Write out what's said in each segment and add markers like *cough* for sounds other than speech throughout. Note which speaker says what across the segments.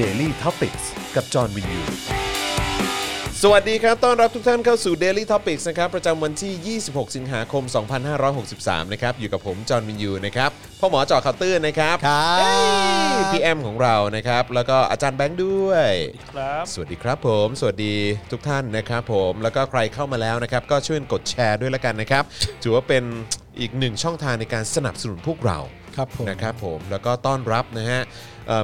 Speaker 1: Daily t o p i c กกับจอห์นวินยู
Speaker 2: สวัสดีครับ ต้อนรับทุกท่านเข้าสู่ Daily Topics นะครับ ประจำวันที่ 26 สิงหาคม 2563 นะครับ อยู่กับผม จอห์นวินยู นะครับ พ่อหมอจอข่าวตื้นนะครับ
Speaker 3: ครับ
Speaker 2: เอ้ยพี่แอมของเรา นะครับ แล้วก็อาจารย์แบงค์ด้วย
Speaker 4: ครับ
Speaker 2: สวัสดีครับผม สวัสดีทุกท่านนะครับผม แล้วก็ใครเข้ามาแล้วนะครับ ก็ช่วยกดแชร์ด้วยละกันนะครับ ถือว่าเป็นอีกหนึ่งช่องทางในการสนับสนุนพวกเรา
Speaker 3: ครับผม
Speaker 2: นะครับผมแล้วก็ต้อนรับนะฮะ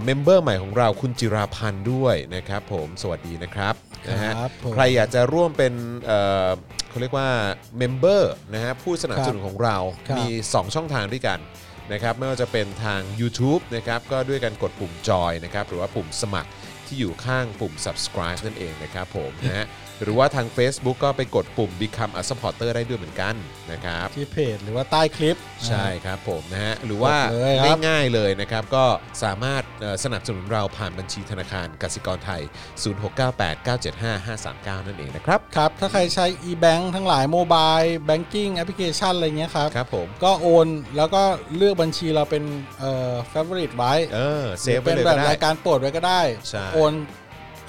Speaker 2: เมมเบอร์ใหม่ของเราคุณจิราพันธ์ด้วยนะครับผมสวัสดีนะครับนะฮะ
Speaker 3: ครับผม
Speaker 2: ใครอยากจะร่วมเป็นเอ่อเขาเรียกว่าเมมเบอร์นะฮะผู้สนับสนุนของเรา
Speaker 3: ครับ
Speaker 2: มี 2 ช่องทางด้วยกันนะครับไม่ว่าจะเป็นทาง YouTube นะครับก็ด้วยการกดปุ่มจอยนะครับหรือว่าปุ่มสมัครที่อยู่ข้างปุ่ม subscribe นั่นเองนะครับผมนะฮะหรือว่าทาง Facebook ก็ไปกดปุ่ม become a supporter ได้ด้วยเหมือนกันนะครับ
Speaker 3: ที่เพจหรือว่าใต้คลิป
Speaker 2: ใช่ครับผมนะฮะหรือว่า
Speaker 3: จบเลยครับ
Speaker 2: ง่ายๆเลยนะครับ ก็สามารถเอ่อสนับสนุนเราผ่านบัญชีธนาคารกสิกรไทย 0698975539 นั่นเองนะครับ
Speaker 3: ครับ ถ้าใครใช้ e-bank ทั้งหลายโมบายแบงกิ้งแอปพลิเคชันอะไรเงี้ยครับ
Speaker 2: ครับผม
Speaker 3: ก็โอนแล้วก็เลือกบัญชีเราเป็นเอ่อ favorite ไว้
Speaker 2: เออเซฟ
Speaker 3: หรื
Speaker 2: ไว้
Speaker 3: อ
Speaker 2: เลย
Speaker 3: นแบ
Speaker 2: ก็
Speaker 3: บ
Speaker 2: ได้
Speaker 3: รายการโปรดไว้ก็ได้
Speaker 2: ใช่
Speaker 3: โอน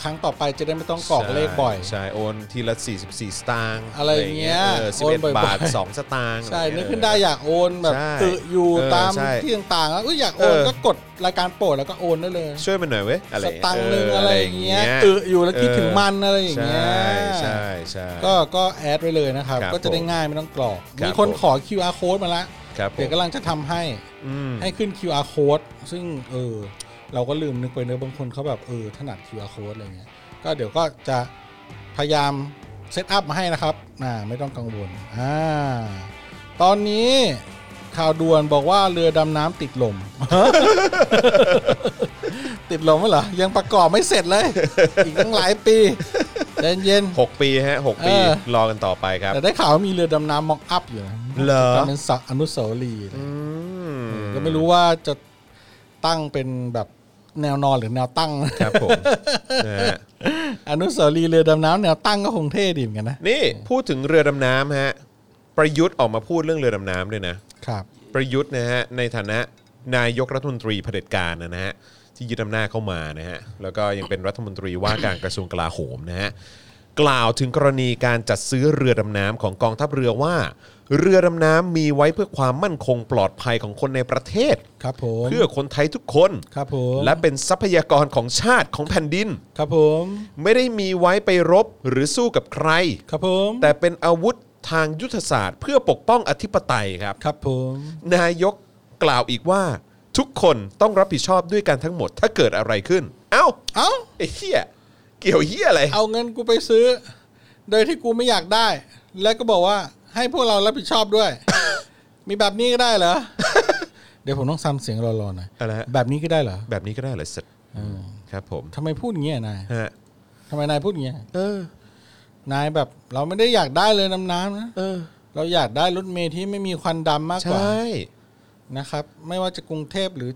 Speaker 3: ครั้งต่อไปจะได้ไม่ต้องกรอกเลขบ่อย
Speaker 2: ใช่ โอนทีละ 44 สตางค์
Speaker 3: อะไรอย่างเงี้ย
Speaker 2: ออ
Speaker 3: โอนบ่อ
Speaker 2: 11
Speaker 3: ยๆ
Speaker 2: บาท 2 สตางค์
Speaker 3: ใช่
Speaker 2: อะไร
Speaker 3: นึ
Speaker 2: เงี้ย
Speaker 3: กขึ้นได้อยากโอนแบบ
Speaker 2: ใช่
Speaker 3: ตึอยู่
Speaker 2: เออ
Speaker 3: ตาม
Speaker 2: ใช่
Speaker 3: ที่ต่างๆแล้วเอ้ยอยากโอน
Speaker 2: เออ
Speaker 3: ก็กดรายการโปรดแล้วก็โอนได้เลย
Speaker 2: ช่วยมันหน่อยเว้ยอะไร
Speaker 3: สตังค์หนึง
Speaker 2: เ
Speaker 3: อะไรอย่างเงี้ยตึอยู่แล้วคิดถึงมันอะไรอย่างเงี้ย
Speaker 2: ใช่ใช่ใช่
Speaker 3: ก็ก็แอดไว้เลยนะครับ
Speaker 2: ครับ
Speaker 3: ก็จะได้ง่ายไม่ต้องกรอก
Speaker 2: ครับ
Speaker 3: มีคน
Speaker 2: ผม
Speaker 3: ขอ QR code มาละ
Speaker 2: ครับผม
Speaker 3: เดี๋ยวกำลังจะทำให้
Speaker 2: อืม
Speaker 3: ให้ขึ้น QR code ซึ่งเออเราก็ลืมนึกไปเนอะบางคนเขาแบบเออถนัด QR code อะไรเงี้ยก็เดี๋ยวก็จะพยายามเซตอัพมาให้นะครับอ่าไม่ต้องกังวลอ่าตอนนี้ข่าวด่วนบอกว่าเรือดำน้ำติดลม *laughs* ติดลมไม่เหรอ ยังประกอบไม่เสร็จเลย อีกตั้งหลายปีใจเย็น
Speaker 2: หกปีฮะหกปี
Speaker 3: เออ
Speaker 2: รอกันต่อไปครับ
Speaker 3: แต่ได้ข่าวว่ามีเรือดำน้ำมองอัพอยู่นะ
Speaker 2: เหรอ
Speaker 3: ทำเป็นสักอนุสาวรีย์เลย
Speaker 2: อืม
Speaker 3: ก็ไม่รู้ว่าจะตั้งเป็นแบบแนวนอนหรือแนวตั้ง
Speaker 2: ครับผม นะฮะ
Speaker 3: *laughs* อนุสาวรีย์เรือดำน้ำแนวตั้งก็คงเท่ดีเหมือนกันนะ
Speaker 2: นี่พูดถึงเรือดำน้ำฮะประยุทธ์ออกมาพูดเรื่องเรือดำน้ำด้วยนะ
Speaker 3: ครับ
Speaker 2: ประยุทธ์นะฮะในฐานะนายกรัฐมนตรีเผด็จการนะฮะที่ยึดอำนาจเข้ามานะฮะแล้วก็ยังเป็นรัฐมนตรีว่าการกระทรวงกลาโหมนะฮะกล่าวถึงกรณีการจัดซื้อเรือดำน้ำของกองทัพเรือว่า เรือดำน้ำมีไว้เพื่อความมั่นคงปลอดภัยของคนในประเทศ
Speaker 3: ครับผม
Speaker 2: เพื่อคนไทยทุกคน
Speaker 3: ครับผม
Speaker 2: และเป็นทรัพยากรของชาติของแผ่นดิน
Speaker 3: ครับผม
Speaker 2: ไม่ได้มีไว้ไปรบหรือสู้กับใคร
Speaker 3: ครับผม
Speaker 2: แต่เป็นอาวุธทางยุทธศาสตร์เพื่อปกป้องอธิปไตยครับ
Speaker 3: ครับผม
Speaker 2: นายกกล่าวอีกว่า ทุกคนต้องรับผิดชอบด้วยกันทั้งหมดถ้าเกิดอะไรขึ้น เอ้า
Speaker 3: เอ้า
Speaker 2: ไอ้เหี้ยเกี่ยวเหี้ยอะไร
Speaker 3: เอาเงินกูไปซื้อ โดยที่กูไม่อยากได้ แล้วก็บอกว่าให้พวกเรารับผิดชอบ
Speaker 2: *laughs*
Speaker 3: ด้วย มีแบบนี้ก็ได้เหรอ เดี๋ยวผมต้องซ้ำเสียงรอๆหน่อย
Speaker 2: อะไรฮะ
Speaker 3: แบบนี้ก็ได้เหรอ
Speaker 2: แบบนี้ก็ได้เหรอสัตว์ครับผม
Speaker 3: ทำไมพูดอย่างเงี้ยนาย
Speaker 2: ฮะ
Speaker 3: ทำไมนายพูดอย่างเงี้ย
Speaker 2: เออน
Speaker 3: ายแบบเราไม่ได้อยากได้เลยน้ำน้ำนะ
Speaker 2: เออ
Speaker 3: เราอยากได้รถเมล์ที่ไม่มีควันดำมาก
Speaker 2: ใช
Speaker 3: กว่า
Speaker 2: ่
Speaker 3: นะครับ ไม่ว่าจะกรุงเทพหรือ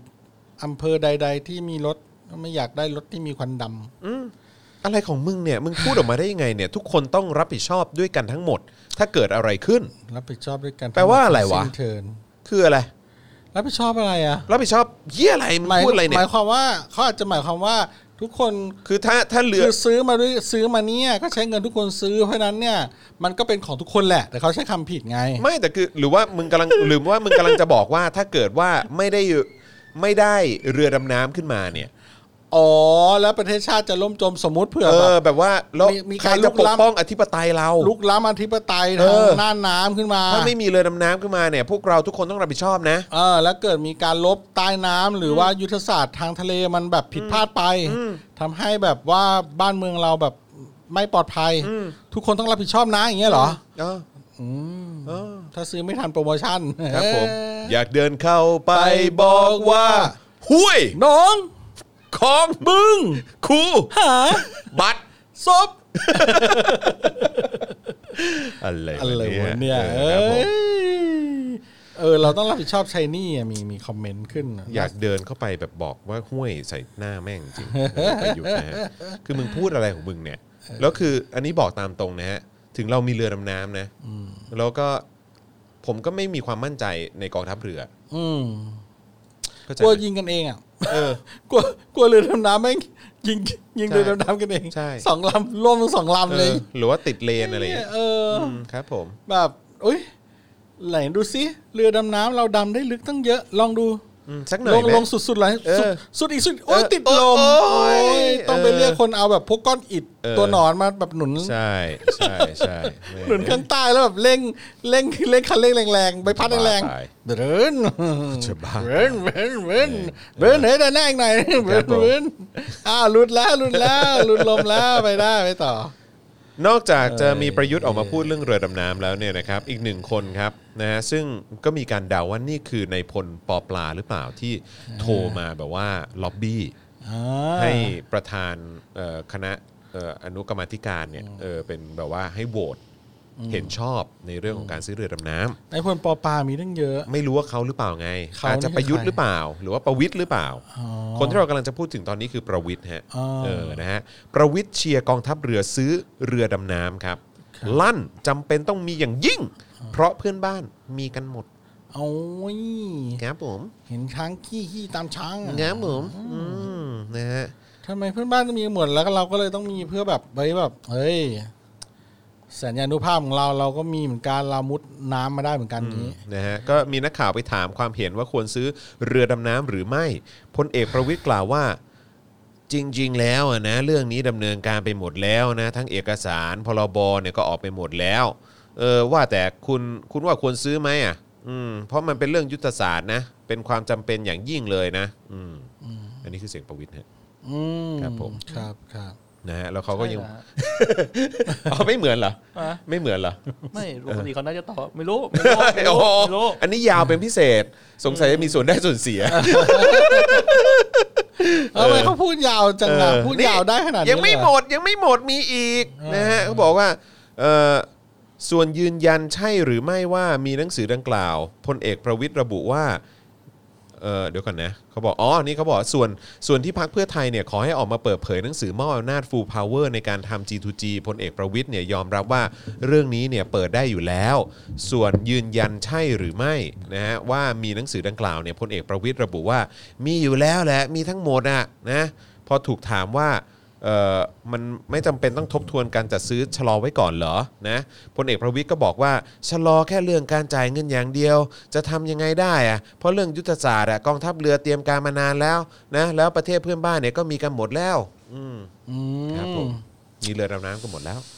Speaker 3: อำเภอใด ๆ ที่มีรถไม่อยากได้รถที่มีควันด
Speaker 2: อืมอะไรของมึงเนี่ยมึงพูดออกมาได้ยังไงเนี่ย ทุกคนต้องรับผิดชอบด้วยกันทั้งหมด ถ้าเกิดอะไรขึ้น
Speaker 3: ำรับผิดชอบด้วยกัน
Speaker 2: แปลว่าอะไรวะ
Speaker 3: สิ้นเทิน
Speaker 2: คืออะไร
Speaker 3: รับผิดชอบอะไรอ่ะ
Speaker 2: รับผิดชอบเหี้ยอะไรมึง
Speaker 3: หมาย
Speaker 2: พูดอะไรเนี่
Speaker 3: หมาย
Speaker 2: ย
Speaker 3: ความว่าเขาอาจจะหมายความว่าทุกคน
Speaker 2: คือถ้าถ้าเรือ
Speaker 3: คือซื้อมาด้วยซื้อมาเนี่ยก็ใช้เงินทุกคนซื้อเพราะฉะนั้นเนี่ยมันก็เป็นของทุกคนแหละ แต่เขาใช้คำผิดไง
Speaker 2: ไม่แต่คือหรือว่ามึงก *laughs* ำลัง หรือว่ามึงกำลังจะบอกว่าถ้าเกิดว่าไม่ได้ไม่ได้เรือดำน้ำขึ้นมาเนี่ย
Speaker 3: อ๋อ แล้วประเทศชาติจะล่มจมสมมติเผื่อ
Speaker 2: เอ
Speaker 3: แบบ
Speaker 2: อแบบว่าแล้ว
Speaker 3: มีมี
Speaker 2: ใคร
Speaker 3: การ
Speaker 2: จะป
Speaker 3: ลุก
Speaker 2: ก
Speaker 3: ล้ำ
Speaker 2: ป้องอธิปไตยเรา
Speaker 3: ลุกล้ำอธิปไตย
Speaker 2: เอ
Speaker 3: ทาง
Speaker 2: อ
Speaker 3: หน้าน้ำขึ้นมา
Speaker 2: ถ้าไม่มีเรือดำน้ำขึ้นมาเนี่ย พวกเราทุกคนต้องรับผิดชอบนะ
Speaker 3: เออแล้วเกิดมีการลบใต้น้ำหรือว่ายุทธศาสตร์ทางทะเลมันแบบผิดพลาดไปทำให้แบบว่าบ้านเมืองเราแบบไม่ปลอดภัย ทุกคนต้องรับผิดชอบนะอย่างเงี้ยเหรอ
Speaker 2: เออ
Speaker 3: อถ้าซื้อไม่ทันโปรโมชั่น
Speaker 2: ครับผม
Speaker 3: เอ้ย
Speaker 2: อยากเดินเข้าไปบอกว่า
Speaker 3: ไปบอก
Speaker 2: ห้วย
Speaker 3: น้อง
Speaker 2: ของ
Speaker 3: บึ้ง
Speaker 2: *laughs* คู
Speaker 3: หา *laughs*
Speaker 2: บัตร
Speaker 3: ซบ
Speaker 2: อะไร
Speaker 3: อะ
Speaker 2: วะ
Speaker 3: ไร
Speaker 2: เนี่ยว
Speaker 3: ะเนี่ย
Speaker 2: เอ
Speaker 3: เอ้
Speaker 2: อครับผม
Speaker 3: ยเออ เราต้องรับผิดชอบไชนี่อะมีมีคอมเมนต์ขึ้น
Speaker 2: อยากเดินเข้าไปแบบบอกว่าห้วยใส่หน้าแม่งจริง
Speaker 3: *laughs*
Speaker 2: ประยุทธ์นะฮะคือมึงพูดอะไรของมึงเนี่ย แล้วคืออันนี้บอกตามตรงนะฮะ ถึงเรามีเรือดำน้ำนะแล้วก็ผมก็ไม่มีความมั่นใจในกองทัพเรือ
Speaker 3: อืม
Speaker 2: เข้าใจ
Speaker 3: กลัว
Speaker 2: ไหม
Speaker 3: ยิงกันเองอ่ะ
Speaker 2: เออ
Speaker 3: กลัวกลัวเรือดำน้ำแม่งยิงยิง
Speaker 2: ใช่
Speaker 3: เรือดำน้ำกันเอง
Speaker 2: ใช่
Speaker 3: สองลำร่วมทั้งสองลำ
Speaker 2: เอ
Speaker 3: *laughs* เลย
Speaker 2: อหรือว่าติดเลนอะไรอย่าง
Speaker 3: เนี่
Speaker 2: เงี้
Speaker 3: ย
Speaker 2: ย
Speaker 3: เอออ
Speaker 2: อืมครับ ผม
Speaker 3: แบบเอ้ยไหนดูสิเรือดำน้ำเราดำได้ลึกตั้งเยอะ ลองดู
Speaker 2: อืมสักหน่อ
Speaker 3: ล
Speaker 2: ย
Speaker 3: ง
Speaker 2: ไหม
Speaker 3: ลงสุดๆเลย
Speaker 2: เออ
Speaker 3: สุดสุดอีกสุดโอ้ย
Speaker 2: เออ
Speaker 3: ติดลม
Speaker 2: โอ้ย
Speaker 3: โอ้ยต้องไป
Speaker 2: เออ
Speaker 3: เรียกคนเอาแบบพวกก้อนอิฐ
Speaker 2: เออ
Speaker 3: ตัวหนอนมาแบบหนุน
Speaker 2: ใช่ใช่ใช่แม่ง
Speaker 3: หนุนข้างใต้แล้วแบบเร่งเร่งเร่งคันเร่งแรงๆใบพัดแรง
Speaker 2: บ้าตาย
Speaker 3: ๆเดิน
Speaker 2: จะบ้า
Speaker 3: เดินเดินเดินเดินเฮ้ยเดินหน้าอีกหน่อยเดิน
Speaker 2: ผม
Speaker 3: เดินอ้าวหลุดแล้วหลุดแล้วหลุดลมแล้วไปได้ไปต่อ
Speaker 2: นอกจากจะมีประยุทธ์ออกมาพูดเรื่องเรือดำน้ำแล้วเนี่ยนะครับอีกหนึ่งคนครับนะฮะซึ่งก็มีการเดาว่านี่คือในายพลปอปลาหรือเปล่าที่โทรมาแบบว่าล็อบบี้ ให้ประธานเอ่อคณะเอ่ออนุกรรมาธิการเนี่ยเออเป็นแบบว่าให้โหวตเห็นชอบในเรื่องของการซื้อเรือดำน้ำ
Speaker 3: นายพลปอปามีตั้งเยอะ
Speaker 2: ไม่รู้ว่าเขาหรือเปล่าไง
Speaker 3: เขา
Speaker 2: อาจจะ
Speaker 3: นี่คือ
Speaker 2: ประยุทธ์
Speaker 3: ใคร
Speaker 2: หรือเปล่า หรือว่าประวิทย์หรือเปล่า คนที่เรากำลังจะพูดถึงตอนนี้คือประวิทย์ฮะ
Speaker 3: อ๋อ
Speaker 2: เออนะฮะประวิทย์เชียร์กองทัพเรือซื้อเรือดำน้ำครับ
Speaker 3: ครับ
Speaker 2: ลั่นจำเป็นต้องมีอย่างยิ่ง เพราะเพื่อนบ้านมีกันหมด
Speaker 3: เอาเว้ย
Speaker 2: ครับผม
Speaker 3: เห็นช้างขี้ขี้ตามช้างอะ
Speaker 2: ครับผมอืมนะฮะ
Speaker 3: ทำไมเพื่อนบ้านต้องมีหมดแล้วก็เราก็เลยต้องมีเพื่อแบบไว้แบบเฮ้ยสัญญาณุภาพของเราเราก็มีเหมือนกันเรามุดน้ำมาได้เหมือนกันนี้
Speaker 2: นะฮะก็มีนักข่าวไปถามความเห็นว่าควรซื้อเรือดำน้ำหรือไม่พลเอกประวิทย์กล่าวว่าจริง ๆ แล้วอะนะเรื่องนี้ดำเนินการไปหมดแล้วนะทั้งเอกสารพรบเนี่ยก็ออกไปหมดแล้วเออว่าแต่คุณคุณว่าควรซื้อไหมอ่ะอืมเพราะมันเป็นเรื่องยุทธศาสตร์นะเป็นความจำเป็นอย่างยิ่งเลยนะอืมอันนี้คือเสียงประวิทย์ฮะ
Speaker 3: อืม
Speaker 2: ครับผม
Speaker 3: ครับครับ
Speaker 2: นะฮะแล้วเขาก็ยัง
Speaker 4: ใช่เหรอฮะ
Speaker 2: อ๋อไม่เหมือนเหรอ
Speaker 4: ฮะ
Speaker 2: ไม่เหมือนเหรอ
Speaker 4: ไม่ปกติเขาน่าจะตอบไม่รู้ไม่รู้ไม่รู้
Speaker 2: *laughs* โอ้โห
Speaker 4: ไม่รู้
Speaker 2: อันนี้ยาวเป็นพิเศษ สงสัยจะมีส่วนได้ส่วนเสีย
Speaker 3: เออทำไมเขาพูดยาวจังอะ
Speaker 2: เออ
Speaker 3: พูดยาวได้ขนาดนี้
Speaker 2: ยังไม่
Speaker 3: เล
Speaker 2: หมดยังไม่หมดมีอีกนะฮะเขาบอกว่าเอ่อส่วนยืนยันใช่หรือไม่ว่ามีหนังสือดังกล่าวพลเอกประวิทย์ระบุว่าเอ่อเดี๋ยวก่อนนะเขาบอกอ๋อนี่เขาบอกส่วนส่วนที่พักเพื่อไทยเนี่ยขอให้ออกมาเปิดเผยหนังสือมอบอำนาจ full power ในการทำ G2G พลเอกประวิทย์เนี่ยยอมรับว่าเรื่องนี้เนี่ยเปิดได้อยู่แล้ว ส่วนยืนยันใช่หรือไม่นะฮะว่ามีหนังสือดังกล่าวเนี่ยพลเอกประวิทย์ระบุว่า มีอยู่แล้วแหละมีทั้งหมดอะนะพอถูกถามว่า เอ่อมันไม่จำเป็นต้องทบทวนการจัดซื้อชะลอไว้ก่อนเหรอนะพลเอกประวิทย์ก็บอกว่าชะลอแค่เรื่องการจ่ายเงินอย่างเดียว จะทำยังไงได้อะเพราะเรื่องยุทธศาสตร์อะกองทัพเรือเตรียมการมานานแล้วนะแล้วประเทศเพื่อนบ้านเนี่ยก็มีกันหมดแล้ว อืม
Speaker 3: อื
Speaker 2: ครับผม
Speaker 3: ม
Speaker 2: มีเรือดำน้ำกันหมดแล้ว *sighs*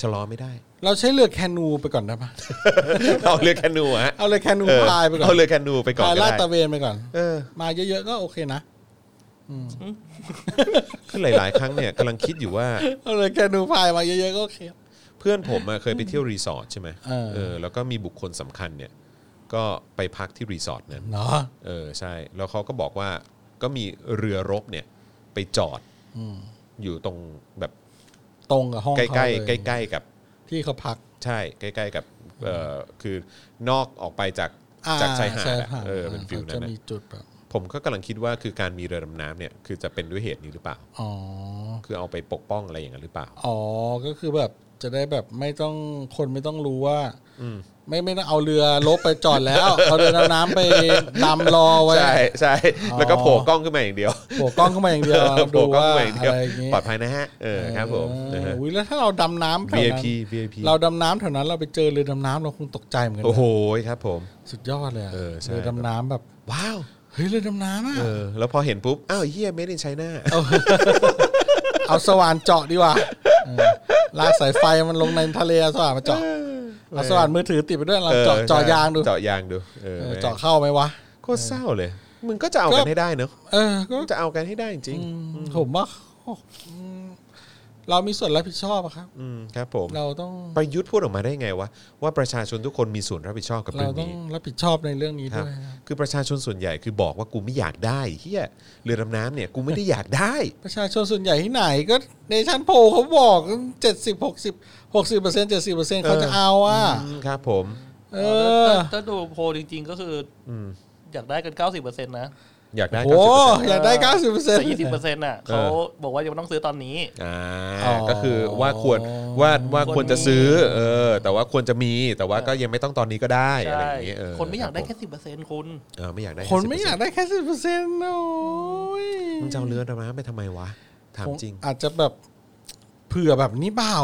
Speaker 2: ชะลอไม่ได้ *laughs*
Speaker 3: เราใช้เรือแคนูไปก่อนได้ปะ
Speaker 2: เอาเรือแคนูอะฮะ
Speaker 3: เอาเรือแคนู
Speaker 2: เออ
Speaker 3: พายไปก่อน
Speaker 2: เอาเรือแคนูไปก่อน
Speaker 3: พาย
Speaker 2: ก็
Speaker 3: ลาด
Speaker 2: ได้
Speaker 3: ตระเวนไปก่อน
Speaker 2: เออ
Speaker 3: มาเยอะๆก็โอเคนะ
Speaker 2: คือหลาย ๆ ครั้งเนี่ยกำลังคิดอยู่ว่า
Speaker 3: เอาเรือแคนูพายมาเยอะๆก็โอเค
Speaker 2: เพื่อนผมอะเคยไปเที่ยวรีสอร์ทใช่ไหม
Speaker 3: เออ
Speaker 2: เออแล้วก็มีบุคคลสำคัญเนี่ย ก็ไปพักที่รีสอร์ทนั้น
Speaker 3: เนาะ
Speaker 2: เออใช่ แล้วเขาก็บอกว่าก็มีเรือรบเนี่ย ไปจอด
Speaker 3: อืม
Speaker 2: อยู่ตรงแบบ
Speaker 3: ตรงกับห้อง
Speaker 2: ใกล้
Speaker 3: เขา
Speaker 2: ใกล้
Speaker 3: เลย
Speaker 2: ใกล้ใกล้ๆกับ
Speaker 3: ที่เขาพัก
Speaker 2: ใช่ใกล้ ๆ กับเออคือนอกออกไปจาก
Speaker 3: อ่
Speaker 2: จากชายหาดอะ
Speaker 3: ด
Speaker 2: เออเป็นฟิลนั้
Speaker 3: จะ
Speaker 2: นนะ
Speaker 3: มีจุดแบบ
Speaker 2: ผมก็กำลังคิดว่าคือการมีเรือดำน้ำเนี่ยคือจะเป็นด้วยเหตุนี้หรือเปล่า
Speaker 3: อ๋อ
Speaker 2: คือเอาไปปกป้องอะไรอย่างนั้นหรือเปล่า
Speaker 3: อ๋อ ก็คือแบบจะได้แบบไม่ต้องคนไม่ต้องรู้ว่า
Speaker 2: อืม
Speaker 3: ไม่ไม่ต้องเอาเรือลบไปจอดแล้ว *laughs* เอาเรือดำน้ำไปดำรอไว้
Speaker 2: ใช่ใช่แล้วก็
Speaker 3: อ๋อ
Speaker 2: โผล่กล้องขึ้นมาอย่างเดียว
Speaker 3: โผล่กล้องเข้ามาอย่างเดียวดู
Speaker 2: ผมก็
Speaker 3: ว่า
Speaker 2: *laughs* เหมือน
Speaker 3: อะ
Speaker 2: เดียว
Speaker 3: ไรอย่างงี้
Speaker 2: ปลอดภัยนะฮะ เออครับผมนะฮะ
Speaker 3: อุ้ยแล้วถ้าเราดำน้ำแถวนั้น
Speaker 2: VIP VIP
Speaker 3: เราดำน้ำแถวนั้นเราไปเจอเรือดำน้ำเราคงตกใจเหมือนกัน
Speaker 2: โอ้โห
Speaker 3: นะครับ
Speaker 2: ผม
Speaker 3: สุดยอดเลยอะ
Speaker 2: เออใช่
Speaker 3: เรือดำน้ำแบบ
Speaker 2: ว้าว
Speaker 3: เฮ้ยเรือดำน้ำอะ
Speaker 2: เอ
Speaker 3: *gasps*
Speaker 2: อ แล้วพอเห็นปุ๊บ อ้าวเฮียเมดินไชน่า
Speaker 3: เอาสว่านเจาะดีกว่าเออลากสายไฟมันลงในทะเลเอาสว่านมาเจาะ เอาสว่านมือถือติดไปด้วยเราเจาะเจาะยางดู
Speaker 2: เจาะยางดู เออ
Speaker 3: เออ
Speaker 2: แม่ง
Speaker 3: เจาะเข้าไหมวะ
Speaker 2: โคตรเศร้าเลย มึงก็จะเอากันให้ได้เนอะ
Speaker 3: เออก็
Speaker 2: มึงจะเอากันให้ได้จริง
Speaker 3: อืมผมว่าโอ้อืมเรามีส่วนรับผิดชอบอะครับ
Speaker 2: ๆอืมครับผม
Speaker 3: เราต้อง
Speaker 2: ประยุทธ์พูดออกมาได้ไงวะ ว่าประชาชนทุกคนมีส่วนรับผิดชอบกับ
Speaker 3: เรา
Speaker 2: เรื่อง
Speaker 3: ต้อง
Speaker 2: นี้
Speaker 3: รับผิดชอบในเรื่องนี้
Speaker 2: ครั
Speaker 3: ด้
Speaker 2: บ
Speaker 3: วยนะครับ
Speaker 2: คือประชาชนส่วนใหญ่คือบอกว่ากูไม่อยากได้เฮียเรือดำน้ำเนี่ยกูไม่ได้อยากได้
Speaker 3: ประชาชนส่วนใหญ่ที่ไหนก็ในชั้นโพลเขาบอกเจ็ดสิบหกสิบหกสิบเปอร์เซ็นต์เจ็ดสิบเปอร์เซ็นต์เขาจะเอาอ่ะ
Speaker 2: อืมครับผม
Speaker 3: เอ
Speaker 4: เอ
Speaker 3: อ
Speaker 4: อถ้าถ้าดูโพลจริง ๆ ก็คือ
Speaker 2: อืม
Speaker 4: อยากได้กัน 90%นะ
Speaker 2: อยากได้
Speaker 3: โอ้
Speaker 2: 90%
Speaker 3: อยากได้ 90%เปอร์เซ็นต์
Speaker 4: แต่ยี่สิบเปอร์เซ็นต์่ะเขาบอกว่ายังไม่ต้องซื้อตอนนี้
Speaker 2: อ่า
Speaker 3: อ๋อ
Speaker 2: ก็คือว่าควรว่าว่าควรจะซื้อเออแต่ว่าควรจะมีแต่ว่าก็ยังไม่ต้องตอนนี้ก็ได้อะไร
Speaker 4: ใช่
Speaker 2: อย่างเงี้ยเออ
Speaker 4: คนไม่อยากได้แค่สิบเปอร์เซ็นต์คุณ
Speaker 2: เออไม่อยากได้
Speaker 3: คนไม่อยากได้แค่ 10%เปอร์เซ็นต์โอ้ย
Speaker 2: 50%มึงจะเอาเรือดำน้ำไปทำไมวะถาม
Speaker 3: ผม
Speaker 2: จริง
Speaker 3: อาจจะแบบเผื่อแบบนี้เปล่า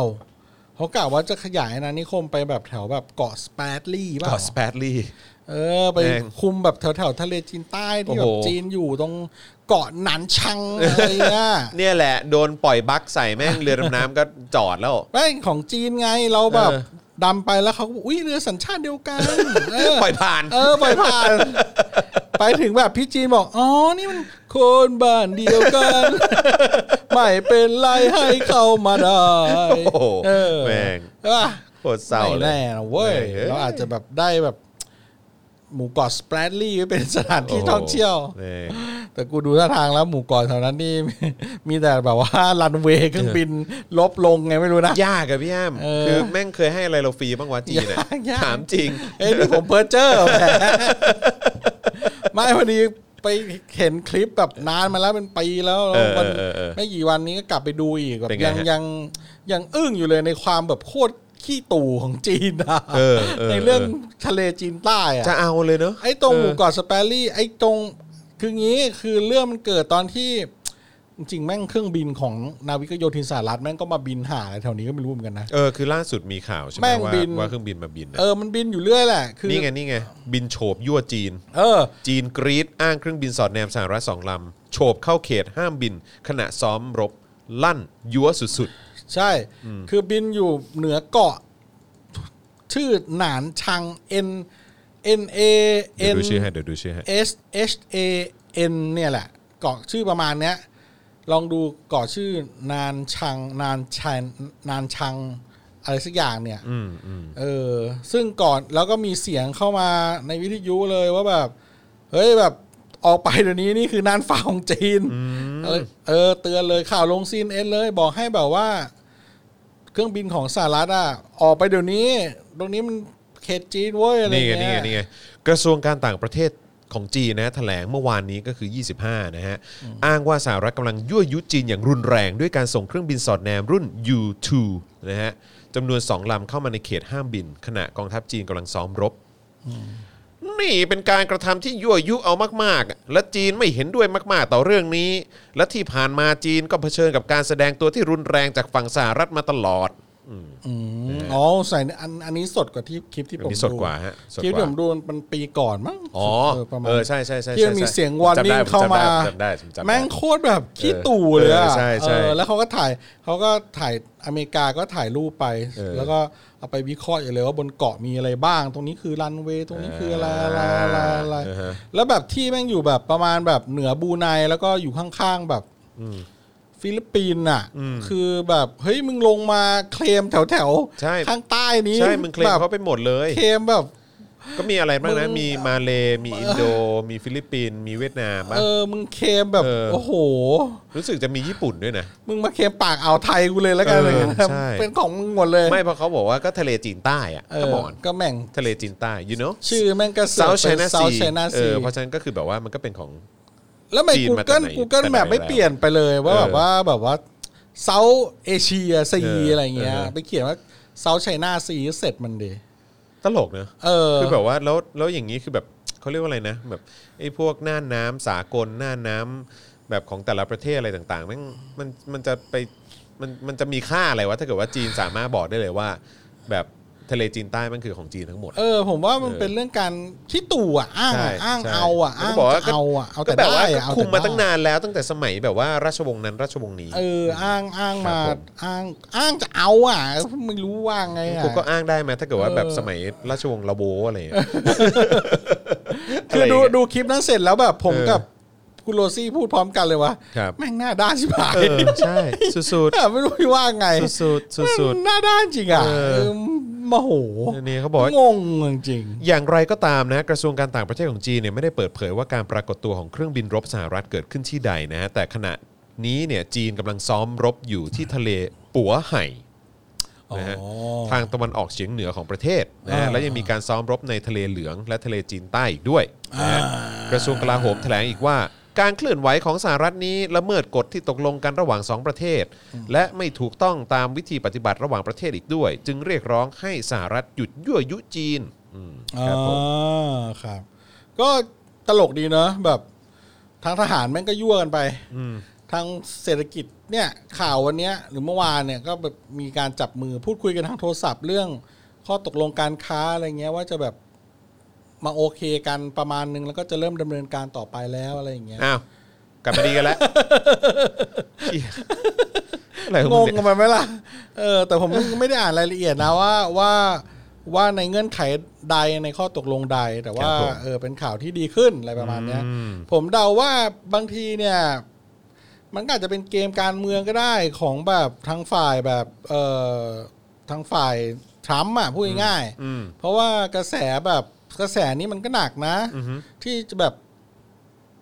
Speaker 3: เขากล่าวว่าจะขยายอาณานิคมไปแบบแถวแบบเกาะสเปดลี่เปล่า
Speaker 2: เกาะสเปดลี่
Speaker 3: เออ ไป
Speaker 2: แม่ง
Speaker 3: คุมแบบแถวแถวๆทะเลจีนใต้ที่แบ
Speaker 2: โอ้
Speaker 3: บ
Speaker 2: โห
Speaker 3: จีนอยู่ตรงเกาะหนานชังอะไรเงี้ย
Speaker 2: *laughs* เนี่ยแหละโดนปล่อยบั๊กใส่แม่งเรือดำน้ำก็จอดแล้ว
Speaker 3: แม่งของจีนไงเราแบบ
Speaker 2: เออ
Speaker 3: ดำไปแล้วเขาก็บอกอุ้ยเรือสัญชาติเดียวกัน เอ
Speaker 2: *laughs*
Speaker 3: อ
Speaker 2: ปล่อยผ่าน
Speaker 3: เออปล่อยผ่าน
Speaker 2: *laughs*
Speaker 3: ไปถึงแบบพี่จีนบอก อ๋อ นี่มันคนบ้านเดียวกัน
Speaker 2: *laughs*
Speaker 3: ไม่เป็นไรให้เข้ามาได้
Speaker 2: โอ้โห
Speaker 3: เออ
Speaker 2: แม่ง
Speaker 3: ใช่ปะ
Speaker 2: โคตรเศร้า
Speaker 3: ไม่
Speaker 2: เลย
Speaker 3: แน่นะเว้ย
Speaker 2: เออ
Speaker 3: เราอาจจะแบบได้แบบ หมู่เกาะสเปรดลี่ไว้เป็นสถานที่ท่องเที่ยว
Speaker 2: โอ้โหนี่
Speaker 3: แต่กูดูท่าทางแล้วหมู่เกาะแถวนั้นนี่ *laughs* มีแต่แบบว่ารันเวย์เครื่องบินลบลงไงไม่รู้
Speaker 2: *laughs*
Speaker 3: นะ
Speaker 2: ยากอะพี่แอม
Speaker 3: เออ
Speaker 2: คือแม่งเคยให้อะไรเราฟรีบ้างวะจีนอะ
Speaker 3: ยากยาก
Speaker 2: ถามจริง
Speaker 3: เอ้ยนี่ผมเพอร์เจอร์ *laughs* แหมไม่พอดีไปเห็นคลิปแบบนานมาแล้วเป็นปีแล้ว
Speaker 2: เออ
Speaker 3: วัน
Speaker 2: เออเออ
Speaker 3: ไม่กี่วันนี้ก็กลับไปดูอีกแบบ
Speaker 2: เป็นไง
Speaker 3: ยัง
Speaker 2: ฮะ
Speaker 3: ยังยังอึ้งอยู่เลยในความแบบโคตรขี้ตู่ของจีนอะ
Speaker 2: เออเออ
Speaker 3: ในเรื่องทะเลจีนใต้อะ
Speaker 2: จะเอาเลยเนอะ
Speaker 3: ไอ้ตรง
Speaker 2: เออ
Speaker 3: หมู่เกาะสเปรลี่ไอ้ตรงคืองี้คือเรื่องมันเกิดตอนที่ จริงๆแม่งเครื่องบินของนาวิกโยธินสหรัฐแม่งก็มาบินหาอะไรแถวนี้ก็ไม่รู้เหมือนกันนะ
Speaker 2: เออคือล่าสุดมีข่าวใช่ไหม
Speaker 3: แม่ง
Speaker 2: ว่า
Speaker 3: บิน
Speaker 2: ว่าเครื่องบินมาบินอะ
Speaker 3: เออมันบินอยู่เรื่อยแหละคือ
Speaker 2: นี่ไงนี่ไงบินโฉบยั่วจีน
Speaker 3: เออ
Speaker 2: จีนกรีดอ้างเครื่องบินสอดแนมสหรัฐสองลำโฉบเข้าเขตห้ามบิน ขณะซ้อมรบลั่นยั่วสุด
Speaker 3: ใช่ คือบินอยู่เหนือเกาะ ชื่อหนานชัง N N A
Speaker 2: ๆ เดี๋ยว
Speaker 3: N
Speaker 2: ดูชื่อให้เดี๋ยวดูชื่อให้
Speaker 3: S H A N เนี่ยแหละ เกาะชื่อประมาณเนี้ย ลองดูเกาะชื่อนานชัง นานชันนานชัง อะไรสักอย่างเนี่ย
Speaker 2: อืมอืม
Speaker 3: เออ ซึ่งก่อนแล้วก็มีเสียงเข้ามาในวิทยุเลยว่าแบบ เฮ้ยแบบออกไปเดี๋ยวนี้นี่คือน่านฟ้าของจีน เออเออเตือนเลยข่าวลงซีนเอ็นเลย บอกให้แบบว่า เครื่องบินของสหรัฐอ่ะออกไปเดี๋ยวนี้ ตรงนี้มันเขตจีนเว้ยอะไร
Speaker 2: นี่ไง
Speaker 3: เงี้ย
Speaker 2: นี่ไงนี่ไงกระทรวงการต่างประเทศของจีนนะแถลงเมื่อวานนี้ก็คือ 25 นะฮะ อ้างว่าสหรัฐกำลังยั่วยุจีนอย่างรุนแรง ด้วยการส่งเครื่องบินสอดแนมรุ่น U2 นะฮะจำนวน 2 ลำเข้ามาในเขตห้ามบิน ขณะกองทัพจีนกำลังซ้อมรบ นี่เป็นการกระทำที่ยั่วยุเอามากๆ และจีนไม่เห็นด้วยมากๆ ต่อเรื่องนี้ และที่ผ่านมาจีนก็เผชิญกับการแสดงตัวที่รุนแรงจากฝั่งสหรัฐมาตลอด
Speaker 3: อืมอ๋อใส่อันอันนี้สดกว่าที่คลิปที่
Speaker 2: อั
Speaker 3: ผม
Speaker 2: นนี้สดกว่าฮะสด
Speaker 3: คลิป
Speaker 2: ก
Speaker 3: ที่
Speaker 2: ว่า
Speaker 3: ผมดูมันปีก่อนมั้ง
Speaker 2: อ๋อ
Speaker 3: เประมาณ
Speaker 2: เออใช่ใช่ใช่
Speaker 3: ที่
Speaker 2: ใช่
Speaker 3: มันมี
Speaker 2: ใช่
Speaker 3: เสียงวอร์
Speaker 2: จำ
Speaker 3: นิ่ง
Speaker 2: ได้
Speaker 3: เข้ามา
Speaker 2: จำได้ผมจำได้ผมจำได้
Speaker 3: แม่งโคตรแบบขี้ตู่เลยอะ
Speaker 2: เออใช่ใช่
Speaker 3: เออแล้วเขาก็ถ่ายเขาก็ถ่ายอเมริกาก็ถ่ายรูปไป
Speaker 2: เออ
Speaker 3: แล้วก็เอาไปวิเคราะห์อย่างเลยว่าบนเกาะมีอะไรบ้าง ตรงนี้คือรันเวย์ตรงนี้คืออะไรอะไรอะไรอะไร
Speaker 2: อ่าฮะ
Speaker 3: แล้วแบบที่แม่งอยู่แบบประมาณแบบเหนือบรูไนแล้วก็อยู่ข้างๆแบบ
Speaker 2: อืม
Speaker 3: ฟิลิปปินส์อ่ะ
Speaker 2: อืม
Speaker 3: คือแบบเฮ้ยมึงลงมาเคลมแถวแถวๆ
Speaker 2: ใช่
Speaker 3: ข้างใต้นี้
Speaker 2: ใช่มึงเคลม
Speaker 3: แบบ
Speaker 2: เขาไปหมดเลย
Speaker 3: เคลมแบบ
Speaker 2: ก็มีอะไรบ้างนะ
Speaker 3: มึง
Speaker 2: มีมาเลมีอินโด มีฟิลิปปินส์มีเวียดนามบ้าง
Speaker 3: เออมึงเคลมแบบ
Speaker 2: เออ
Speaker 3: โอ้โห
Speaker 2: รู้สึกจะมีญี่ปุ่นด้วยนะ
Speaker 3: มึงมาเคลมปากอ่าวไทยกูเลยแล้วกัน
Speaker 2: เออ
Speaker 3: เลยนะ
Speaker 2: ใช่
Speaker 3: เป็นของมึงหมดเลย
Speaker 2: ไม่เพราะเขาบอกว่าก็ทะเลจีนใต้อะ
Speaker 3: เอ
Speaker 2: ก็
Speaker 3: อ
Speaker 2: มอน
Speaker 3: ก็แม่ง
Speaker 2: ทะเลจีนใต้ you know
Speaker 3: ชื่อแม่งก็
Speaker 2: South China
Speaker 3: เซา
Speaker 2: Sea
Speaker 3: ไชน่า
Speaker 2: เอ
Speaker 3: ซี
Speaker 2: อเพราะฉะนั้นก็คือแบบว่ามันก็เป็นของ
Speaker 3: แล้วไม่
Speaker 2: จีน
Speaker 3: กู
Speaker 2: มา
Speaker 3: เกิ
Speaker 2: จาก
Speaker 3: ล
Speaker 2: ไหน
Speaker 3: กูเกิล
Speaker 2: แต่ไหน
Speaker 3: แบบไม่
Speaker 2: แล้ว
Speaker 3: เปลี่ยนไปเลยว่า
Speaker 2: เออ
Speaker 3: แบบว่าแบบว่าเซาเอเชียซี
Speaker 2: เอออ
Speaker 3: อะไรเงี้ย
Speaker 2: เออ
Speaker 3: ไปเขียนว่าเซาไชน่าซีเสร็จมันดี
Speaker 2: ตลกเนอะ
Speaker 3: เออ
Speaker 2: คือแบบว่าแล้วแล้วอย่างนี้คือแบบเขาเรียกว่าอะไรนะแบบไอ้พวกหน้าน้ำสากลหน้าน้ำแบบของแต่ละประเทศอะไรต่างๆแม่งมันมันจะไปมันมันจะมีค่าอะไรวะถ้าเกิดว่าจีนสามารถบอกได้เลยว่า แบบทะเลจีนใต้มันคือของจีนทั้งหมด
Speaker 3: เออผมว่ามัน
Speaker 2: เออ
Speaker 3: เป็นเรื่องการคิดตู่อ่ะอ้างอ่ะ
Speaker 2: ใช่
Speaker 3: อ้าง
Speaker 2: ใช่
Speaker 3: เอาอ่ะ
Speaker 2: แล้วก็
Speaker 3: อ้าง
Speaker 2: บอกว่าก็
Speaker 3: เอาอ่ะเอา
Speaker 2: ก็
Speaker 3: แต่
Speaker 2: แบบว่า
Speaker 3: ได้
Speaker 2: ก็
Speaker 3: อ่ะเอา
Speaker 2: คุม
Speaker 3: แต่
Speaker 2: มา
Speaker 3: ได้
Speaker 2: ตั้งนานแล้วตั้งแต่สมัยแบบว่าราชวงศ์นั้นราชวงศ์นี้
Speaker 3: เอออ้างอ้างมา
Speaker 2: ครับผม
Speaker 3: อ้างอ้างจะเอาอ่ะไม่รู้ว่าไงอ่ะ
Speaker 2: กูก็อ้างได้ไหมถ้าเกิดว่าแบบสมัยราชวงศ์ลาโบอะไรอย่างเงี้ย
Speaker 3: คือดูดูคลิปนั้นเสร็จแล้วแบบผม
Speaker 2: เออ
Speaker 3: กับคุณโรซี่พูดพร้อมกันเลยว่า
Speaker 2: ครับ
Speaker 3: แม่งหน้าด้านชิบหาย
Speaker 2: เออใช่สุด
Speaker 3: แต่ไม่รู้ว่าไง
Speaker 2: ๆสุดๆสุด
Speaker 3: แม่งหน้าด้านจริงอ่ะ
Speaker 2: เออ
Speaker 3: เออโมโห
Speaker 2: ๆนี่เขาบอกว่า
Speaker 3: งงจริง
Speaker 2: อย่างไรก็ตามนะกระทรวงการต่างประเทศของจีนเนี่ยไม่ได้เปิดเผยว่าการปรากฏตัวของเครื่องบินรบสหรัฐเกิดขึ้นที่ใดนะฮะแต่ขณะนี้เนี่ยจีนกำลังซ้อมรบอยู่ที่ทะเลปัวไห่ นะฮะ
Speaker 3: อ๋อ
Speaker 2: ทางตะวันออกเฉียงเหนือของประเทศนะฮะและยังมีการซ้อมรบในทะเลเหลืองและทะเลจีนใต้อีกด้วยนะฮะกระทรวงกลาโหมแถลงอีกว่า การเคลื่อนไหวของสหรัฐนี้ละเมิดกฎที่ตกลงกันระหว่างสองประเทศ และไม่ถูกต้องตามวิธีปฏิบัติระหว่างประเทศอีกด้วย จึงเรียกร้องให้สหรัฐหยุดยั่วยุจีนอืมครับผม
Speaker 3: อ่าครับ ก็ตลกดีเนอะแบบทางทหารแม่งก็ยั่วกันไปทางเศรษฐกิจเนี่ยข่าววันเนี้ย หรือเมื่อวานเนี่ยก็แบบมีการจับมือพูดคุยกันทางโทรศัพท์เรื่อง ข้อตกลงการค้าอะไรเงี้ยว่าจะแบบมาโอเคกันประมาณนึงแล้วก็จะเริ่มดำเนินการต่อไปแล้วอะไรอย่างเงี้ย
Speaker 2: อ้าวกลับมาดีกัน *laughs* แล้วเหี้ยอะไรของ
Speaker 3: ง
Speaker 2: มึ
Speaker 3: ง
Speaker 2: ง
Speaker 3: กัน
Speaker 2: เนี่ย
Speaker 3: ไปไหมล่ะเออแต่ผมไม่ได้อ่านรายละเอียดนะว่าว่าว่าในเงื่อนไขใดในข้อตกลงใด แต่ว่าเออเป็นข่าวที่ดีขึ้นอะไรประมาณเนี้ย
Speaker 2: อืม
Speaker 3: ผมเดาว่าบางทีเนี่ย มันก็อาจจะเป็นเกมการเมืองก็ได้ของแบบทางฝ่ายแบบเอ่อทางฝ่ายทรัมป์อ่ะพูดง่าย
Speaker 2: อืม
Speaker 3: ๆเพราะว่ากระแสแบบกระแสนี้มันก็หนักนะ
Speaker 2: อือฮึ
Speaker 3: ที่จะแบบ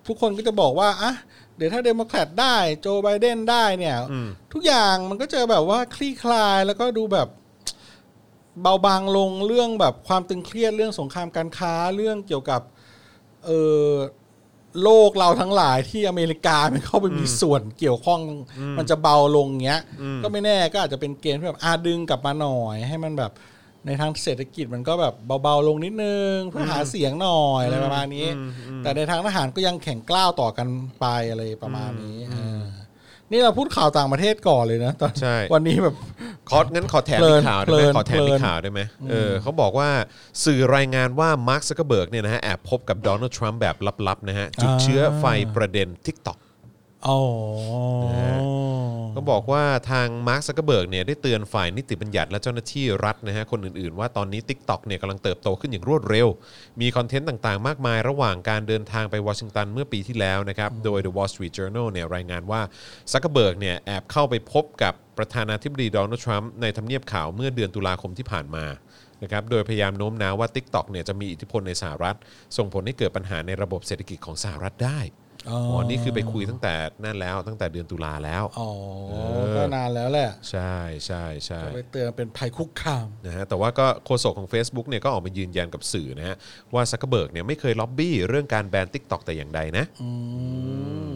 Speaker 3: ทุกคนก็จะบอกว่าอ่ะเดี๋ยวถ้าเดโมแครตได้โจไบเดนได้เนี่ย
Speaker 2: อืม
Speaker 3: ทุกอย่างมันก็จะแบบว่าคลี่คลายแล้วก็ดูแบบเบาบางลงเรื่องแบบความตึงเครียดเรื่องสงครามการค้าเรื่องเกี่ยวกับเออโลกเราทั้งหลายที่อเมริกามันเข้าไปมีส่วนเกี่ยวข้องมันจะเบาลงเงี้ย ก็ไม่แน่ก็อาจจะเป็นเกมที่แบบอาดึงกลับมาหน่อย ให้มันแบบในทางเศรษฐกิจมันก็แบบเบาๆลงนิดนึงเพื่อหาเสียงหน่อยอะไรประมาณนี้ แต่ในทางทหารก็ยังแข่งกล้าวต่อกันไปอะไรประมาณนี้เออนี่เราพูดข่าวต่างประเทศก่อนเลยนะตอน
Speaker 2: ใช่
Speaker 3: วันนี้แบบ
Speaker 2: ของั้นขอแถม
Speaker 3: เพลิ
Speaker 2: อี
Speaker 3: น
Speaker 2: กข่าวได้ไห
Speaker 3: เพลิ
Speaker 2: ม
Speaker 3: น
Speaker 2: ขอแถมอี
Speaker 3: เพลิ
Speaker 2: ก
Speaker 3: น
Speaker 2: ข่าวได้ไหมเออเขาบอกว่าสื่อรายงานว่ามาร์คซักเกอร์เบิร์กเนี่ยนะฮะแอบพบกับโดนัลด์ทรัมป์แบบลับๆนะฮะจุดเชื้อไฟประเด็น TikTok
Speaker 3: อ๋อ
Speaker 2: ก็บอกว่าทางมาร์คซักเกอร์เบิร์กเนี่ยได้เตือนฝ่ายนิติบัญญัติและเจ้าหน้าที่รัฐนะฮะคนอื่นๆ ว่าตอนนี้ Tik t o อกเนี่ยกำลังเติบโตขึ้นอย่างรวดเร็ว มีคอนเทนต์ต่างๆ มากมายระหว่างการเดินทางไปวอชิงตันเมื่อปีที่แล้วนะครับ โดย The Wall Street Journal เนี่ยรายงานว่าซักเกอร์เบิร์กเนี่ยแอบเข้าไปพบกับประธานาธิบดีโดนัลด์ทรัมป์ในทำเนียบข่าวเมื่อเดือนตุลาคมที่ผ่านมา นะครับ โดยพยายามโน้มน้าวว่า Tik t o อกเนี่ยจะมีอิทธิพลในสหรัฐ ส่งผลให้เกิดปัญหาในระบบเศรษฐกิจของสหรัฐได้
Speaker 3: อ๋อ
Speaker 2: อ๋
Speaker 3: อ๋
Speaker 2: อ นี่คือไปคุยตั้งแต่นั่นแล้วตั้งแต่เดือนตุลาแล้ว
Speaker 3: อ๋อก็นานแล้วแหละ
Speaker 2: ใช่ใช่ใช่
Speaker 3: ก็ไปเตือนเป็นภัยคุกคาม
Speaker 2: นะฮะแต่ว่าก็โฆษกของ Facebook เนี่ยก็ออกมายืนยันกับสื่อนะฮะว่าซักเบิร์กเนี่ยไม่เคยล็อบบี้เรื่องการแบน t ิ k t o k แต่อย่างใดนะ
Speaker 3: อืม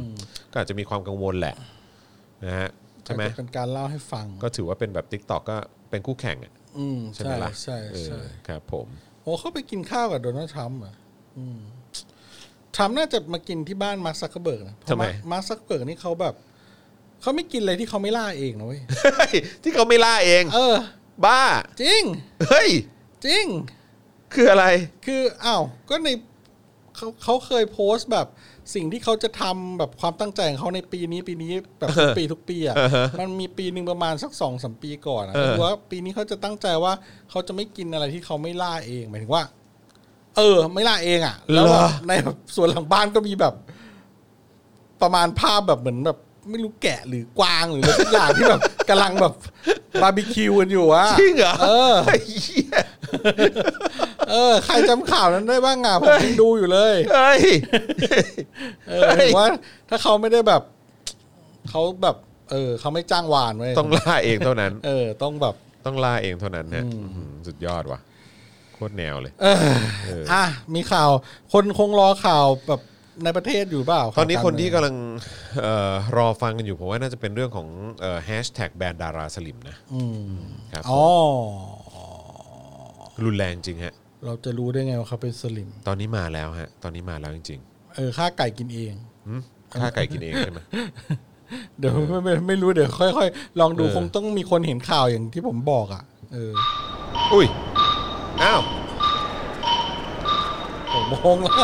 Speaker 2: ก็อาจจะมีความกังวลแหละนะฮะใช่ไหม
Speaker 3: อาจจะเป็นการเล่าให้ฟัง
Speaker 2: ก็ถือว่าเป็นแบบ t ิ k t o k ก็เป็นคู่แข่งอะ
Speaker 3: อืม
Speaker 2: ใช่
Speaker 3: ใช่
Speaker 2: ไหมล่ะ
Speaker 3: ใช่
Speaker 2: เอ
Speaker 3: ใช่
Speaker 2: อครับผม
Speaker 3: โอ้เขาไปกินข้าวกับโดนัลด์ทรัมป์เหรอ่ะทรัมป์น่าจะมากินที่บ้านมาร์คซักเคอร์เบิร์กนะเพราะามาร์คซักเคอร์เบิร์กนี่เขาแบบเขาไม่กินอะไรที่เขาไม่ล่าเองนะเว้ย
Speaker 2: เฮ้ยที่เขาไม่ล่าเอง
Speaker 3: เออ
Speaker 2: บ้า
Speaker 3: จริง
Speaker 2: เฮ้ย
Speaker 3: จริง
Speaker 2: คืออะไร
Speaker 3: คืออ้าวก็ในเขาเขาเคยโพสต์แบบสิ่งที่เขาจะทำแบบความตั้งใจของเขาในปีนี้ปีนี้แบบทุกปีทุกปีอ่ะมันมีปีหนึ่งประมาณสักสองสมปีก่อนอะ
Speaker 2: เออ
Speaker 3: คือว่าปีนี้เขาจะตั้งใจว่าเขาจะไม่กินอะไรที่เขาไม่ล่าเองหมายถึงว่า เออ ไม่ล่าเองอ่ะ แล้วแบบในแบบส่วนหลังบ้านก็มีแบบ ประมาณภาพแบบเหมือนแบบ ไม่รู้แกะหรือกวางหรืออะไรสักอย่างที่แบบกำลังแบบบาร์บีคิวกันอยู่อะ
Speaker 2: จริงเหรอ
Speaker 3: เออ
Speaker 2: ไเหี้ย
Speaker 3: เออใครจำข่าวนั้นได้บ้างอ่ะผมยังดูอยู่เลย
Speaker 2: เฮ้ย
Speaker 3: เออหมายถึงว่าถ้าเขาไม่ได้แบบเขาแบบ เออเขาไม่จ้างวานไว้ย
Speaker 2: ต้องล่าเองเท่านั้น
Speaker 3: เออ ต้องแบบ
Speaker 2: ต้องล่าเองเท่านั้นนะอื้อหือสุดยอดว่ะโคตรแนวเลย
Speaker 3: อ่ะมีข่าว คนคงรอข่าวแบบในประเทศอยู่เปล่า
Speaker 2: ตอนนี้
Speaker 3: ข่าว
Speaker 2: ค
Speaker 3: กาน รเมือง
Speaker 2: ที่กำลังเอ่อรอฟังกันอยู่ผมว่าน่าจะเป็นเรื่องของแฮชแท็กแบรนด์ดาราสลิมนะ
Speaker 3: อืม
Speaker 2: ครับ
Speaker 3: อ๋อ
Speaker 2: รุนแรงจริงฮะ
Speaker 3: เราจะรู้ได้ไงว่าเขาเป็นสลิม
Speaker 2: ตอนนี้มาแล้วฮะ ตอนนี้มาแล้วจริง
Speaker 3: เออค่าไก่กินเอง
Speaker 2: ๆหึค่าไก่กินเองใช่ไหม
Speaker 3: เดี๋ยวไม่ไม่ไม่รู้เดี๋ยวค่อยๆ ลองดู
Speaker 2: เออ
Speaker 3: คงต้องมีคนเห็นข่าวอย่างที่ผมบอกอ่ะเออ
Speaker 2: อุ้ย อ้าว
Speaker 3: ผมมองแล้ว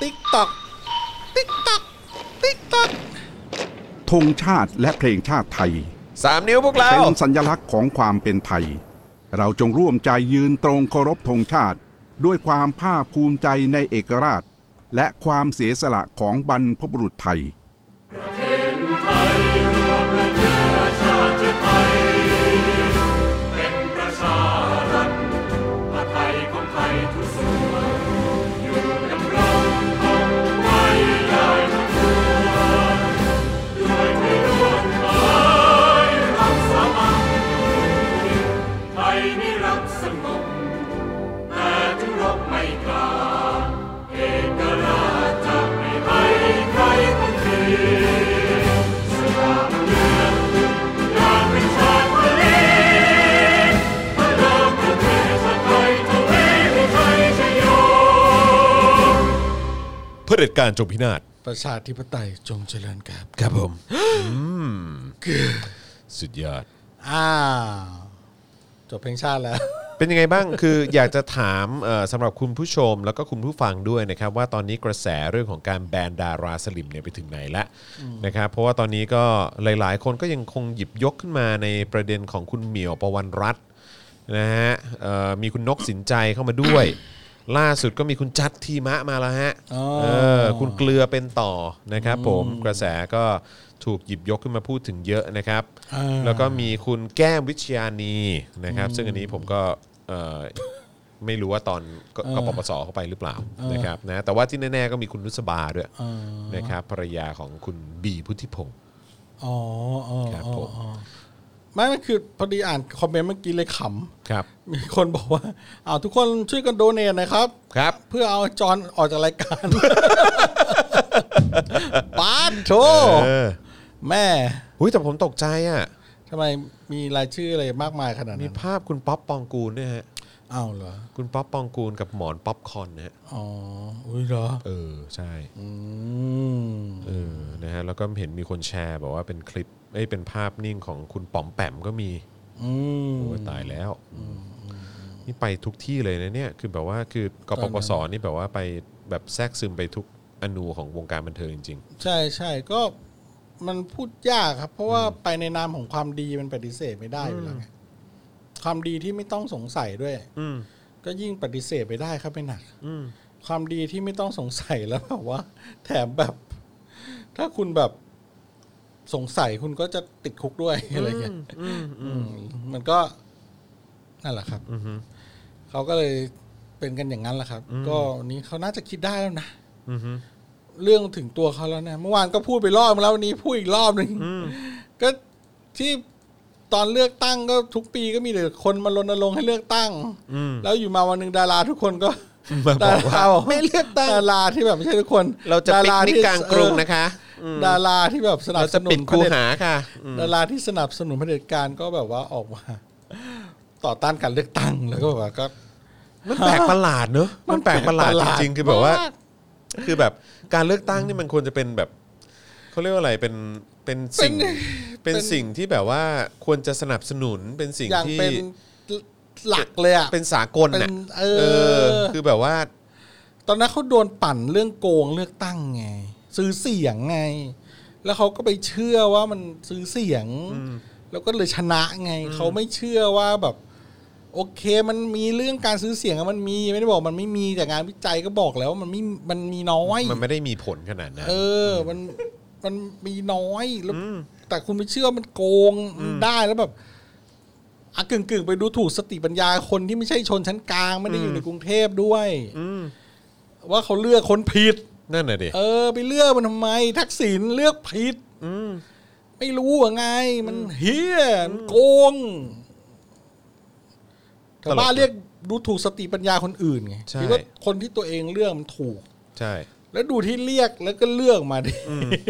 Speaker 3: ติ๊กตอกติ๊กตอกติ๊กตอก
Speaker 5: ธงชาติและเพลงชาติไทย
Speaker 2: สามนิ้วพวกเรา
Speaker 5: เป็นสัญลักษณ์ของความเป็นไทย เราจงร่วมใจยืนตรงเคารพธงชาติ ด้วยความภาคภูมิใจในเอกราช และความเสียสละของบรรพบุรุษไทย
Speaker 6: ประชารัฐปไทยของไทยทุกส่วนอยู่ดำรงคงไว้ได้ทุกตัวด้วยเพื่อนร่วมไม้
Speaker 2: เผด็จการจงพินาศ
Speaker 3: ประชาธิปไตยจงเจริญครับ
Speaker 2: ครับผมสุดยอด
Speaker 3: อ้าวจบเพลงชาติแล้ว
Speaker 2: เป็นยังไงบ้าง คืออยากจะถามเอ่อสำหรับคุณผู้ชมแล้วก็คุณผู้ฟังด้วยนะครับว่าตอนนี้กระแสเรื่องของการแบนดาราสลิมเนี่ยไปถึงไหนละนะครับเพราะว่าตอนนี้ก็หลาย ๆ คนก็ยังคงหยิบยกขึ้นมาในประเด็นของคุณเหมียวประวันรัตน์นะฮะเอ่อมีคุณนกสินใจเข้ามาด้วย ล่าสุดก็มีคุณจัดทีมะมาแล้วฮะ
Speaker 3: อ๋อ
Speaker 2: เออคุณเกลือเป็นต่อนะครับผมกระแสก็ถูกหยิบยกขึ้นมาพูดถึงเยอะนะครับ
Speaker 3: อ่า
Speaker 2: แล้วก็มีคุณแก้มวิชยานีนะครับ ซึ่งอันนี้ผมก็เอ่อไม่รู้ว่าตอนกกปปสเข้าไปหรือเปล่านะครับนะแต่ว่าที่แน่ๆก็มีคุณนุสบาด้วย
Speaker 3: อ๋อ
Speaker 2: นะครับภรรยาของคุณบีพุทธิพงศ์
Speaker 3: อ๋ออ๋อ
Speaker 2: ครับผม
Speaker 3: อ๋อไม่มันคือพอดีอ่านคอมเมนต์เมื่อกี้เลยข
Speaker 2: ครับ
Speaker 3: ำ มีคนบอกว่าเอาวทุกคนช่วยกันโดเนทหนะครับ
Speaker 2: ครับ
Speaker 3: เพื่อเอาจอนออกจากรายการ *laughs* ป้าดโถ
Speaker 2: เออ
Speaker 3: แม่
Speaker 2: หุ้ยแต่ผมตกใจอ่ะ
Speaker 3: ทำไมมีรายชื่ออะไรมากมายขนาด
Speaker 2: มี
Speaker 3: นั้น
Speaker 2: ภาพคุณป๊อปปองกูลเนี่ยฮะ
Speaker 3: อ้าวเหรอ
Speaker 2: คุณป๊อปปองกูลกับหมอนป๊อปคอร์นนะฮะ
Speaker 3: อ๋อ อุ้ยเหรอ
Speaker 2: เออใช่
Speaker 3: อืม
Speaker 2: เออนะฮะแล้วก็เห็นมีคนแชร์บอกว่าเป็นคลิปเอ้ยเป็นภาพนิ่งของคุณป๋อมแปมก็มี
Speaker 3: อืม
Speaker 2: โอ้ยตายแล้วนี่ไปทุกที่เลยนะเนี่ยคือแบบว่าคือกปปสนี่แบบว่าไปแบบแทรกซึมไปทุกอนูของวงการบันเทิงจริง
Speaker 3: ใช่ใช่ก็มันพูดยากครับ เพราะว่าไปในนามของความดีมันปฏิเสธไม่ได้อยู่แล้วไงความดีที่ไม่ต้องสงสัยด้วย
Speaker 2: ๆ อืม
Speaker 3: ก็ยิ่งปฏิเสธไปได้ครับไม่หนัก
Speaker 2: อืม
Speaker 3: ความดีที่ไม่ต้องสงสัยแล้วแบบว่า แถมแบบ ถ้าคุณแบบสงสัยคุณก็จะติดคุกด้วย อะไรเงี้ยอืมมันก็นั่นแหละครับ
Speaker 2: อืม
Speaker 3: เขาก็เลยเป็นกันอย่างนั้นแหละครับ ก็วันนี้เขาน่าจะคิดได้แล้วนะ
Speaker 2: อืม
Speaker 3: เรื่องถึงตัวเขาแล้วนะเมื่อวานก็พูดไปรอบแล้ววันนี้พูดอีกรอบหนึ่งก็ที่ตอนเลือกตั้งก็ทุกปีก็มีแต่คนมารณรงค์ให้เลือกตั้ง
Speaker 2: อืม
Speaker 3: แล้วอยู่มาวันหนึ่งดาราทุกคนก็
Speaker 2: มาบ
Speaker 3: ดา
Speaker 2: อกว่า
Speaker 3: ราไม่เลือกตั้งดาราที่แบบไม่ใช่ทุกคน
Speaker 2: เราจะ
Speaker 3: ด
Speaker 2: ปิกนิก
Speaker 3: ที่
Speaker 2: กลางกรุงนะคะ
Speaker 3: เออดาราที่แบบสนับ
Speaker 2: เรา
Speaker 3: ส
Speaker 2: จะ
Speaker 3: นุ
Speaker 2: ปิ
Speaker 3: น
Speaker 2: ด
Speaker 3: เผ
Speaker 2: คู
Speaker 3: ด็จ
Speaker 2: หาค่ะอืม
Speaker 3: ดาราที่สนับสนุนเผด็จการก็แบบว่าออกมาต่อต้านการเลือกตั้งแล้วก็แบบว่าก็
Speaker 2: มันแปลกประหลาดเนอะมันแปลกประหลาด
Speaker 3: มันแปลกประห
Speaker 2: จ
Speaker 3: ลาด
Speaker 2: ริงๆคือแบบว่า คือแบบการเลือกตั้งนี่มันควรจะเป็นแบบเขาเรียกว่าอะไรเป็นเป็นสิ่งเป็นสิ่งที่แบบว่าควรจะสนับสนุนเป็นสิ่ง
Speaker 3: อย่าง
Speaker 2: ที่
Speaker 3: เป็นหลักเลยอะ
Speaker 2: เป็นสากลน่ะ
Speaker 3: เป็นเออ
Speaker 2: คือแบบว่า
Speaker 3: ตอนนั้นเขาโดนปั่นเรื่องโกงเลือกตั้งไง ซื้อเสียงไง แล้วเขาก็ไปเชื่อว่ามันซื้อเสียง แล้วก็เลยชนะไง เขาไม่เชื่อว่าแบบ โอเคมันมีเรื่องการซื้อเสียงอะมันมีไม่ได้บอกมันไม่มีแต่งานวิจัยก็บอกแล้วว่ามันไม่มันมีน้อย
Speaker 2: มันไม่ได้มีผลขนาดนั้น
Speaker 3: เออ มัน มันมีน้อย แล้ว แต่คุณไม่เชื่อมันโกง มันได้แล้วแบบอ่ะกึ่งกึ่งๆ ไปดูถูกสติปัญญาคนที่ไม่ใช่ชนชั้นกลาง ไม่ได้อยู่ในกรุงเทพด้วย
Speaker 2: ม
Speaker 3: ว่าเขาเลือกคนผิด
Speaker 2: นั่นน่ะดิ
Speaker 3: เออ ไปเลือกมันทำไม ทักษิณเลือกผิด
Speaker 2: ม
Speaker 3: ไม่รู้เหรอไง มันเฮียมันโกงแต่บ้านเรียกดูถูกสติปัญญาคนอื่นไงคิดว่าคนที่ตัวเองเลือกมันถูก
Speaker 2: ใช่
Speaker 3: แล้วดูที่เรียกแล้วก็เลือกมาดิ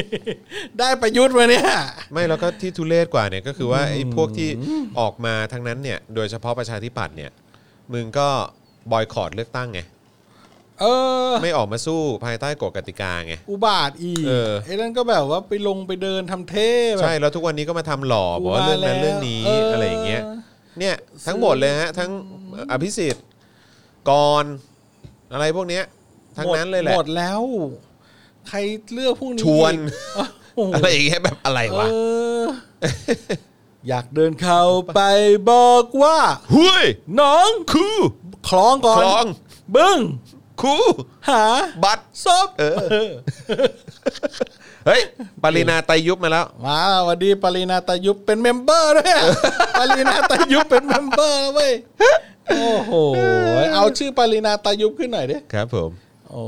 Speaker 3: *laughs* ได้ประยุทธ์มาเนี่ย
Speaker 2: ไม่แล้วก็ที่ทุเรศกว่าเนี่ยก็คือว่าไอ้พวกที่ออกมาทั้งนั้นเนี่ย โดยเฉพาะประชาธิปัตย์เนี่ย มึงก็บอยคอรดเลือกตั้งไง
Speaker 3: เออ
Speaker 2: ไม่ออกมาสู้ภายใต้กฎกติกาไง
Speaker 3: อุบาทอีก
Speaker 2: เออ
Speaker 3: ไอ้นั่นก็แบบว่าไปลงไปเดินทำเท่แบบ
Speaker 2: ใช่แล้วทุกวันนี้ก็มาทำหล่อบอกว่าเรื่องนั้นเรื่องนี้
Speaker 3: เอออ
Speaker 2: อะไรอย่างเงี้ย เนี่ยทั้งหมดเลยฮะ ทั้งอภิสิทธิ์กรณ์อะไรพวกเนี้ยทั้งนั้นเลยแหละ
Speaker 3: หมดแล้ว ใครเลือกพวกนี้
Speaker 2: ชวน
Speaker 3: อีกโอ้โห
Speaker 2: อะไรอย่างเงี้ยแบบอะไรวะ
Speaker 3: เออ อยากเดินเข้าไปบอกว่า
Speaker 2: เฮ้ย
Speaker 3: น้อง
Speaker 2: คู
Speaker 3: คล้องก่อน
Speaker 2: คล้อง
Speaker 3: บึ้ง
Speaker 2: คู
Speaker 3: หา
Speaker 2: บัตร
Speaker 3: ซบ
Speaker 2: เออ เฮ้ยปรินาไตรยุบมาแล้ว
Speaker 3: มาสวัสดีปรินาตายุบเป็นเมมเบอร์
Speaker 2: *laughs*
Speaker 3: ด้วยอะปรินาตายุบเป็นเมมเบอร์แล้วเว้ย โอ้โห เอาชื่อปรินาตายุบขึ้นหน่อยดิ
Speaker 2: ครับผม
Speaker 3: โอ้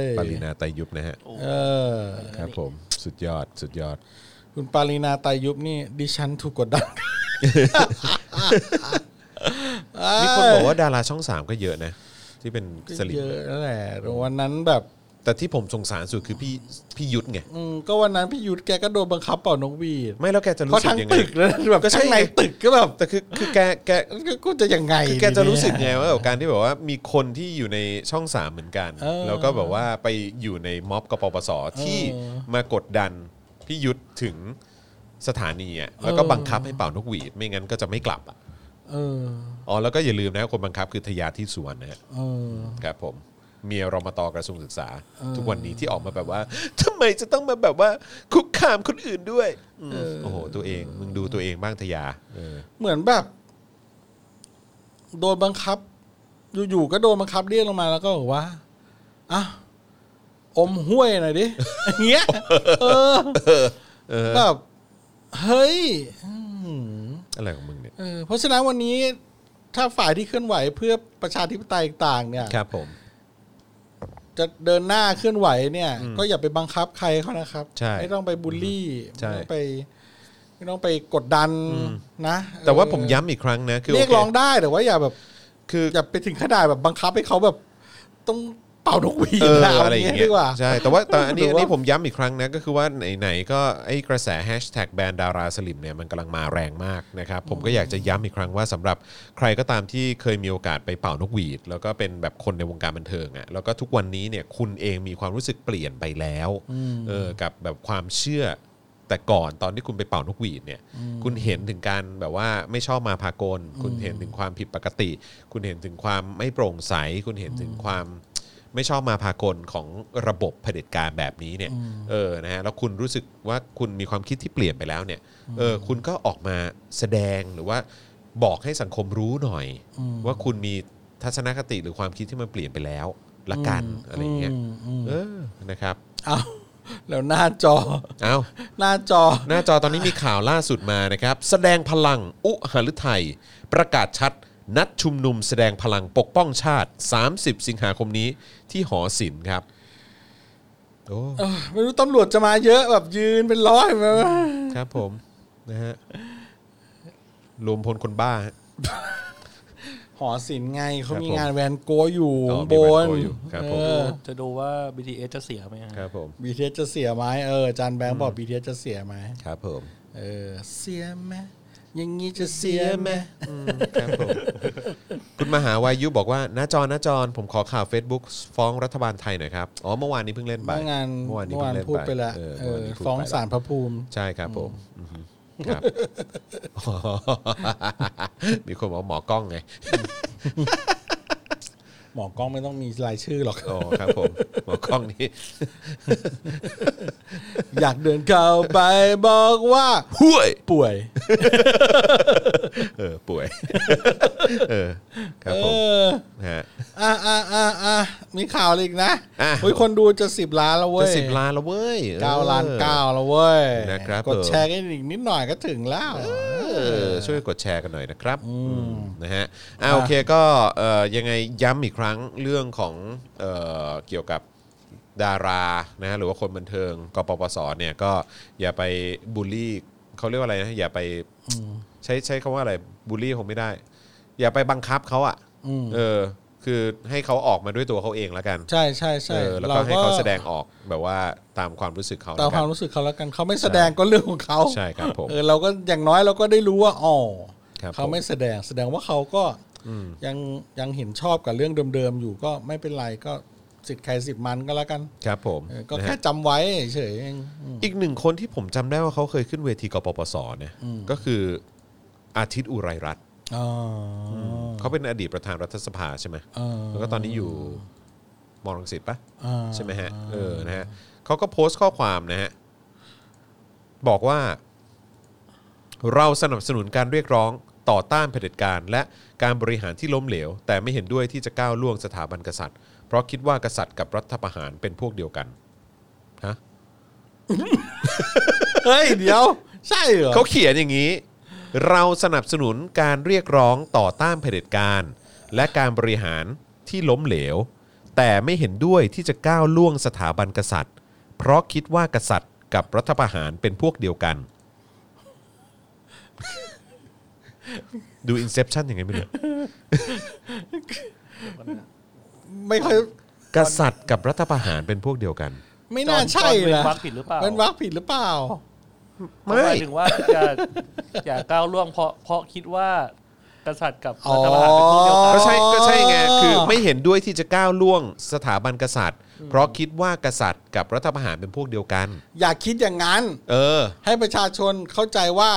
Speaker 3: ย
Speaker 2: ปรินาไตรยุบนะฮะ
Speaker 3: เออ
Speaker 2: ครับผม สุดยอด สุดยอด
Speaker 3: คุณปารีนาไตายุบนี่ ดิฉันถูกกด
Speaker 2: *laughs*
Speaker 3: ดัน
Speaker 2: มีคนบอกว่าดาราช่องสามก็เยอะนะ ที่เป็นสลิม
Speaker 3: เยอะนั่นแหละวันนั้นแบบ
Speaker 2: แต่ที่ผมสงสารสุดคือพี่พี่ยุทธไง
Speaker 3: อืมก็วันนั้นพี่ยุทธแกก็โดนบังคับเป่านกหวีด
Speaker 2: ไม่แล้วแกจะรู้
Speaker 3: เพราะ
Speaker 2: สึก
Speaker 3: ทั้ง
Speaker 2: ยังไง
Speaker 3: ตึกแล้วแบบ
Speaker 2: ก็ใช่
Speaker 3: ทั้งใน
Speaker 2: ไง
Speaker 3: ตึกก็แบบ
Speaker 2: แต่คือคือแกแก
Speaker 3: กูจะยังไง
Speaker 2: คือแกจะรู้สึก
Speaker 3: ดีเนี่ย
Speaker 2: ไงว่าแบบการที่แบบว่ามีคนที่อยู่ในช่องสามเหมือนกัน
Speaker 3: เออ
Speaker 2: แล้วก็แบบว่าไปอยู่ในม็อบกปปสที่
Speaker 3: เออ
Speaker 2: มากดดันพี่ยุทธถึงสถานีอ่ะแล้วก็
Speaker 3: เออ
Speaker 2: บังคับให้เป่านกหวีดไม่งั้นก็จะไม่กลับอะ
Speaker 3: เออ
Speaker 2: อ๋อแล้วก็อย่าลืมนะคนบังคับคือทยาที่สวนนะฮะ
Speaker 3: เออ
Speaker 2: ครับผมเมียรมตกระทรวงศึกษา
Speaker 3: เออ
Speaker 2: ทุกวันนี้ที่ออกมาแบบว่าทำไมจะต้องมาแบบว่าคุกคามคนอื่นด้วยอืมโอ้โหตัวเองมึงดูตัวเองบ้างทยาเออ
Speaker 3: เหมือนแบบ โดนบังคับ อยู่ๆก็โดนบังคับเรียกลงมาแล้วก็บอกว่าอ่ะอมห้วยหน่อยดิ อย่างเงี้ยเออแบบเฮ้ยอืม
Speaker 2: อะไรของมึงเนี่ย
Speaker 3: เออเพราะฉะนั้นวันนี้ ถ้าฝ่ายที่เคลื่อนไหวเพื่อประชาธิปไตยต่างๆเนี่ย
Speaker 2: ครับผม
Speaker 3: จะเดินหน้าเคลื่อนไหวเนี่ย ก็อย่าไปบังคับใครเขานะครับ
Speaker 2: ใช่
Speaker 3: ไม่ต้องไปบูลลี่
Speaker 2: ใช่
Speaker 3: ไม่ต้องไปไม่ต้องไปกดดันนะ
Speaker 2: แต่ว่า
Speaker 3: เออ
Speaker 2: ผมย้ำอีกครั้งนะคือ
Speaker 3: เรียก
Speaker 2: โค
Speaker 3: ร้องได้แต่ว่าอย่าแบบ
Speaker 2: คือ
Speaker 3: อย่าไปถึงขนาดแบบบังคับให้เขาแบบ ต้องเป่านกหวีด
Speaker 2: เออ
Speaker 3: นะ
Speaker 2: อะไร
Speaker 3: เา
Speaker 2: อย่าง
Speaker 3: นี้
Speaker 2: เงี้ย
Speaker 3: ดีกว่า
Speaker 2: ใช่แต่ว่าแต่อันนี้
Speaker 3: หรือ
Speaker 2: อั
Speaker 3: ว่า
Speaker 2: นนี้ผมย้ำอีกครั้งนะก็คือว่าไหนๆก็ไอ้กระแสแฮชแท็กแบรนด์ดาราสลิมเนี่ยมันกำลังมาแรงมากนะครับผมก็อยากจะย้ำอีกครั้งว่าสำหรับใครก็ตามที่เคยมีโอกาสไปเป่านกหวีด แล้วก็เป็นแบบคนในวงการบันเทิงอ่ะแล้วก็ทุกวันนี้เนี่ยคุณเองมีความรู้สึกเปลี่ยนไปแล้วเออกับแบบความเชื่อ แต่ก่อนตอนที่คุณไปเป่านกหวีดเนี่ย คุณเห็นถึงการแบบว่าไม่ชอบมาพากล คุณเห็นถึงความผิดปกติ คุณเห็นถึงความไม่โปร่งใส คุณเห็นถึงความไม่ชอบมาพากลของระบบเผด็จการแบบนี้เนี่ย เออนะฮะแล้วคุณรู้สึกว่าคุณมีความคิดที่เปลี่ยนไปแล้วเนี่ย เออ คุณก็ออกมาแสดงหรือว่าบอกให้สังคมรู้หน่อย ว่าคุณมีทัศนคติหรือความคิดที่มันเปลี่ยนไปแล้วละกันอะไรอย่างเงี้ยเออนะครับ
Speaker 3: เอาแล้วหน้าจอ
Speaker 2: เอา
Speaker 3: หน้าจอ
Speaker 2: หน้าจอตอนนี้มีข่าวล่าสุดมานะครับ แสดงพลังอุหฤทัยประกาศชัด นัดชุมนุมแสดงพลังปกป้องชาติ 30 สิงหาคมนี้ที่หอศิลป์ครับโอ้
Speaker 3: ไม่รู้ตำรวจจะมาเยอะแบบยืนเป็นร้อยมา
Speaker 2: ครับผมนะฮะรวมพลคนบ้าฮะ
Speaker 3: หอศิลป์ไงเขา
Speaker 2: ครับ
Speaker 3: มี
Speaker 2: ผม
Speaker 3: งานแวนโกะอยู่
Speaker 2: อ๋อ
Speaker 3: ข้าง
Speaker 2: มี
Speaker 3: บ
Speaker 2: แวน
Speaker 3: น
Speaker 2: โกอยู่ครับผม
Speaker 3: เออ
Speaker 4: จะดูว่า BTS จะเสียไหมฮะ
Speaker 2: ครับผม
Speaker 3: บีเทสจะเสียไหมเอออาจานแบงค์บอกบีเทสจะเสียไหม
Speaker 2: ครับผม
Speaker 3: เออ เสียไหมอย่างนี้จะเสียไหม
Speaker 2: อืมครับผมคุณมหาวายุบอกว่าหน้าจอหน้าจอผมขอข่าว Facebook ฟ้องรัฐบาลไทยหน่อยครับอ๋อเมื่อวานนี้เพิ่งเล่นไป
Speaker 3: เมื่องาน
Speaker 2: เมื่อวานนี้
Speaker 3: เมื่อ
Speaker 2: เพิ่ง
Speaker 3: วาน
Speaker 2: เล่น
Speaker 3: พูด
Speaker 2: ไป
Speaker 3: ไปละ
Speaker 2: เออ
Speaker 3: เอ
Speaker 2: เมื่อวา
Speaker 3: อ
Speaker 2: นนี้พูด
Speaker 3: ฟ้อง
Speaker 2: ไปละ
Speaker 3: ศาลพระภูมิ
Speaker 2: ใช่ครับผมอือฮึครับ มีคนบอกหมอกล้องไง
Speaker 3: หมอกล้องไม่ต้องมีรายชื่อหรอก
Speaker 2: โอ้ครับผม หมอกล้องนี่
Speaker 3: อยากเดินเข้าไปบอกว่า *laughs*
Speaker 2: ห่วย
Speaker 3: ป่วย
Speaker 2: เออ ป่วย เออ ครับ
Speaker 3: เอ
Speaker 2: ผม
Speaker 3: อ
Speaker 2: ฮะ
Speaker 3: อ่ะอ่ะอ่ะอ่ะมีข่าวอะไรอีกนะ
Speaker 2: อ่ะ
Speaker 3: เฮ้ยคนดูจะสิบล้านแล้วเว้ย
Speaker 2: จะสิบล้านแล้วเว้ยออ
Speaker 3: เก้าล้านเก้าแล้วเว้ย
Speaker 2: นะครับ
Speaker 3: กด
Speaker 2: ผม
Speaker 3: แชร์กันอีกนิดหน่อยก็ถึงแล้ว
Speaker 2: เออช่วยกดแชร์กันหน่อยนะครับอืมนะฮะอ่าโอเคก็เอ่อยังไงย้ำอีกครั้งเรื่องของเอ่อเกี่ยวกับดารานะหรือว่าคนบันเทิงกปปสเนี่ยก็อย่าไปบูลลี่เขาเรียกว่าอะไรนะอย่าไปใช้ใช้คำว่าอะไรบูลลี่คงไม่ได้ อย่าไปบังคับเขาอ่ะ
Speaker 3: อืม
Speaker 2: เออคือให้เขาออกมาด้วยตัวเขาเองแล้วกัน
Speaker 3: ใช่ใช่ใช่
Speaker 2: เออแล้วก็ให้เขาแสดงออกแบบว่าตามความรู้สึกเขา
Speaker 3: ตาม
Speaker 2: แล้ว
Speaker 3: ค
Speaker 2: กั
Speaker 3: วาน มรู้สึกเขาแล้วกันเขาไม่แสดงก็เรื่องของเขา
Speaker 2: ใช่ครับผม
Speaker 3: เออเราก็อย่างน้อยเราก็ได้รู้ว่าอ๋อ
Speaker 2: ครับ
Speaker 3: เขา
Speaker 2: ผม
Speaker 3: ไม่แสดงแสดงว่าเขาก็ยังยังเห็นชอบกับเรื่องเดิมๆอยู่ก็ไม่เป็นไรก็สิทธิ์ใครสิทธิ์มันก็แล้วกัน
Speaker 2: ครับผม
Speaker 3: เออก็
Speaker 2: นะฮะ
Speaker 3: แค่จำไว้เฉยๆเองอืม
Speaker 2: อีกหนึ่งคนที่ผมจำได้ว่าเขาเคยขึ้นเวทีกปปสเนี่ยก็คืออาทิตย์อุไรรัตน์
Speaker 3: อ๋ออ
Speaker 2: เขาเป็นอดีตประธานรัฐสภาใช่ไหม
Speaker 3: เออ
Speaker 2: แล้วก็ตอนนี้อยู่มอรังสิตปะ
Speaker 3: อ่า
Speaker 2: ใช่ไหมฮะเออนะฮะเขาก็โพสต์ข้อความนะฮะ บอกว่า เราสนับสนุนการเรียกร้องต่อต้านเผด็จการ และการบริหารที่ล้มเหลว แต่ไม่เห็นด้วยที่จะก้าวล่วงสถาบันกษัตริย์ เพราะคิดว่ากษัตริย์กับรัฐประหารเป็นพวกเดียวกันฮะ
Speaker 3: *laughs* เฮ้ยเดี๋ยว ใช่เหรอ
Speaker 2: เขาเขียนอย่างนี้ เราสนับสนุนการเรียกร้องต่อต้านเผด็จการ และการบริหารที่ล้มเหลว แต่ไม่เห็นด้วยที่จะก้าวล่วงสถาบันกษัตริย์ เพราะคิดว่ากษัตริย์กับรัฐประหารเป็นพวกเดียวกัน *laughs* ดู Inception ยังไงไม่รู้
Speaker 4: วันนะ
Speaker 3: ไม่ค่อย
Speaker 2: กษัตริย์กับรัฐประหารเป็นพวกเดียวกัน
Speaker 3: ไม่น่าใช่
Speaker 4: เป็น
Speaker 3: นะ
Speaker 4: วักผิดหรือเปล่า
Speaker 3: เป็นวักผิดหรือเปล่า
Speaker 4: หมายถึงว่าอย่าอย่าก้าวล่วงเพราะเพราะคิดว่ากษัตริย์กับ
Speaker 3: อ๋อ
Speaker 4: รัฐบาลเป็นพวกเดียวกั
Speaker 2: ก็
Speaker 4: น
Speaker 2: ใช่ก็ใช่ไงคือไม่เห็นด้วยที่จะก้าวล่วงสถาบันกษัตริย์ เพราะคิดว่ากษัตริย์กับรัฐประหารเป็นพวกเดียวกัน
Speaker 3: อย่าคิดอย่างนั้น
Speaker 2: เออ
Speaker 3: ให้ประชาชนเข้าใจว่า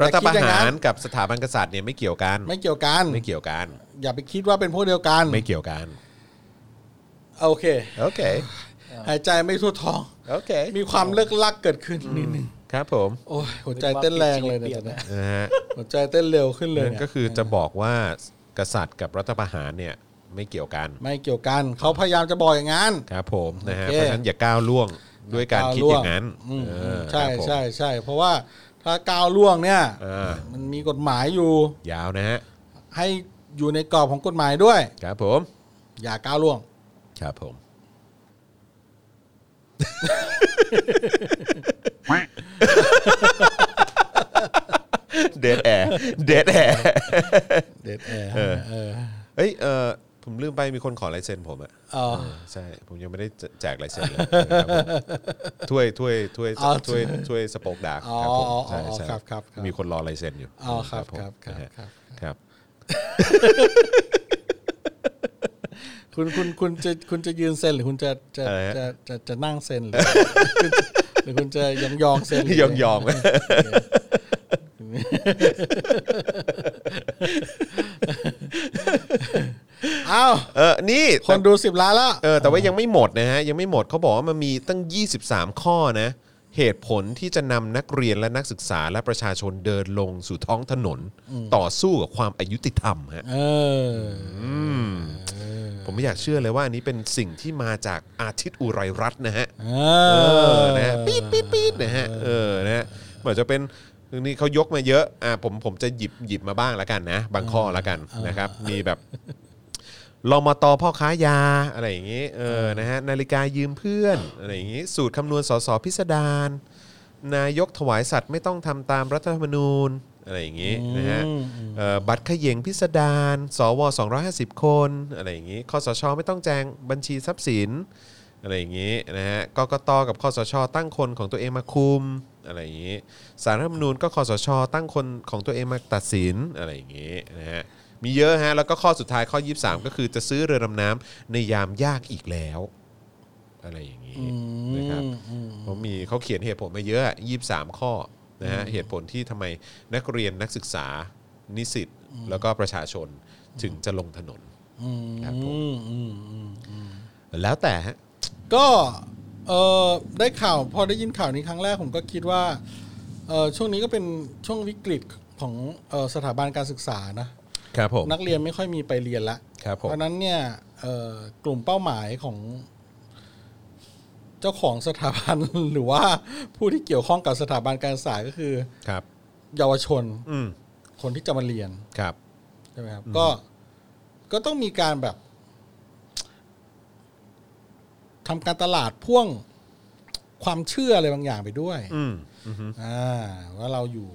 Speaker 2: รัฐประ
Speaker 3: อย่คิดอย่ง
Speaker 2: หา
Speaker 3: นั้น
Speaker 2: รกับสถาบันกษัตริย์เนี่ยไม่เกี่ยวกัน
Speaker 3: ไม่เกี่ยวกัน
Speaker 2: ไม่เกี่ยวกัน
Speaker 3: อย่าไปคิดว่าเป็นพวกเดียวกัน
Speaker 2: ไม่เกี่ยวกัน
Speaker 3: โอเค
Speaker 2: โอเค
Speaker 3: หายใจไม่ทั่วท้อง
Speaker 2: โอเค
Speaker 3: มีความเลิกลักเกิดขึ้นนิดนึง
Speaker 2: ครับผม
Speaker 3: โอ้ยหัวใจเต้นแรงเลยเนี่ยตอนเนี้ย
Speaker 2: นะฮะ
Speaker 3: หัวใจเต้นเร็วขึ้นเลย
Speaker 2: นั่น
Speaker 3: เนี่ย
Speaker 2: ก็คือจะบอกว่ากษัตริย์กับรัฐประหารเนี่ยไม่เกี่ยวกัน
Speaker 3: ไม่เกี่ยวกันเขาพยายามจะบอกอย่างนั้น
Speaker 2: ครับผมนะฮะ
Speaker 3: โอเค
Speaker 2: เพราะฉะนั้นอย่าก้าวล่วงด้วยการคิดอย่างนั้น
Speaker 3: อืม
Speaker 2: เออ
Speaker 3: ใช่
Speaker 2: ครับผม
Speaker 3: ใช่ใช่เพราะว่าถ้าก้าวล่วงเนี่ย
Speaker 2: เออ
Speaker 3: มันมีกฎหมายอยู่
Speaker 2: ยาวนะฮะ
Speaker 3: ให้อยู่ในกรอบของกฎหมายด้วย
Speaker 2: ครับผม
Speaker 3: อย่าก้าวล่วง
Speaker 2: ครับผมเดดแอร์เดดแอร์
Speaker 3: เด็ดแอร์เออ
Speaker 2: เอ้ยเออผมลืมไปมีคนขอลายเซ็นผมอะ
Speaker 3: เอ๋อ
Speaker 2: ใช่ผมยังไม่ได้แจแจกลายเซ็น
Speaker 3: *laughs*
Speaker 2: เลยนะครับผมถ้วยถ้วยถ้วย
Speaker 3: อ๋อ
Speaker 2: ถ้วยถ้วยสปอคดาร์กครับผม
Speaker 3: อ๋ออ๋อ
Speaker 2: ใช่ใช่
Speaker 3: ครับครับครับ
Speaker 2: มีคนรอลายเซ็นอยู่
Speaker 3: อ๋อครับ
Speaker 2: ผม
Speaker 3: ครับครับ
Speaker 2: นะฮะ
Speaker 3: ครับ
Speaker 2: ครับ
Speaker 3: คุณคุณคุณจะคุณจะยืนเซ็นหรือคุณจะจะจะจะจะนั่งเซ็นหรือหรือคุณจะยองยองเซ็น
Speaker 2: *laughs* ยอมยอม
Speaker 3: เอ้า
Speaker 2: เออนี่
Speaker 3: คนดูสิบล้านละ
Speaker 2: เออแต่ว่ายังไม่หมดนะฮะยังไม่หมดเขาบอกว่ามันมีตั้ง 23 ข้อนะเหตุผลที่จะนำนักเรียนและนักศึกษาและประชาชนเดินลงสู่ท้องถนน ต่อสู้กับความอายุติธรรมฮะ
Speaker 3: เออ
Speaker 2: ผมไม่อยากเชื่อเลยว่าอันนี้เป็นสิ่งที่มาจากอาทิตย์อุไรรัตน์นะฮะ
Speaker 3: เอ
Speaker 2: เอ
Speaker 3: อ
Speaker 2: อนะฮะปี๊ดปี๊ดปี๊ดนะฮะ เออ นะฮะเหมือนจะเป็นนี่เขายกมาเยอะ อ่า ผม ผมจะหยิบ หยิบมาบ้างละกันนะ บางข้อละกันนะครับ มีแบบ ลมตพ่อค้ายา อะไรอย่างงี้ เออ นะฮะ นาฬิกายืมเพื่อน อะไรอย่างงี้ สูตรคำนวณสสพิสดาร นายกถวายสัตว์ไม่ต้องทำตามรัฐธรรมนูญ อะไรอย่างงี้ นะฮะ เอ่อบัตรเขย่งพิสดารสว250 คน อะไรอย่างงี้คอสชไม่ต้องแจงบัญชีทรัพย์สิน อะไรอย่างนี้นะฮะ กกตกับคอสช ตั้งคนของตัวเองมาคุมอะไรอย่างนี้ สารรัฐธรรมนูญก็คอสช ตั้งคนของตัวเองมาตัดสินอะไรอย่างนี้นะฮะ มีเยอะฮะ แล้วก็ข้อสุดท้ายข้อ 23 ก็คือจะซื้อเรือดำน้ำในยามยากอีกแล้ว อะไรอย่างนี้นะครับ เขามีเขาเขียนเหตุผลมาเยอะ 23 ข้อนะฮะเหตุผลที่ทำไมนักเรียนนักศึกษา นิสิตแล้วก็ประชาชนถึงจะลงถนนครับผม
Speaker 3: อืมอืมอืม
Speaker 2: แล้วแต่ฮะ
Speaker 3: ก็เออได้ข่าวพอได้ยินข่าวนี้ครั้งแรกผมก็คิดว่าเออช่วงนี้ก็เป็นช่วงวิกฤตของเอ่อสถาบันการศึกษานะ
Speaker 2: ครับผม
Speaker 3: นักเรียนไม่ค่อยมีไปเรียนละ
Speaker 2: ครับผม
Speaker 3: เพราะฉะนั้นเนี่ยเอ่อกลุ่มเป้าหมายของ เจ้าของสถาบัน *laughs* หรือว่าผู้ที่เกี่ยวข้องกับสถาบันการศึกษาก็คือ
Speaker 2: ครับ
Speaker 3: เยาวชน
Speaker 2: อืม
Speaker 3: คนที่จะมาเรียน
Speaker 2: ครับ
Speaker 3: ใช่ไหมครับ ก็ก็ต้องมีการแบบทำการตลาดพ่วงความเชื่ออะไรบางอย่างไปด้วย
Speaker 2: อืมอือฮึ
Speaker 3: อ่าว่าเราอยู่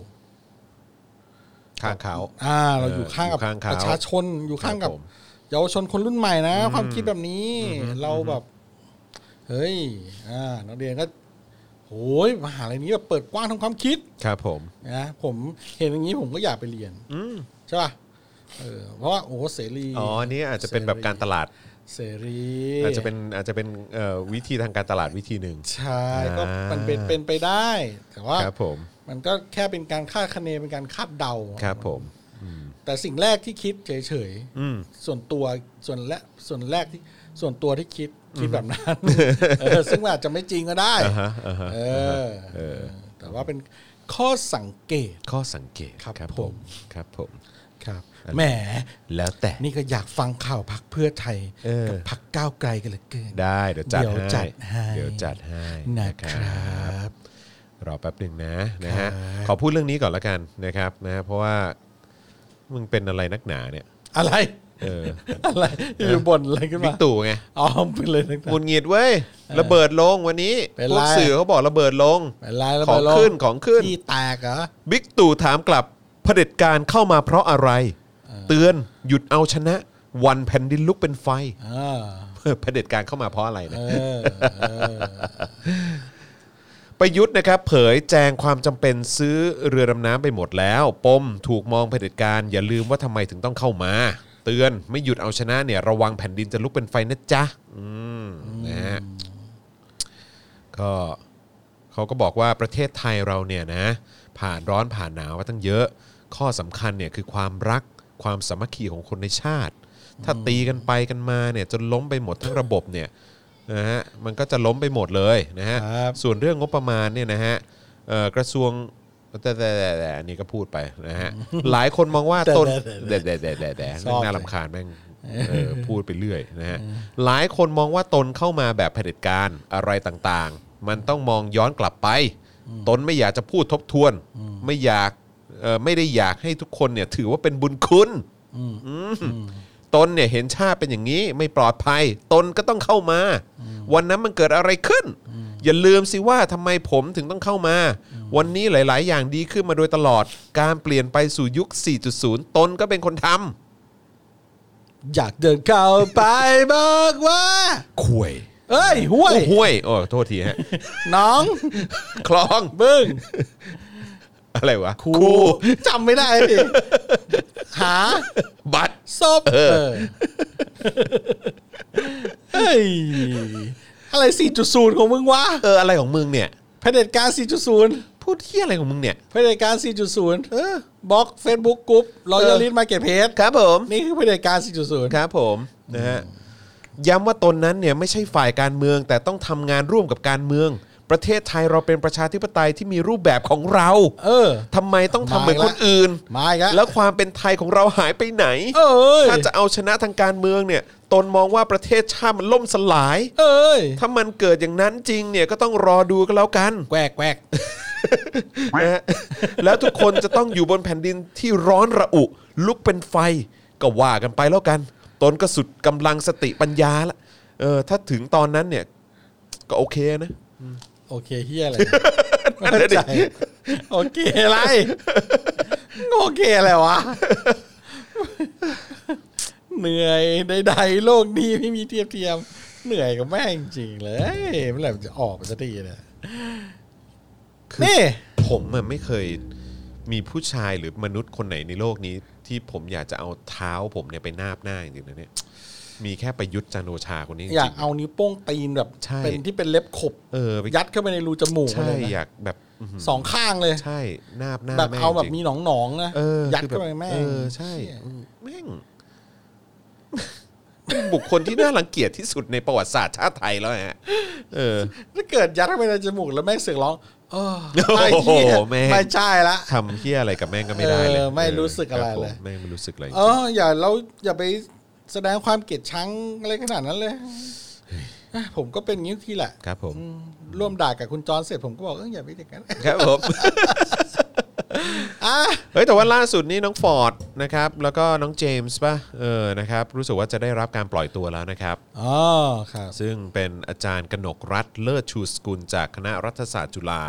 Speaker 2: ข้างเขา
Speaker 3: อ่า เราอยู่
Speaker 2: เออ
Speaker 3: ข้างกับ
Speaker 2: อยู่ข้างเขา
Speaker 3: ประชาชนอยู่ข้าง
Speaker 2: ครั
Speaker 3: กั
Speaker 2: บบ ผม
Speaker 3: เยาวชนคนรุ่นใหม่นะ ความคิดแบบนี้ เราแบบ เฮ้ย อ่านักเรียนก็โหยมหาลัยนี้แบบเปิดกว้างทางความคิด
Speaker 2: ครับผม
Speaker 3: นะผมเห็นอย่างนี้ผมก็อยากไปเรียน
Speaker 2: อืม
Speaker 3: ใช่ป่ะเออเพราะว่าโอ้โหเสรี
Speaker 2: อ๋ออันนี้อาจจะเป็นแบบการตลาด
Speaker 3: เสรี
Speaker 2: อาจจะเป็นอาจจะเป็นเอ่อวิธีทางการตลาดวิธีหนึ่ง
Speaker 3: ใช่ก็
Speaker 2: อ่ามั
Speaker 3: มันเป็นเป็นไปได้ แต่ว่า
Speaker 2: ครับผม
Speaker 3: มันก็แค่เป็นการคาดคะเนเป็นการคาดเดา
Speaker 2: ครับผม
Speaker 3: แต่สิ่งแรกที่คิดเฉยๆ
Speaker 2: อืม
Speaker 3: ส่วนตัวส่วนและส่วนแรกที่ส่วนตัวที่คิดคิดแบบนั้น เออซึ่งมันอาจจะไม่จริงก็ได้
Speaker 2: อ่าฮะอ่าฮะ
Speaker 3: เออเออ แต่ว่าเป็นข้อสังเกต
Speaker 2: ข้อสังเกต
Speaker 3: ครับผม
Speaker 2: ครับผม
Speaker 3: ครับแหม
Speaker 2: แล้วแต่
Speaker 3: นี่ก็อยากฟังข่าวพักเพื่อไทย
Speaker 2: เออ
Speaker 3: กับพักก้าวไกลกันเหลือเกิน
Speaker 2: ได้เดี๋ยวจัด
Speaker 3: เดี๋ยวจัดให้
Speaker 2: เดี๋ยวจัดให้นะ
Speaker 3: นะ
Speaker 2: ค
Speaker 3: ค
Speaker 2: รั
Speaker 3: รับ บ
Speaker 2: รอแป๊บหนึ่งนะนะฮะ
Speaker 3: ครับ
Speaker 2: ขอพูดเรื่องนี้ก่อนละกันนะครับนะฮะเพราะว่ามึงเป็นอะไรนักหนาเนี่ย
Speaker 3: อะไร
Speaker 2: เออ
Speaker 3: อะไรอยู่บนอะไรขึ้น
Speaker 2: บิ๊
Speaker 3: มาก
Speaker 2: ตู่ไง
Speaker 3: อ๋อไปเลยนะค
Speaker 2: ห
Speaker 3: รับ
Speaker 2: งุดหงิดเว้ยระเบิดลงวันนี้
Speaker 3: เป็น
Speaker 2: พวก
Speaker 3: ไร
Speaker 2: สื่อเขาบอกระเบิดลง
Speaker 3: ไปไล่แล้ว
Speaker 2: ของ
Speaker 3: ไปล
Speaker 2: ขึ้นของขึ้น
Speaker 3: ที่แตกเหรอ
Speaker 2: บิ๊กตู่ถามกลับเผด็จการเข้ามาเพราะอะไร เตือนหยุดเอาชนะ วันแผ่นดินลุกเป็นไฟ *laughs*
Speaker 3: อ่า
Speaker 2: เผด็จการเข้ามาเพราะอะไร
Speaker 3: เอ
Speaker 2: นะ
Speaker 3: อเออ
Speaker 2: ประยุทธ์นะครับเผยแจงความจำเป็นซื้อเรือดำน้ำไปหมดแล้ว ปมถูกมองเผด็จการอย่าลืมว่าทำไมถึงต้องเข้ามา เตือนไม่หยุดเอาชนะเนี่ยระวังแผ่นดินจะลุกเป็นไฟนะจ๊ะอืมนะฮะก็เขาก็บอกว่าประเทศไทยเราเนี่ยนะ ผ่านร้อนผ่านหนาวมาตั้งเยอะ ข้อสำคัญเนี่ยคือความรักความสามัคคีของคนในชาติ ถ้าตีกันไปกันมาเนี่ยจนล้มไปหมดทั้งระบบเนี่ยนะฮะมันก็จะล้มไปหมดเลยนะฮะ
Speaker 3: ครับ
Speaker 2: ส่วนเรื่องงบประมาณเนี่ยนะฮะเอ่อกระทรวงแต่แต่แต่แต่อันนี้ก็พูดไปนะฮะ หลายคนมองว่าต
Speaker 3: *laughs*
Speaker 2: นแต่แต่แต่แต่แต่
Speaker 3: ชอบ
Speaker 2: น่าลำคาญแม่งเออพูดไปเรื่อยนะฮะหลายคนมองว่าตนเข้ามาแบบเผด็จการอะไรต่างๆ มันต้องมองย้อนกลับไป ตนไม่อยากจะพูดทบทวน ไม่อยากเอ่อไม่ได้อยากให้ทุกคนเนี่ยถือว่าเป็นบุญคุณ ตนเนี่ยเห็นชาติเป็นอย่างนี้ไม่ปลอดภัย ตนก็ต้องเข้ามา วันนั้นมันเกิดอะไรขึ้น อย่าลืมสิว่าทำไมผมถึงต้องเข้ามา วันนี้หลาย ๆ อย่างดีขึ้นมาโดยตลอด การเปลี่ยนไปสู่ยุค 4.0 ตนก็เป็นคนท
Speaker 3: อยากเดินเข้าไปบอกว่า
Speaker 2: ำคุย
Speaker 3: เอ้ยห้ว
Speaker 2: โอ้
Speaker 3: ย
Speaker 2: ห่วยโอ้โทษที
Speaker 3: *laughs*
Speaker 2: ฮะ
Speaker 3: น้อง
Speaker 2: คลอง
Speaker 3: บึ้ง
Speaker 2: อะไรวะ
Speaker 3: กูจำไม่ได้พี่หา
Speaker 2: บัตร
Speaker 3: ศพเออเฮ้ย อะไร 4.0 ของมึงวะ
Speaker 2: เอออะไรของมึงเนี่ย
Speaker 3: เผด็จการ 4.0
Speaker 2: พูดเที่ยอะไรของมึงเนี่ย
Speaker 3: เผด็จการ 4.0เออบล็อก Facebook กรุ๊ปรอยัลลิสมาเก็ตเพจ
Speaker 2: ครับผม
Speaker 3: นี่คือเผด็จการ 4.0
Speaker 2: ครับผมนะฮะย้ำว่าตนนั้นเนี่ยไม่ใช่ฝ่ายการเมืองแต่ต้องทำงานร่วมกับการเมือง ประเทศไทยเราเป็นประชาธิปไตยที่มีรูปแบบของเรา
Speaker 3: เออ
Speaker 2: ทำไมต้องทำเหมือน
Speaker 3: มาอี
Speaker 2: ค
Speaker 3: กแล้ว
Speaker 2: นอื่น
Speaker 3: มาอีก
Speaker 2: แล้
Speaker 3: แล้ว
Speaker 2: วความเป็นไทยของเราหายไปไหน
Speaker 3: เอ้ย
Speaker 2: ถ้าจะเอาชนะทางการเมืองเนี่ย ตนมองว่าประเทศชาติมันล่มสลาย
Speaker 3: เอ้ย
Speaker 2: ถ้ามันเกิดอย่างนั้นจริงเนี่ยก็ต้องรอดูกันแล้วกัน
Speaker 3: แกวกแกว *laughs* ก
Speaker 2: นะ *laughs* ฮะแล้วทุกคนจะต้องอยู่บนแผ่นดินที่ร้อนระอุ ลุกเป็นไฟก็ว่ากันไปแล้วกัน ตนก็สุดกำลังสติปัญญาละเออถ้าถึงตอนนั้นเนี่ย ก็โอเคนะ
Speaker 3: โอเคเฮียอะไร
Speaker 2: นั่นแหละดิ
Speaker 3: เข้าใจโอเคอะไร โอเคอะไรวะ เหนื่อยใดๆโลกนี้ไม่มีเทียบเทียม เหนื่อยกับแม่งจริงๆเลยเมื่อไหร่มันจะออกมาสักทีเนี่ยนี่
Speaker 2: *laughs* ผมอะไม่เคยมีผู้ชายหรือมนุษย์คนไหนในโลกนี้ ที่ผมอยากจะเอาเท้าผมเนี่ยไปนาบหน้าจริงๆนะเนี่ยมีแค่ประยุทธ์จันทร์โอชาคนนี้จ
Speaker 3: อยาก
Speaker 2: ริง
Speaker 3: เอานิ้วโป้งตีนแบบ
Speaker 2: ใช่
Speaker 3: เป็นที่เป็นเล็บขบ
Speaker 2: ๆเออไป
Speaker 3: ยัดเข้าไปในรูจมูก
Speaker 2: ใช่
Speaker 3: เลยนะ
Speaker 2: อยากแบบอื้อหือ
Speaker 3: สองข้างเลย
Speaker 2: ใช่นาบหน้า
Speaker 3: แบบ
Speaker 2: ม่ง
Speaker 3: เอาแบบ
Speaker 2: จริง
Speaker 3: มีหนองๆนะ
Speaker 2: เออ
Speaker 3: ยัด
Speaker 2: คือ
Speaker 3: เข้าไปแม่ง
Speaker 2: เออใช่อืมแม่ง เป็นบุคคลที่น่ารังเกียจที่สุดในประวัติศาสตร์ชาติไทยแล้วฮะเออ
Speaker 3: ถ้าเกิดยัดเข้าไปในจมูกแล้วแม่งเสือกร้องเอ
Speaker 2: *laughs*
Speaker 3: อไม่
Speaker 2: โอ้โห
Speaker 3: เหี้ย
Speaker 2: แม่ง
Speaker 3: ไม่ใช่ละ
Speaker 2: ทำเฮี้ยอะไรกับแม่งก็ไม่ได้เลย
Speaker 3: เออไม่รู้สึกอะไร
Speaker 2: คบผม
Speaker 3: เลย
Speaker 2: แม่งไม่รู้สึกอะไรจริง
Speaker 3: เอออย่าเราอย่าไปแสดงความเกลียดชังอะไรขนาดนั้นเลยอ่ะผมก็เป็นอย่างนี้ทุกทีแหละ
Speaker 2: ครับผม
Speaker 3: อืมร่วมด่ากับคุณจอนเสร็จผมก็บอกเอออย่าไปเด็กกัน
Speaker 2: ครับผม
Speaker 3: อ่ะ
Speaker 2: เฮ้ยแต่ว่าล่าสุดนี้น้องฟอร์ดนะครับ แล้วก็น้องเจมส์ป่ะเออนะครับ รู้สึกว่าจะได้รับการปล่อยตัวแล้วนะครับ
Speaker 3: อ๋อครับ
Speaker 2: ซึ่งเป็นอาจารย์กนกรัฐเลิศชูสกุลจากคณะรัฐศาสตร์จุฬา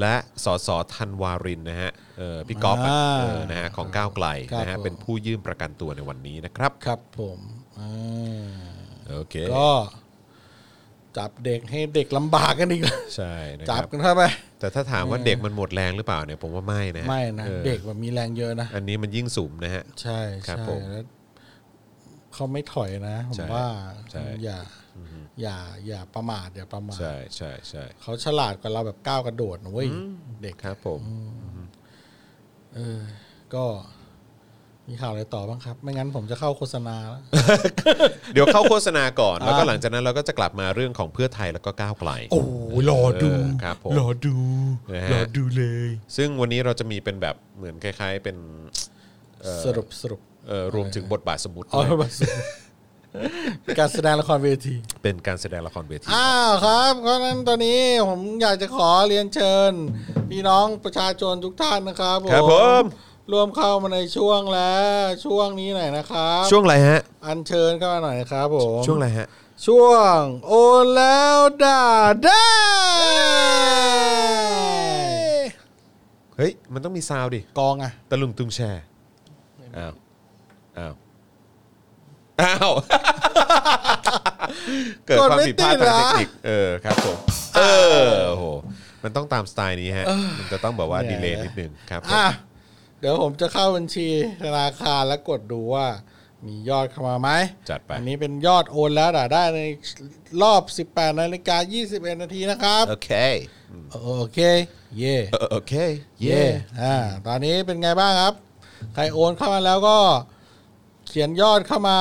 Speaker 2: และสสธันวารินนะฮะเออพี่ก๊อฟอะ
Speaker 3: อ่า
Speaker 2: เออนะฮะของก้าวไกล
Speaker 3: ครับ
Speaker 2: นะฮะ
Speaker 3: ผม
Speaker 2: เป็นผู้ยื่นประกันตัวในวันนี้นะครับ
Speaker 3: ครับผมอ่า
Speaker 2: โอเค
Speaker 3: ก็จับเด็กให้เด็กลำบากกันอีกแล้ว
Speaker 2: ใช่นะค
Speaker 3: จับ
Speaker 2: รับ
Speaker 3: กันเข้าไป
Speaker 2: แต่ถ้าถามว่าเด็กมันหมดแรงหรือเปล่าเนี่ยผมว่าไม่นะฮ
Speaker 3: ไม่นะ
Speaker 2: ออ
Speaker 3: เด็กแบบมีแรงเยอะนะ
Speaker 2: อันนี้มันยิ่งสุ่มนะฮะ
Speaker 3: ใช่
Speaker 2: ครับ
Speaker 3: ใช่
Speaker 2: ผม
Speaker 3: แล้วเขาไม่ถอยนะผ
Speaker 2: ใช่
Speaker 3: มว่า
Speaker 2: ใช่
Speaker 3: อย่า อย่า อย่าประมาทอย่าประมาท
Speaker 2: ใช่ใช่ใช่
Speaker 3: เขาฉลาดกว่าเราแบบก้าวกระโดดนะเว้ยเด็ก
Speaker 2: ครับผม
Speaker 3: เออ ก็มีข่าวอะไรต่อบ้างครับ ไม่งั้นผมจะเข้าโฆษณาแล้ว
Speaker 2: เดี๋ยวเข้าโฆษณาก่อน แล้วก็
Speaker 3: อ่า
Speaker 2: หลังจากนั้นเราก็จะกลับมาเรื่องของเพื่อไทยแล้วก็ก้าวไกล
Speaker 3: โอ้รอดู
Speaker 2: เออครับผม
Speaker 3: รอดู
Speaker 2: นะฮะ
Speaker 3: รอดูเลย
Speaker 2: ซึ่งวันนี้เราจะมีเป็นแบบเหมือนคล้าย ๆ เป็น
Speaker 3: สรุปสรุป
Speaker 2: เอ่อรวมถึงบทบาทสมมติ
Speaker 3: อ๋อ
Speaker 2: ด้วย
Speaker 3: สรุป
Speaker 2: *laughs*
Speaker 3: การแสดงละครเวที
Speaker 2: เป็นการแสดงละครเวที
Speaker 3: อ้าวครับเพราะฉะนั้นตอนนี้ผมอยากจะขอเรียนเชิญ พี่น้องประชาชนทุกท่านนะครับ
Speaker 2: ครับผม
Speaker 3: รวมเข้ามาในช่วงแล้ว ช่วงนี้หน่อยนะครับ
Speaker 2: ช่วงอะไรฮะ
Speaker 3: อัญเชิญเข้ามาหน่อยนะครับผม
Speaker 2: ช่วงอะไรฮะ
Speaker 3: ช่วงโอนแล้วด่าได้
Speaker 2: เฮ้ย มันต้องมีซาวด์ดิ
Speaker 3: กองอะ
Speaker 2: ตะลุงตุงแชร์อ้าวอ้าว อ้าว *laughs* เกิดความผิดพลาดทางเทคนิคเออครับผมเออโอ้โหมันต้องตามสไตล์นี้ฮะ มันจะต้องแบบว่าดีเลย์นิดนึงครับผม
Speaker 3: อ่ะเดี๋ยวผมจะเข้าบัญชีธนาคารแล้วกดดูว่า มียอดเข้ามาไหม
Speaker 2: จัดไป
Speaker 3: อันนี้เป็นยอดโอนแล้วอ่ะได้ในรอบ 18นาฬิกา21นาทีนะครับ
Speaker 2: โอเค
Speaker 3: โอเค เย่
Speaker 2: เออโอเค
Speaker 3: เย่อ่าตอนนี้เป็นไงบ้างครับ ใครโอนเข้ามาแล้วก็เขียนยอดเข้ามา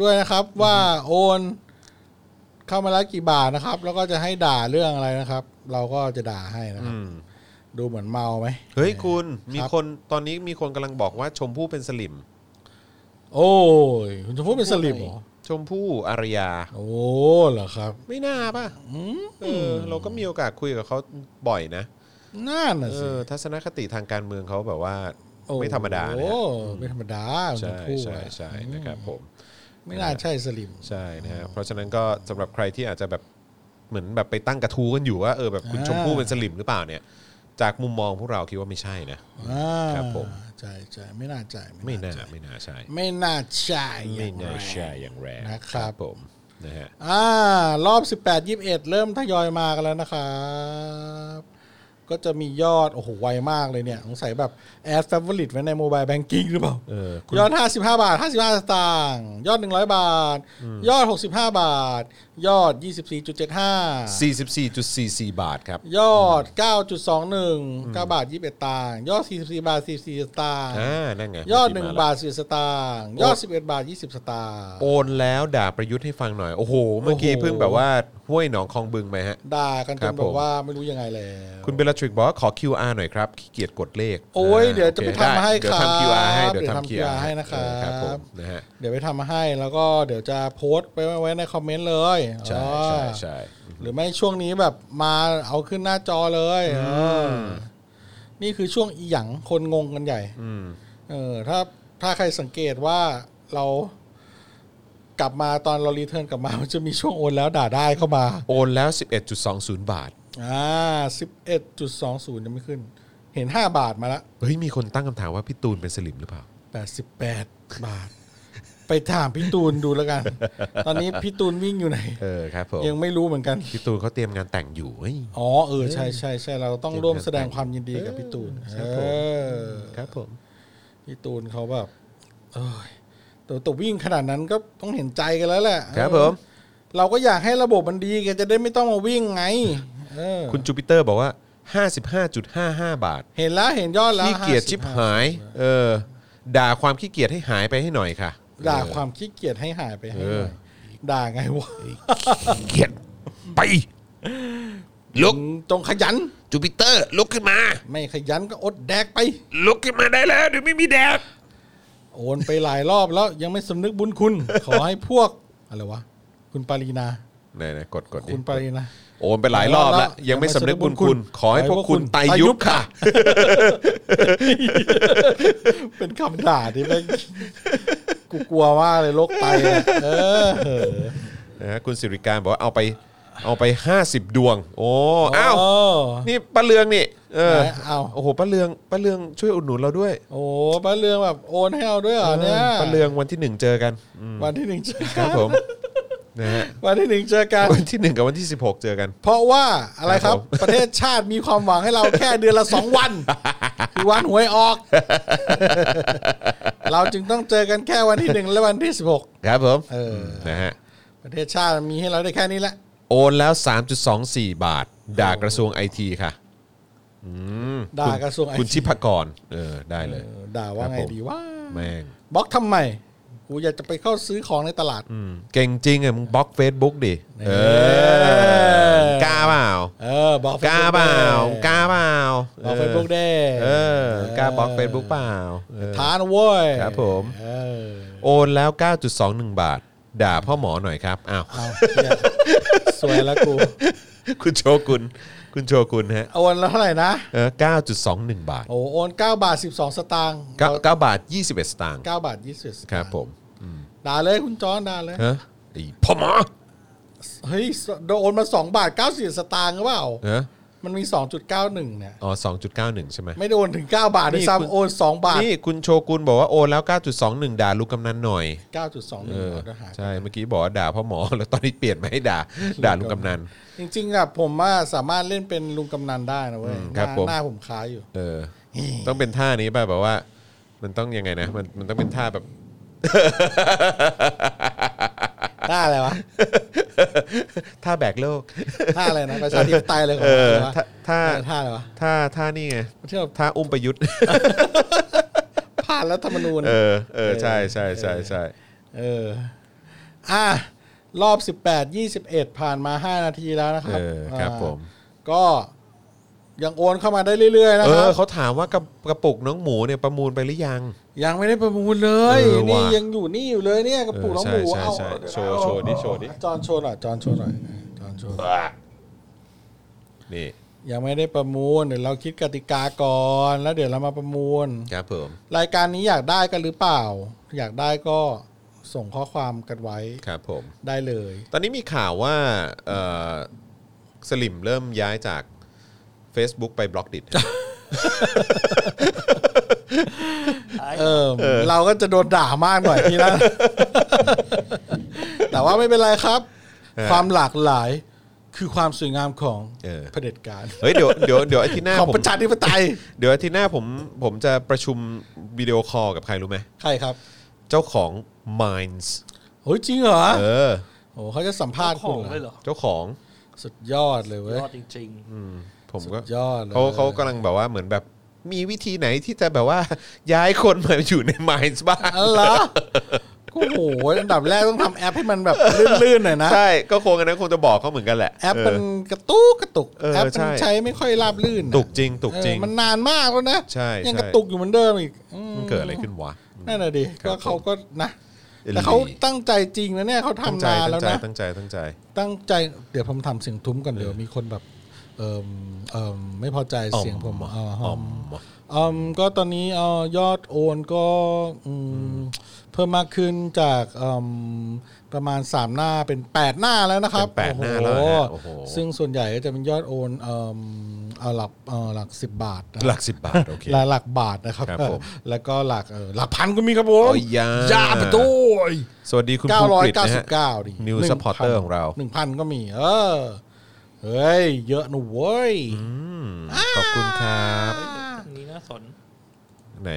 Speaker 3: ด้วยนะครับ ว่าโอน เข้ามาแล้วกี่บาทนะครับ แล้วก็จะให้ด่าเรื่องอะไรนะครับ เราก็จะด่าให้นะครับ
Speaker 2: อืม
Speaker 3: ดูเหมือนเมาไหม
Speaker 2: เฮ้ยคุณมีคนตอนนี้มีคนกำลังบอกว่าชมพู่เป็นสลิม
Speaker 3: โอ้ยคุณชมพู่เป็นสลิมเหรอ
Speaker 2: ชมพู่อารยา
Speaker 3: โอ้เหรอครับ
Speaker 2: ไม่น่าป่ะเออ เราก็มีโอกาสคุยกับเขาบ่อยนะ
Speaker 3: น่านน่ะ
Speaker 2: เอ
Speaker 3: สิ
Speaker 2: อทัศนคติทางการเมืองเขาแบบว่า
Speaker 3: โอ้
Speaker 2: ไม่ธรรมดานะ
Speaker 3: โอ้
Speaker 2: ฮะ
Speaker 3: ไม่ธรรมดาคุณ
Speaker 2: ใช่
Speaker 3: ชมพู่
Speaker 2: ใช่
Speaker 3: อะ
Speaker 2: ใช่นะครับผม
Speaker 3: ไม่น่าใช่สลิม
Speaker 2: ใช่นะฮะเพราะฉะนั้นก็สำหรับใครที่อาจจะแบบเหมือนแบบไปตั้งกระทู้กันอยู่ว่าเออแบบคุณ
Speaker 3: อ่า
Speaker 2: ชมพู่เป็นสลิมหรือเปล่าเนี่ย จากมุมมองพวกเราคิดว่าไม่ใช่นะ
Speaker 3: อ่า
Speaker 2: ครับผม
Speaker 3: ใช่ใช่ไม่น่าใช่
Speaker 2: ไม่น่า
Speaker 3: ใช่
Speaker 2: ไม่น่าใช่
Speaker 3: ไม่น่าใช่อย่
Speaker 2: ไม่
Speaker 3: ง
Speaker 2: น่า
Speaker 3: แรง
Speaker 2: ใช่อย่างแรง
Speaker 3: นะครับ
Speaker 2: ผมนะฮะ
Speaker 3: อ่ารอบ 18 21 เริ่มทยอยมากันแล้วนะครับก็จะมียอด โอ้โห ไวมากเลยเนี่ยสงสัยแบบแอดเฟเวอร์ลิตไว้ในโมบายแบงกิ้งหรือเปล่า
Speaker 2: เออคุณ
Speaker 3: ยอด 55 บาท 55 สตางค์ ยอด 100 บาท ยอด 65 บาท ยอด
Speaker 2: 44.44
Speaker 3: 24.75
Speaker 2: บาทครับ
Speaker 3: ยอด 9.21 9 บาท 21 ตางค์ ยอด 44 บาท 44 สตางค์
Speaker 2: อ่า นั่นไง
Speaker 3: ยอด
Speaker 2: เมื่กี้
Speaker 3: 1
Speaker 2: ม
Speaker 3: บา
Speaker 2: แล้ว
Speaker 3: ท10สตางค์ ยอด 11 บาท 20 สตางค์
Speaker 2: โอนแล้วด่าประยุทธ์ให้ฟังหน่อย โอ้โห เมื่อกี้
Speaker 3: โอ้โห
Speaker 2: เพิ่งแบบว่าห้วยหนองคลองบึงไปฮะ
Speaker 3: ด่ากันจ
Speaker 2: ครั
Speaker 3: น
Speaker 2: บ
Speaker 3: แบ
Speaker 2: ผ
Speaker 3: บ
Speaker 2: ม
Speaker 3: ว่าไม่รู้ยังไงแล้ว
Speaker 2: คุณเบลทริกบอกว่าขอ QR หน่อยครับขี้เกียจกดเลข
Speaker 3: โอ้ย
Speaker 2: า
Speaker 3: เดี๋ยวจะไป
Speaker 2: โอคด้
Speaker 3: ทำให้
Speaker 2: เดี๋ยว
Speaker 3: ครับ
Speaker 2: ทำ QR ให้เดี๋ยว
Speaker 3: เดี๋ยวทำ
Speaker 2: ทำ QR
Speaker 3: QR ให้นะครับ
Speaker 2: เออครับผมนะฮะ
Speaker 3: เดี๋ยวไปทำมาให้แล้วก็เดี๋ยวจะโพสต์ไปไว้ในคอมเมนต์เลย
Speaker 2: ใช่ใช่
Speaker 3: อ๋อ
Speaker 2: ใช่
Speaker 3: หรือไม่ช่วงนี้แบบมาเอาขึ้นหน้าจอเลยเออนี่คือช่วงอีหยังคนงงกันใหญ่เออ ถ้าถ้าใครสังเกตว่าเรากลับมาตอนเรารีเทิร์นกลับมา *laughs* มันจะมีช่วงโอนแล้วด่าได้เข้ามา
Speaker 2: โอนแล้ว 11.20 บาท
Speaker 3: อ่าสิบเอ็ดจุดสองศูนย์ยังไม่ขึ้น เห็นห้าบาทมาละ
Speaker 2: เฮ้ย มีคนตั้งคำถามว่าพี่ตูนเป็นสลิมหรือเปล่า
Speaker 3: แปดสิบแปดบาท ไปถามพี่ตูนดูแล้วกัน ตอนนี้พี่ตูนวิ่งอยู่ไหน
Speaker 2: เออครับผม
Speaker 3: ยังไม่รู้เหมือนกัน
Speaker 2: พี่ตูนเขาเตรียมงานแต่งอยู่เฮ้ย
Speaker 3: อ๋อเออใช่ใช่ใช่เราต้องร่วมแสดงความยินดีกับพี่ตูน
Speaker 2: เออค
Speaker 3: เอ
Speaker 2: รับผมครั
Speaker 3: อ
Speaker 2: บผม
Speaker 3: พี่ตูนเขาแบบเอ้ยแตัวตัววิ่งขนาดนั้นก็ต้องเห็นใจกันแล้วแหละ
Speaker 2: ครับ
Speaker 3: เอ
Speaker 2: ผ
Speaker 3: อ
Speaker 2: ม
Speaker 3: เราก็อยากให้ระบบมันดีแกจะได้ไม่ต้องมาวิ่งไง เออ
Speaker 2: คุณจูปิเตอร์บอกว่า 55.55 บาท
Speaker 3: เห็นแล้วเห็นยอดแล้ว
Speaker 2: ขี้เกียจ
Speaker 3: 55
Speaker 2: ชิบหาย เออ ด่าความขี้เกียจให้หายไปให้หน่อยค่ะ
Speaker 3: ด่าความขี้เกียจให้หายไปให้หน่อยด่าไงวะ
Speaker 2: ขี้เกียจไป ลุก
Speaker 3: มึงจงขยัน
Speaker 2: จูปิเตอร์ ลุกขึ้นมา
Speaker 3: ไม่ขยันก็อดแดกไป
Speaker 2: ลุกขึ้นมาได้แล้วเดี๋ยวไม่มีแดด
Speaker 3: โอนไปหลายรอบแล้วยังไม่สำนึกบุญคุณ ขอให้พวกอะไรวะคุณปารีนา
Speaker 2: ไหนไหนกดกดดิ
Speaker 3: คุณปารีนา
Speaker 2: โอนไปหลายรอบแล้ว ยังไม่สำนึกบุญคุณ ขอให้พวกคุณไตายยุบค่ะ
Speaker 3: เป็นคำด่าที่แม่ง *laughs* กูกลัวมากเลยโรคไตอะเออ
Speaker 2: นะฮะคุณสิริการบอกว่าเอาไปเอาไป 50 ดวง โอ้อ้าว
Speaker 3: โอ้
Speaker 2: นี่ป้าเลืองนี่ เออ
Speaker 3: ไหนเอา
Speaker 2: โอ้โหป้าเลืองป้าเลืองช่วยอุดหนุนเราด้วย
Speaker 3: โอ้ป้าเรืองแบบโอนให้เราด้วยเหรอเนี่ย
Speaker 2: ป้าเลืองวันที่หนึ่งเจอกันอืม
Speaker 3: วันที่หนึ่งเจอ
Speaker 2: ค
Speaker 3: กั
Speaker 2: รับ
Speaker 3: น
Speaker 2: ผม นะฮะ
Speaker 3: วันที่หนึ่งเจอกัน
Speaker 2: วันที่หนึ่งกับวันที่ 16 เจอกัน
Speaker 3: เพราะว่าอะไรครับ ประเทศชาติมีความหวังให้เราแค่เดือนละสองวัน คือวันหวยออก
Speaker 2: *laughs*
Speaker 3: เราจึงต้องเจอกันแค่วันที่หนึ่งและวันที่สิบหก
Speaker 2: ครับผม
Speaker 3: เอออื
Speaker 2: มนะฮะ
Speaker 3: ประเทศชาติมีให้เราได้แค่นี้แหละ
Speaker 2: โอนแล้ว 3.24 บาท ด่ากระทรวงไอทีค่ะอืม
Speaker 3: ด่ากระทรวง IT
Speaker 2: คุณชิพกร เออ ได้เลย
Speaker 3: เออด่าว่าไงดีว่า
Speaker 2: แม่ง
Speaker 3: บล็อกทำไม กูอยากจะไปเข้าซื้อของในตลาด
Speaker 2: เก่งจริงอ่ะมึงบล็อก Facebook ดิ เออกล้าเปล่า
Speaker 3: เออ บอก
Speaker 2: กล้า
Speaker 3: Facebook
Speaker 2: เปล่า
Speaker 3: ได้
Speaker 2: กล้าเปล่า
Speaker 3: บอกเฟซบุ๊กได้
Speaker 2: เออกล้าบล็อกเฟซบุ๊กเปล่าเออ
Speaker 3: ท้านะเว้ย
Speaker 2: ครับผม
Speaker 3: เออ
Speaker 2: โอนแล้ว 9.21 บาท ด่าพ่อหมอหน่อยครับอ้าว
Speaker 3: เอาเหี้ยสวยแล้วกู
Speaker 2: คุณโชกุนคุณโชกุนฮะ
Speaker 3: โอนแล้วเท่าไหร่นะ
Speaker 2: เออ9.21 บาท
Speaker 3: โอ้โอน 9 บาท 12 สตางค์
Speaker 2: เก้าเก้าบาท 21 สตางค์
Speaker 3: 9บาท 20สตาง
Speaker 2: ครับผม
Speaker 3: ด่าเลยคุณจอนด่าเลย
Speaker 2: ฮะไอ้พ่อหมอ
Speaker 3: เฮ้ยโดนโอนมา 2 บาท 90 สตางค์หรือเปล่า
Speaker 2: ฮะ
Speaker 3: มันมี 2.91 เนี่ย
Speaker 2: อ๋อ2.91 ใช่ไหม
Speaker 3: ไม่โดนถึง 9 บาทด้ว
Speaker 2: นี่คุ
Speaker 3: ย
Speaker 2: ณ
Speaker 3: ซ้ำโอน2 บาท
Speaker 2: นี่คุณโชกุนบอกว่าโอนแล้ว 9.21 ด่าลูกกำนันหน่อย เออ
Speaker 3: 9.21บาทด้วยหาร
Speaker 2: ใช่ เมื่อกี้บอกว่าด่าพ่อหมอ แล้วตอนนี้เปลี่ยนมาให้ด่า ด่าลูกกำนัน
Speaker 3: จริงๆอะผมว่าสามารถเล่นเป็นลุงกำนันได้นะเว้ย
Speaker 2: อืม
Speaker 3: ห
Speaker 2: ครับ
Speaker 3: น้า
Speaker 2: ผม
Speaker 3: หน้าผมคล้ายอยู่
Speaker 2: เออ ต้องเป็นท่านี้ป่ะแบบว่า มันต้องยังไงนะ มันมันต้องเป็นท่าแบบ
Speaker 3: หน้าอะไรวะ
Speaker 2: ท่าแบกโลก
Speaker 3: ท่าอะไรนะประชาธิปไตยเลยของ
Speaker 2: เออ
Speaker 3: เรา
Speaker 2: ท่าท่า
Speaker 3: เออท่าอะไรวะ
Speaker 2: ท่าท่านี่ไง
Speaker 3: เที่ยว
Speaker 2: ท่าอุ้มประยุทธ์
Speaker 3: ผ่านรัฐธรรมนูญ
Speaker 2: เออ เออ ใช่ใช่ใช่ใช่
Speaker 3: เออ อ่ะ รอบ 18 21 ผ่านมา 5 นาทีแล้วนะครับ
Speaker 2: เออครับ
Speaker 3: า
Speaker 2: ผม
Speaker 3: ก็ยังโอนเข้ามาได้เรื่อย ๆ นะ
Speaker 2: เอ
Speaker 3: ครั
Speaker 2: อบ เขาถามว่ากระกระปุกน้องหมูเนี่ยประมูลไปหรือยัง
Speaker 3: ยังไม่ได้ประมูลเลย
Speaker 2: เออ
Speaker 3: นี่
Speaker 2: ว่ะ
Speaker 3: ยังอยู่นี่อยู่เลยเนี่ยกระปุก
Speaker 2: เออ
Speaker 3: น้องหมู
Speaker 2: ใช่
Speaker 3: เอา
Speaker 2: ใช่
Speaker 3: เอาเดี๋ย
Speaker 2: โชว์
Speaker 3: เอา
Speaker 2: โชว์ดิโชว์ดิ
Speaker 3: จอนโชว์หน่อยจอนโชว์หน่อยจอนโชว์
Speaker 2: นี่
Speaker 3: ยังไม่ได้ประมูลเดี๋ยวเราคิดกติกาก่อน แล้วเดี๋ยวเรามาประมูล
Speaker 2: ครับผม
Speaker 3: รายการนี้อยากได้กันหรือเปล่า อยากได้ก็ส่งข้อความกันไว้
Speaker 2: ครับผม
Speaker 3: ได้เลย
Speaker 2: ตอนนี้มีข่าวว่าเอ่อสลิมเริ่มย้ายจาก Facebook ไปบล็อก
Speaker 3: *laughs*
Speaker 2: ดิ
Speaker 3: เออเราก็จะโดนด่ามากหน่อยที่นั่น แต่ว่าไม่เป็นไรครับ ความหลากหลายคือความสวยงามของ
Speaker 2: เออ
Speaker 3: เผด็จการ
Speaker 2: เฮ้ยเดี๋ยวเดี๋ยวเดี๋ยวอาทิตย์หน้า
Speaker 3: ของ
Speaker 2: ผม
Speaker 3: ประชาธิปไตย
Speaker 2: เดี๋ยวอาทิตย์หน้าผมผมจะประชุมวิดีโอคอลกับใครรู้ไหม
Speaker 3: ใครครับ
Speaker 2: เจ้าของ Minds
Speaker 3: โอ้ยจริงเหรอ
Speaker 2: เออ
Speaker 3: โอ้เขาจะสัมภาษณ์
Speaker 4: ข
Speaker 3: คุ
Speaker 4: อง
Speaker 3: ณ
Speaker 4: เลย
Speaker 3: เห
Speaker 4: เห
Speaker 3: ร
Speaker 4: ร
Speaker 3: อ
Speaker 4: อ
Speaker 2: เจ้าของ
Speaker 3: สุดยอดเลยเว้ย
Speaker 4: ยอดจริง
Speaker 2: ผมก็
Speaker 3: สุดยอดเลย
Speaker 2: เขาเขากำลังแบบว่าเหมือนแบบมีวิธีไหนที่จะแบบว่า ย้ายคนมาอยู่ใน Minds บ้าง
Speaker 3: อ๋อเหรอโอ้โหอันดับแรกต้องทำแอปให้มันแบบลื่นๆหน่อยนะ
Speaker 2: ใช่ก็คงอันนั้นคงจะบอกเขาเหมือนกันแหละ
Speaker 3: แอป
Speaker 2: เ
Speaker 3: มันกระตุกกระตุก
Speaker 2: เออ
Speaker 3: แอปมัน
Speaker 2: ใช่
Speaker 3: ใช้ไม่ค่อยราบลื่นนะ
Speaker 2: ตุกจริงตุกจริง
Speaker 3: เออมันนานมากแล้วนะ
Speaker 2: ใช่
Speaker 3: ยัง
Speaker 2: ใช่
Speaker 3: กระตุกอยู่เหมือนเดิมอีกอืม
Speaker 2: มันเกิดอะไรขึ้นวะ
Speaker 3: นั่นแหะดิ
Speaker 2: ครับ
Speaker 3: ก็เขา
Speaker 2: ผม
Speaker 3: ก็นะ แต่เขา
Speaker 2: เอลลี่
Speaker 3: ตั้งใจจริงนะเนี่ยเขา
Speaker 2: ตั้ง
Speaker 3: ทำ
Speaker 2: ใจ
Speaker 3: นาน
Speaker 2: ตั้ง
Speaker 3: แล้ว
Speaker 2: ใจ
Speaker 3: นะ
Speaker 2: ตั้งใจตั้งใจ
Speaker 3: ตั้งใจเดี๋ยวผมทำเสียงทุ้มก่อนเดี๋ยวมีคนแบบ เอ่มเอ่มไม่พอใจเสียงผมเอ่อ
Speaker 2: อม
Speaker 3: เอ่มก็ตอนนี้เอ่อยอดโอนก็อืมเพิ่มมากขึ้นจากเอ่มประมาณ 3 หน้าเป็น 8 หน้าแล้วนะครับ
Speaker 2: เป็นแปดหน้า
Speaker 3: โอ้โห
Speaker 2: แล้วนะโอ้โห
Speaker 3: ซึ่งส่วนใหญ่ก็จะเป็นยอดโอนเอ่มเอาหลักเอ่อหลัก 10 บาทนะ
Speaker 2: หลักสิบบาท โอเค
Speaker 3: และหลักบาทนะครับ
Speaker 2: ครับผม
Speaker 3: แล้วก็หลักเอ่อหลักพันก็มีครับผม
Speaker 2: โอ้ยยา
Speaker 3: ย่าประตู
Speaker 2: สวัสดีคุณภูกฤษนะฮะ
Speaker 3: 999ดิ
Speaker 2: New
Speaker 3: 1,000
Speaker 2: supporter ของเรา
Speaker 3: 1,000 ก็มี เออ เฮ้ย เยอะนะเว้ย
Speaker 2: อืมขอบคุณครับ
Speaker 4: ๆ อันนี้น่าสน
Speaker 2: ไหน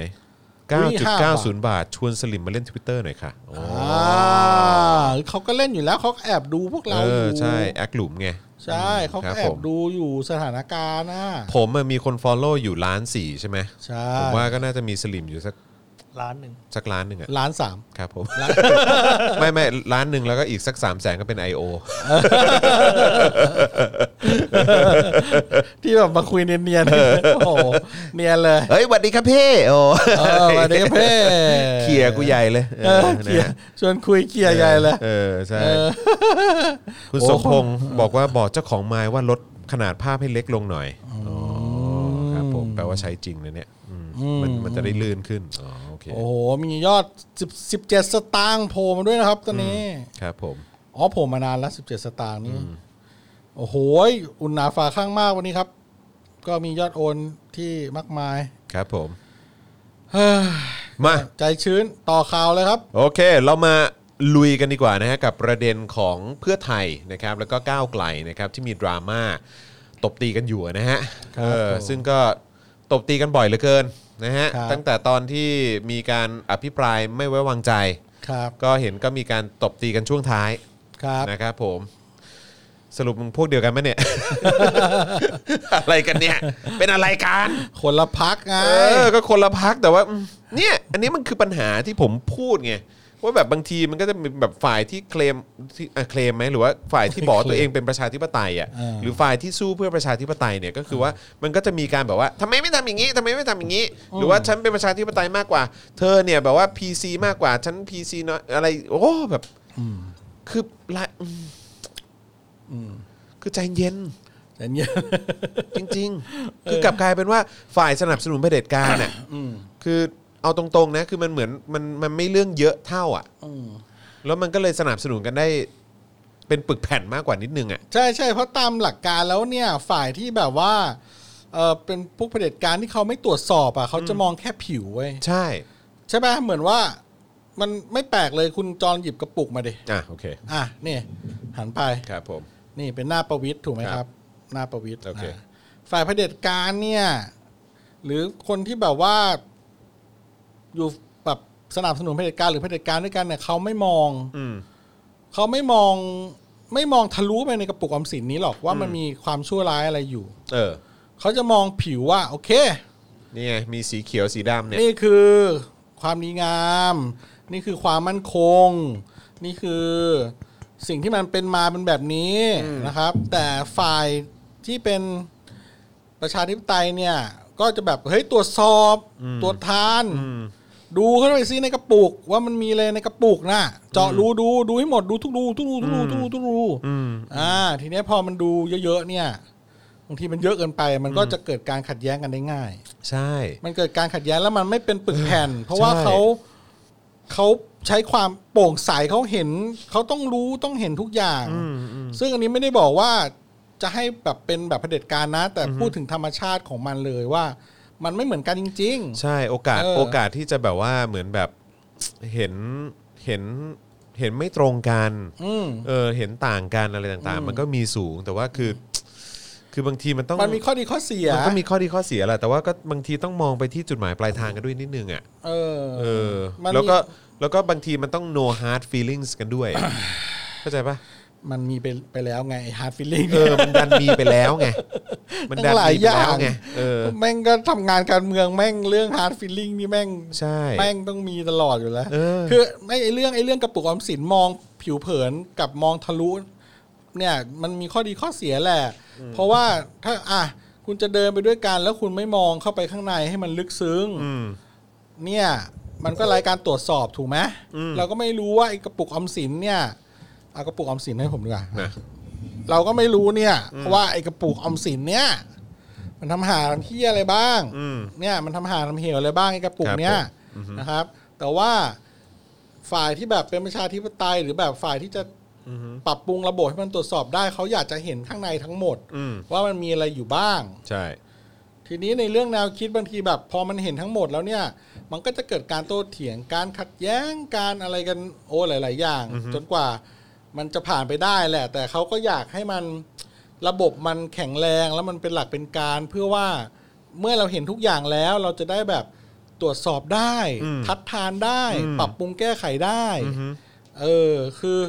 Speaker 3: อุ้ยห้าบาท
Speaker 2: 9.90 บาท ชวนสลิมมาเล่น Twitter หน่อยค่ะโอ้
Speaker 3: อ่าเขาก็เล่นอยู่แล้วเขาก็แอบดูพวกเรา
Speaker 2: เอ
Speaker 3: อ
Speaker 2: อยู่ ใช่ แอคหลุมไง
Speaker 3: ใช่เขา
Speaker 2: ค
Speaker 3: ก็
Speaker 2: รับ
Speaker 3: แอ
Speaker 2: ผ
Speaker 3: บ
Speaker 2: ม
Speaker 3: ดูอยู่สถานการณ์นะ
Speaker 2: ผมอะมีคน Follow อยู่ล้านสี่ใช่ไหม
Speaker 3: ใช่
Speaker 2: ผมว่าก็น่าจะมีสลิมอยู่สัก
Speaker 4: ร้านหนึ่ง
Speaker 2: สักล้านหนึ่งอะ
Speaker 3: ล้านสาม
Speaker 2: ครับผม *laughs* ไม่ไม่ล้านหนึ่งแล้วก็อีกสัก3ามแสนก็เป็น I.O.
Speaker 3: ที่แบบมาคุยเนียนๆ โอ้โห เนียนเลย
Speaker 2: เฮ้ยสวัสดีครับพี่โอ้
Speaker 3: เออมาเด็กเพ่
Speaker 2: เคลียร์กูใหญ่เลย
Speaker 3: เออเคลีย
Speaker 2: นะ
Speaker 3: ร์
Speaker 2: ฮะ
Speaker 3: ชวนคุยเคลียร์ใหญ่เลย
Speaker 2: เออใช่
Speaker 3: เออ
Speaker 2: *laughs* คุณ
Speaker 3: โอ้
Speaker 2: สมพงศ์บอกว่าบอกเจ้าของไม้ว่าลดขนาดภาพให้เล็กลงหน่อยอ๋อครับผมแปลว่าใช้จริงนะเนี่ยอืมมันมันจะได้ลื่นขึ้นอ๋อโอเค
Speaker 3: โอ้โห มียอด10 17 สตางค์โผล่มาด้วยนะครับ ตอนนี้
Speaker 2: ครับผม
Speaker 3: อ๋อผมมานานแล้วสิบเจ็ดสตางค์นี่ โอ้โหยอุ่นหนาฝาข้างมากวันนี้ครับ ก็มียอดโอนที่มากมาย
Speaker 2: ครับผม
Speaker 3: เฮ้ย
Speaker 2: มา
Speaker 3: ใจชื้นต่อข่าวเลยครับ
Speaker 2: โอเค เรามาลุยกันดีกว่านะฮะกับประเด็นของเพื่อไทยนะครับ แล้วก็ก้าวไกลนะครับที่มีดราม่าตบตีกันอยู่นะฮะ
Speaker 3: ครับ
Speaker 2: เออ
Speaker 3: ผม
Speaker 2: ซึ่งก็ตบตีกันบ่อยเหลือเกินนะฮะ
Speaker 3: ครับ
Speaker 2: ตั้งแต่ตอนที่มีการอภิปรายไม่ไว้วางใจ
Speaker 3: ครับ
Speaker 2: ก็เห็นก็มีการตบตีกันช่วงท้าย
Speaker 3: ครับ
Speaker 2: นะครับผมสรุปมึงพวกเดียวกันไหม
Speaker 3: *laughs*
Speaker 2: เนี่ย *laughs* อะไรกันเนี่ย เป็นอะไรกัน
Speaker 3: คนละพักไง
Speaker 2: เออก็คนละพักแต่ว่าอืมเนี่ย อันนี้มันคือปัญหาที่ผมพูดไงว่าแบบบางทีมันก็จะมีแบบฝ่ายที่เคลมที่อ่ะเคลมไหมหรือว่าฝ่ายที่บอกว่าตัวเองเป็นประชาธิปไตยอ่ะ
Speaker 3: เออ
Speaker 2: หรือฝ่ายที่สู้เพื่อประชาธิปไตยเนี่ยก็คือว่ามันก็จะมีการแบบว่าทำไมไม่ทำอย่างนี้ทำไมไม่ทำอย่างนี้ หรือว่าฉันเป็นประชาธิปไตยมากกว่า เธอเนี่ยแบบว่า PC มากกว่าฉัน PC น้อยอะไรโอ้แบบคือละอืม คือใจเย็น
Speaker 3: แต่เนี่ย *laughs*
Speaker 2: จริง ๆ คือกลับกลายเป็นว่าฝ่ายสนับสนุนเผด็จการน่ะคือเอาตรงๆนะคือมันเหมือนมันมันไม่เรื่องเยอะเท่าอ่ะแล้วมันก็เลยสนับสนุนกันได้ เป็นปึกแผ่นมากกว่านิดนึงอ่ะ
Speaker 3: ใช่ใช่เพราะตามหลักการแล้วเนี่ยฝ่ายที่แบบว่าเออเป็นพวกเผด็จการที่เขาไม่ตรวจสอบอ่ะเขาจะมองแค่ผิวเว้ย
Speaker 2: ใช่
Speaker 3: ใช่ไหมเหมือนว่ามันไม่แปลกเลยคุณจอนหยิบกระปุกมาดิ
Speaker 2: อ่ะโอเค
Speaker 3: อ่ะนี่หันไป
Speaker 2: ครับผม
Speaker 3: นี่เป็นหน้าประวิทย์ถูกไหม
Speaker 2: ค
Speaker 3: ค
Speaker 2: รั
Speaker 3: รั
Speaker 2: บบ
Speaker 3: หน้าประวิทย์
Speaker 2: โอเค
Speaker 3: อ่าฝ่ายเผด็จการเนี่ยหรือคนที่แบบว่า อยู่แบบสนับสนุนเผด็จการหรือเผด็จการด้วยกันเนี่ยเขาไม่มอง
Speaker 2: อืม
Speaker 3: เขาไม่มองไม่มองทะลุไปในกระปุกออมสินนี้หรอกว่ามันมีความชั่วร้ายอะไรอยู่
Speaker 2: เออ
Speaker 3: เขาจะมองผิวว่า โอเค
Speaker 2: นี่ไงมีสีเขียวสีดำเนี่ย
Speaker 3: นี่คือความดีงาม นี่คือความมั่นคง นี่คือสิ่งที่มันเป็นมาเป็นแบบนี้นะครับ แต่ฝ่ายที่เป็นประชาธิปไตยเนี่ย ก็จะแบบเฮ้ยตรวจสอบตรวจทาน ดูเข้าไปซิในกระปุก ว่ามันมีอะไรในกระปุกนะเจาะรูดูดูให้หมดดูทุกรูทุกรูทุกรูทุกรูทุกรูอ่า ทีเนี้ยพอมันดูเยอะๆเนี่ยบางทีมันเยอะเกินไป มันก็จะเกิดการขัดแย้งกันได้ง่าย
Speaker 2: ใช่
Speaker 3: มันเกิดการขัดแย้งแล้วมันไม่เป็นปึกแผ่น เพราะว่า
Speaker 2: ใช่
Speaker 3: เขาเขาใช้ความโปร่งใสเขาเห็นเขาต้องรู้ต้องเห็นทุกอย่าง ซึ่งอันนี้ไม่ได้บอกว่าจะให้แบบเป็นแบบเผด็จการนะ แต่พูดถึงธรรมชาติของมันเลยว่า มันไม่เหมือนกันจริง
Speaker 2: ใช่โอกาส
Speaker 3: เออ
Speaker 2: โอกาสที่จะแบบว่าเหมือนแบบเห็นเห็นเห็นไม่ตรงกัน
Speaker 3: ๆ อืม
Speaker 2: เออเห็นต่างกันอะไรต่างๆ มันก็มีสูงแต่ว่าคือ คือบางทีมันต้อง
Speaker 3: มันมีข้อดีข้อเสีย
Speaker 2: มันก็มีข้อดีข้อเสียแหละแต่ว่าก็บางทีต้องมองไปที่จุดหมายปลายทางกันด้วยนิดนึงอ่ะ
Speaker 3: เออ
Speaker 2: เออ
Speaker 3: มันมี
Speaker 2: แล้วก็แล้วก็บางทีมันต้อง no hard feelings กันด้วย เข้าใจปะ
Speaker 3: มันมีไปไปแล้วไงฮาร์ดฟิลลิ่ง
Speaker 2: เออมันดันมีไปแล้วไงมันดันมีไปแล้วไงเออ
Speaker 3: แม่งก็ทำงานการเมืองแม่งเรื่องฮาร์ดฟิลลิ่งนี่แม่ง
Speaker 2: ใช่
Speaker 3: แม่งต้องมีตลอดอยู่แล้ว
Speaker 2: เออ
Speaker 3: คือไม่ไอเรื่องไอเรื่องกระปุกออมสินมองผิวเผินกับมองทะลุ เนี่ยมันมีข้อดีข้อเสียแหละ เพราะว่าถ้าอ่ะคุณจะเดินไปด้วยกัน แล้วคุณไม่มองเข้าไปข้างในให้มันลึกซึ้ง
Speaker 2: อืม
Speaker 3: เนี่ยมันก็รายการตรวจสอบถูกไหมเราก็ไม่รู้ว่าไอ้กระปุกออมสินเนี่ยเอากระปุกออมสินให้ผมดีกว่า
Speaker 2: นะ
Speaker 3: เราก็ไม่รู้เนี่ยว่าไอ้กระปุกออมสินเนี่ย มันทำหาทำเฮียอะไรบ้างเนี่ยมันทำหาทำเหวอะไรบ้างไอ้กระปุกเนี่ยนะครับ แต่ว่าฝ่ายที่แบบเป็นประชาธิปไตยหรือแบบฝ่ายที่จะปรับปรุงระบบให้มันตรวจสอบได้เขาอยากจะเห็นข้างในทั้งหมด
Speaker 2: อืม
Speaker 3: ว่ามันมีอะไรอยู่บ้าง
Speaker 2: ใช่
Speaker 3: ทีนี้ในเรื่องแนวคิดบางทีแบบ พอมันเห็นทั้งหมดแล้วเนี่ย มันก็จะเกิดการโต้เถียงการขัดแย้งการอะไรกันโอ้หลาย ๆ อย่าง จนกว่ามันจะผ่านไปได้แหละ แต่เขาก็อยากให้มันระบบมันแข็งแรงแล้วมันเป็นหลักเป็นการ เพื่อว่าเมื่อเราเห็นทุกอย่างแล้วเราจะได้แบบตรวจสอบได้ ทัดทานได้ ปรับปรุงแก้ไขได้เออคือ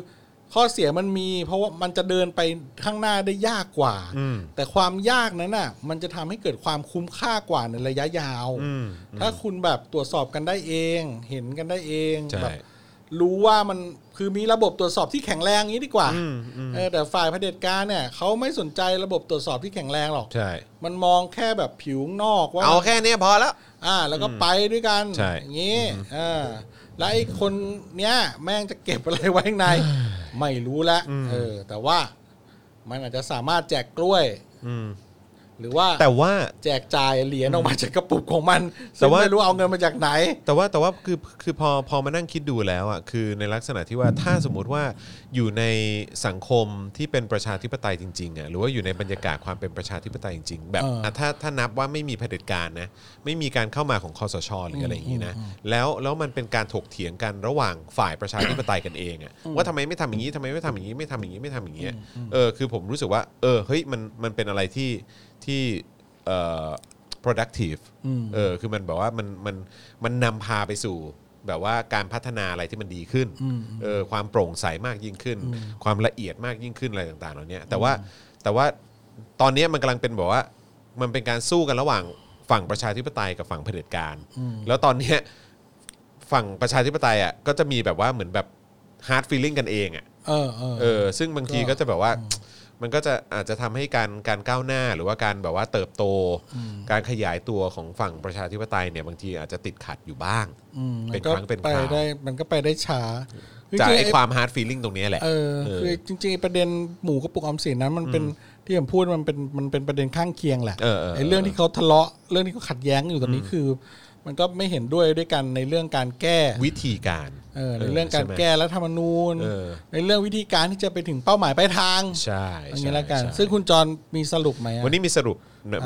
Speaker 3: ข้อเสียมันมี เพราะว่ามันจะเดินไปข้างหน้าได้ยากกว่า
Speaker 2: อืม
Speaker 3: แต่ความยากนั้นน่ะ มันจะทำให้เกิดความคุ้มค่ากว่าในระยะยาว
Speaker 2: อืม
Speaker 3: ถ้าคุณแบบตรวจสอบกันได้เอง เห็นกันได้เอง
Speaker 2: ใช่
Speaker 3: แบบรู้ว่ามันคือมีระบบตรวจสอบที่แข็งแรงอย่างนี้ดีกว่า
Speaker 2: อืมอืม
Speaker 3: เออแต่ฝ่ายเผด็จการเนี่ยเขาไม่สนใจระบบตรวจสอบที่แข็งแรงหรอก
Speaker 2: ใช่
Speaker 3: มันมองแค่แบบผิวนอกว่า
Speaker 2: เอาแค่นี้พอแล้ว
Speaker 3: อ่า แล้วก็ไปด้วยกัน
Speaker 2: ใช่
Speaker 3: อย่างนี้อ่าแล้วไอ้คนเนี้ยแม่งจะเก็บอะไรไว้
Speaker 2: *sighs*
Speaker 3: ข้างใน ไม่รู้ละเออ แต่ว่ามันอาจจะสามารถแจกกล้วย
Speaker 2: อืม
Speaker 3: หรือว่า
Speaker 2: แต่ว่า
Speaker 3: แจกจ่ายเหรียญออกมาจากกระปุกของมัน
Speaker 2: แต่
Speaker 3: ซึ่ง
Speaker 2: ว่า
Speaker 3: ไม่รู้เอาเงินมาจากไหน
Speaker 2: แต่ว่าแต่ว่าคือคือพอพอมานั่งคิดดูแล้วอ่ะคือในลักษณะที่ว่าถ้าสมมุติว่าอยู่ในสังคมที่เป็นประชาธิปไตยจริงๆอ่ะหรือว่าอยู่ในบรรยากาศความเป็นประชาธิปไตยจริงๆแบบ
Speaker 3: เอออ่
Speaker 2: ะถ้าถ้านับว่าไม่มีเผด็จการนะไม่มีการเข้ามาของคอสชหรืออะไรอย่างนี้นะแล้วแล้วมันเป็นการถกเถียงกันระหว่างฝ่ายประชาธิปไตยกันเองอ่ะว่าทำไมไม่ทำอย่างนี้ทำไมไม่ทำอย่างนี้ไม่ทำอย่างนี้ไม่ทำอย่างนี้ยเออคือผมรู้สึกว่าเออเฮ้ยมันมันเป็นอะไรที่ที่เอ่อ productive เออคือมันแบบว่ามันมันมันนำพาไปสู่แบบว่าการพัฒนาอะไรที่มันดีขึ้นเออความโปร่งใสมากยิ่งขึ้น ความละเอียดมากยิ่งขึ้นอะไรต่างๆเหล่านี้แต่ว่าแต่ว่าตอนนี้มันกำลังเป็นแบบว่า มันเป็นการสู้กันระหว่างฝั่งประชาธิปไตยกับฝั่งเผด็จการ แล้วตอนเนี้ยฝั่งประชาธิปไตยอ่ะก็จะมีแบบว่าเหมือนแบบฮาร์ดฟีลลิ่งกันเองอ่ะ
Speaker 3: เออเออ
Speaker 2: เออซึ่งบางทีก็จะแบบว่า มันก็จะอาจจะทำให้การการก้าวหน้าหรือว่าการแบบว่าเติบโต การขยายตัวของฝั่งประชาธิปไตยเนี่ยบางทีอาจจะติดขัดอยู่บ้าง
Speaker 3: มมั
Speaker 2: เป็น
Speaker 3: ก็
Speaker 2: ครั้งเป็น
Speaker 3: ไป
Speaker 2: คราว
Speaker 3: ได้มันก็ไปได้ช้า
Speaker 2: จาก
Speaker 3: จริงๆ
Speaker 2: ไอ้ความฮาร์ดฟีลลิ่งตรงเนี้ยแหละ
Speaker 3: เออ
Speaker 2: เออ
Speaker 3: คือจริงๆประเด็นหมูกระปุกออมสินนั้นมันเป็นที่ผมพูดมันเป็นมันเป็นประเด็นข้างเคียงแหละ
Speaker 2: เออเออ
Speaker 3: ไอ้เรื่องที่เขาทะเลาะเรื่องที่เขาขัดแย้งอยู่ตอนนี้คือ มันก็ไม่เห็นด้วยด้วยกันในเรื่องการแก้
Speaker 2: วิธีการ
Speaker 3: เออในเรื่องการ
Speaker 2: ใช่ไหม
Speaker 3: แก้รัฐธรรมนูญ
Speaker 2: เออ
Speaker 3: ในเรื่องวิธีการที่จะไปถึงเป้าหมายปลายทาง
Speaker 2: ใช่
Speaker 3: อย่าง
Speaker 2: ใช่
Speaker 3: นี้ละกัน
Speaker 2: ใช่
Speaker 3: ซึ่งคุณจรมีสรุปไหมอะ
Speaker 2: วันนี้มีสรุป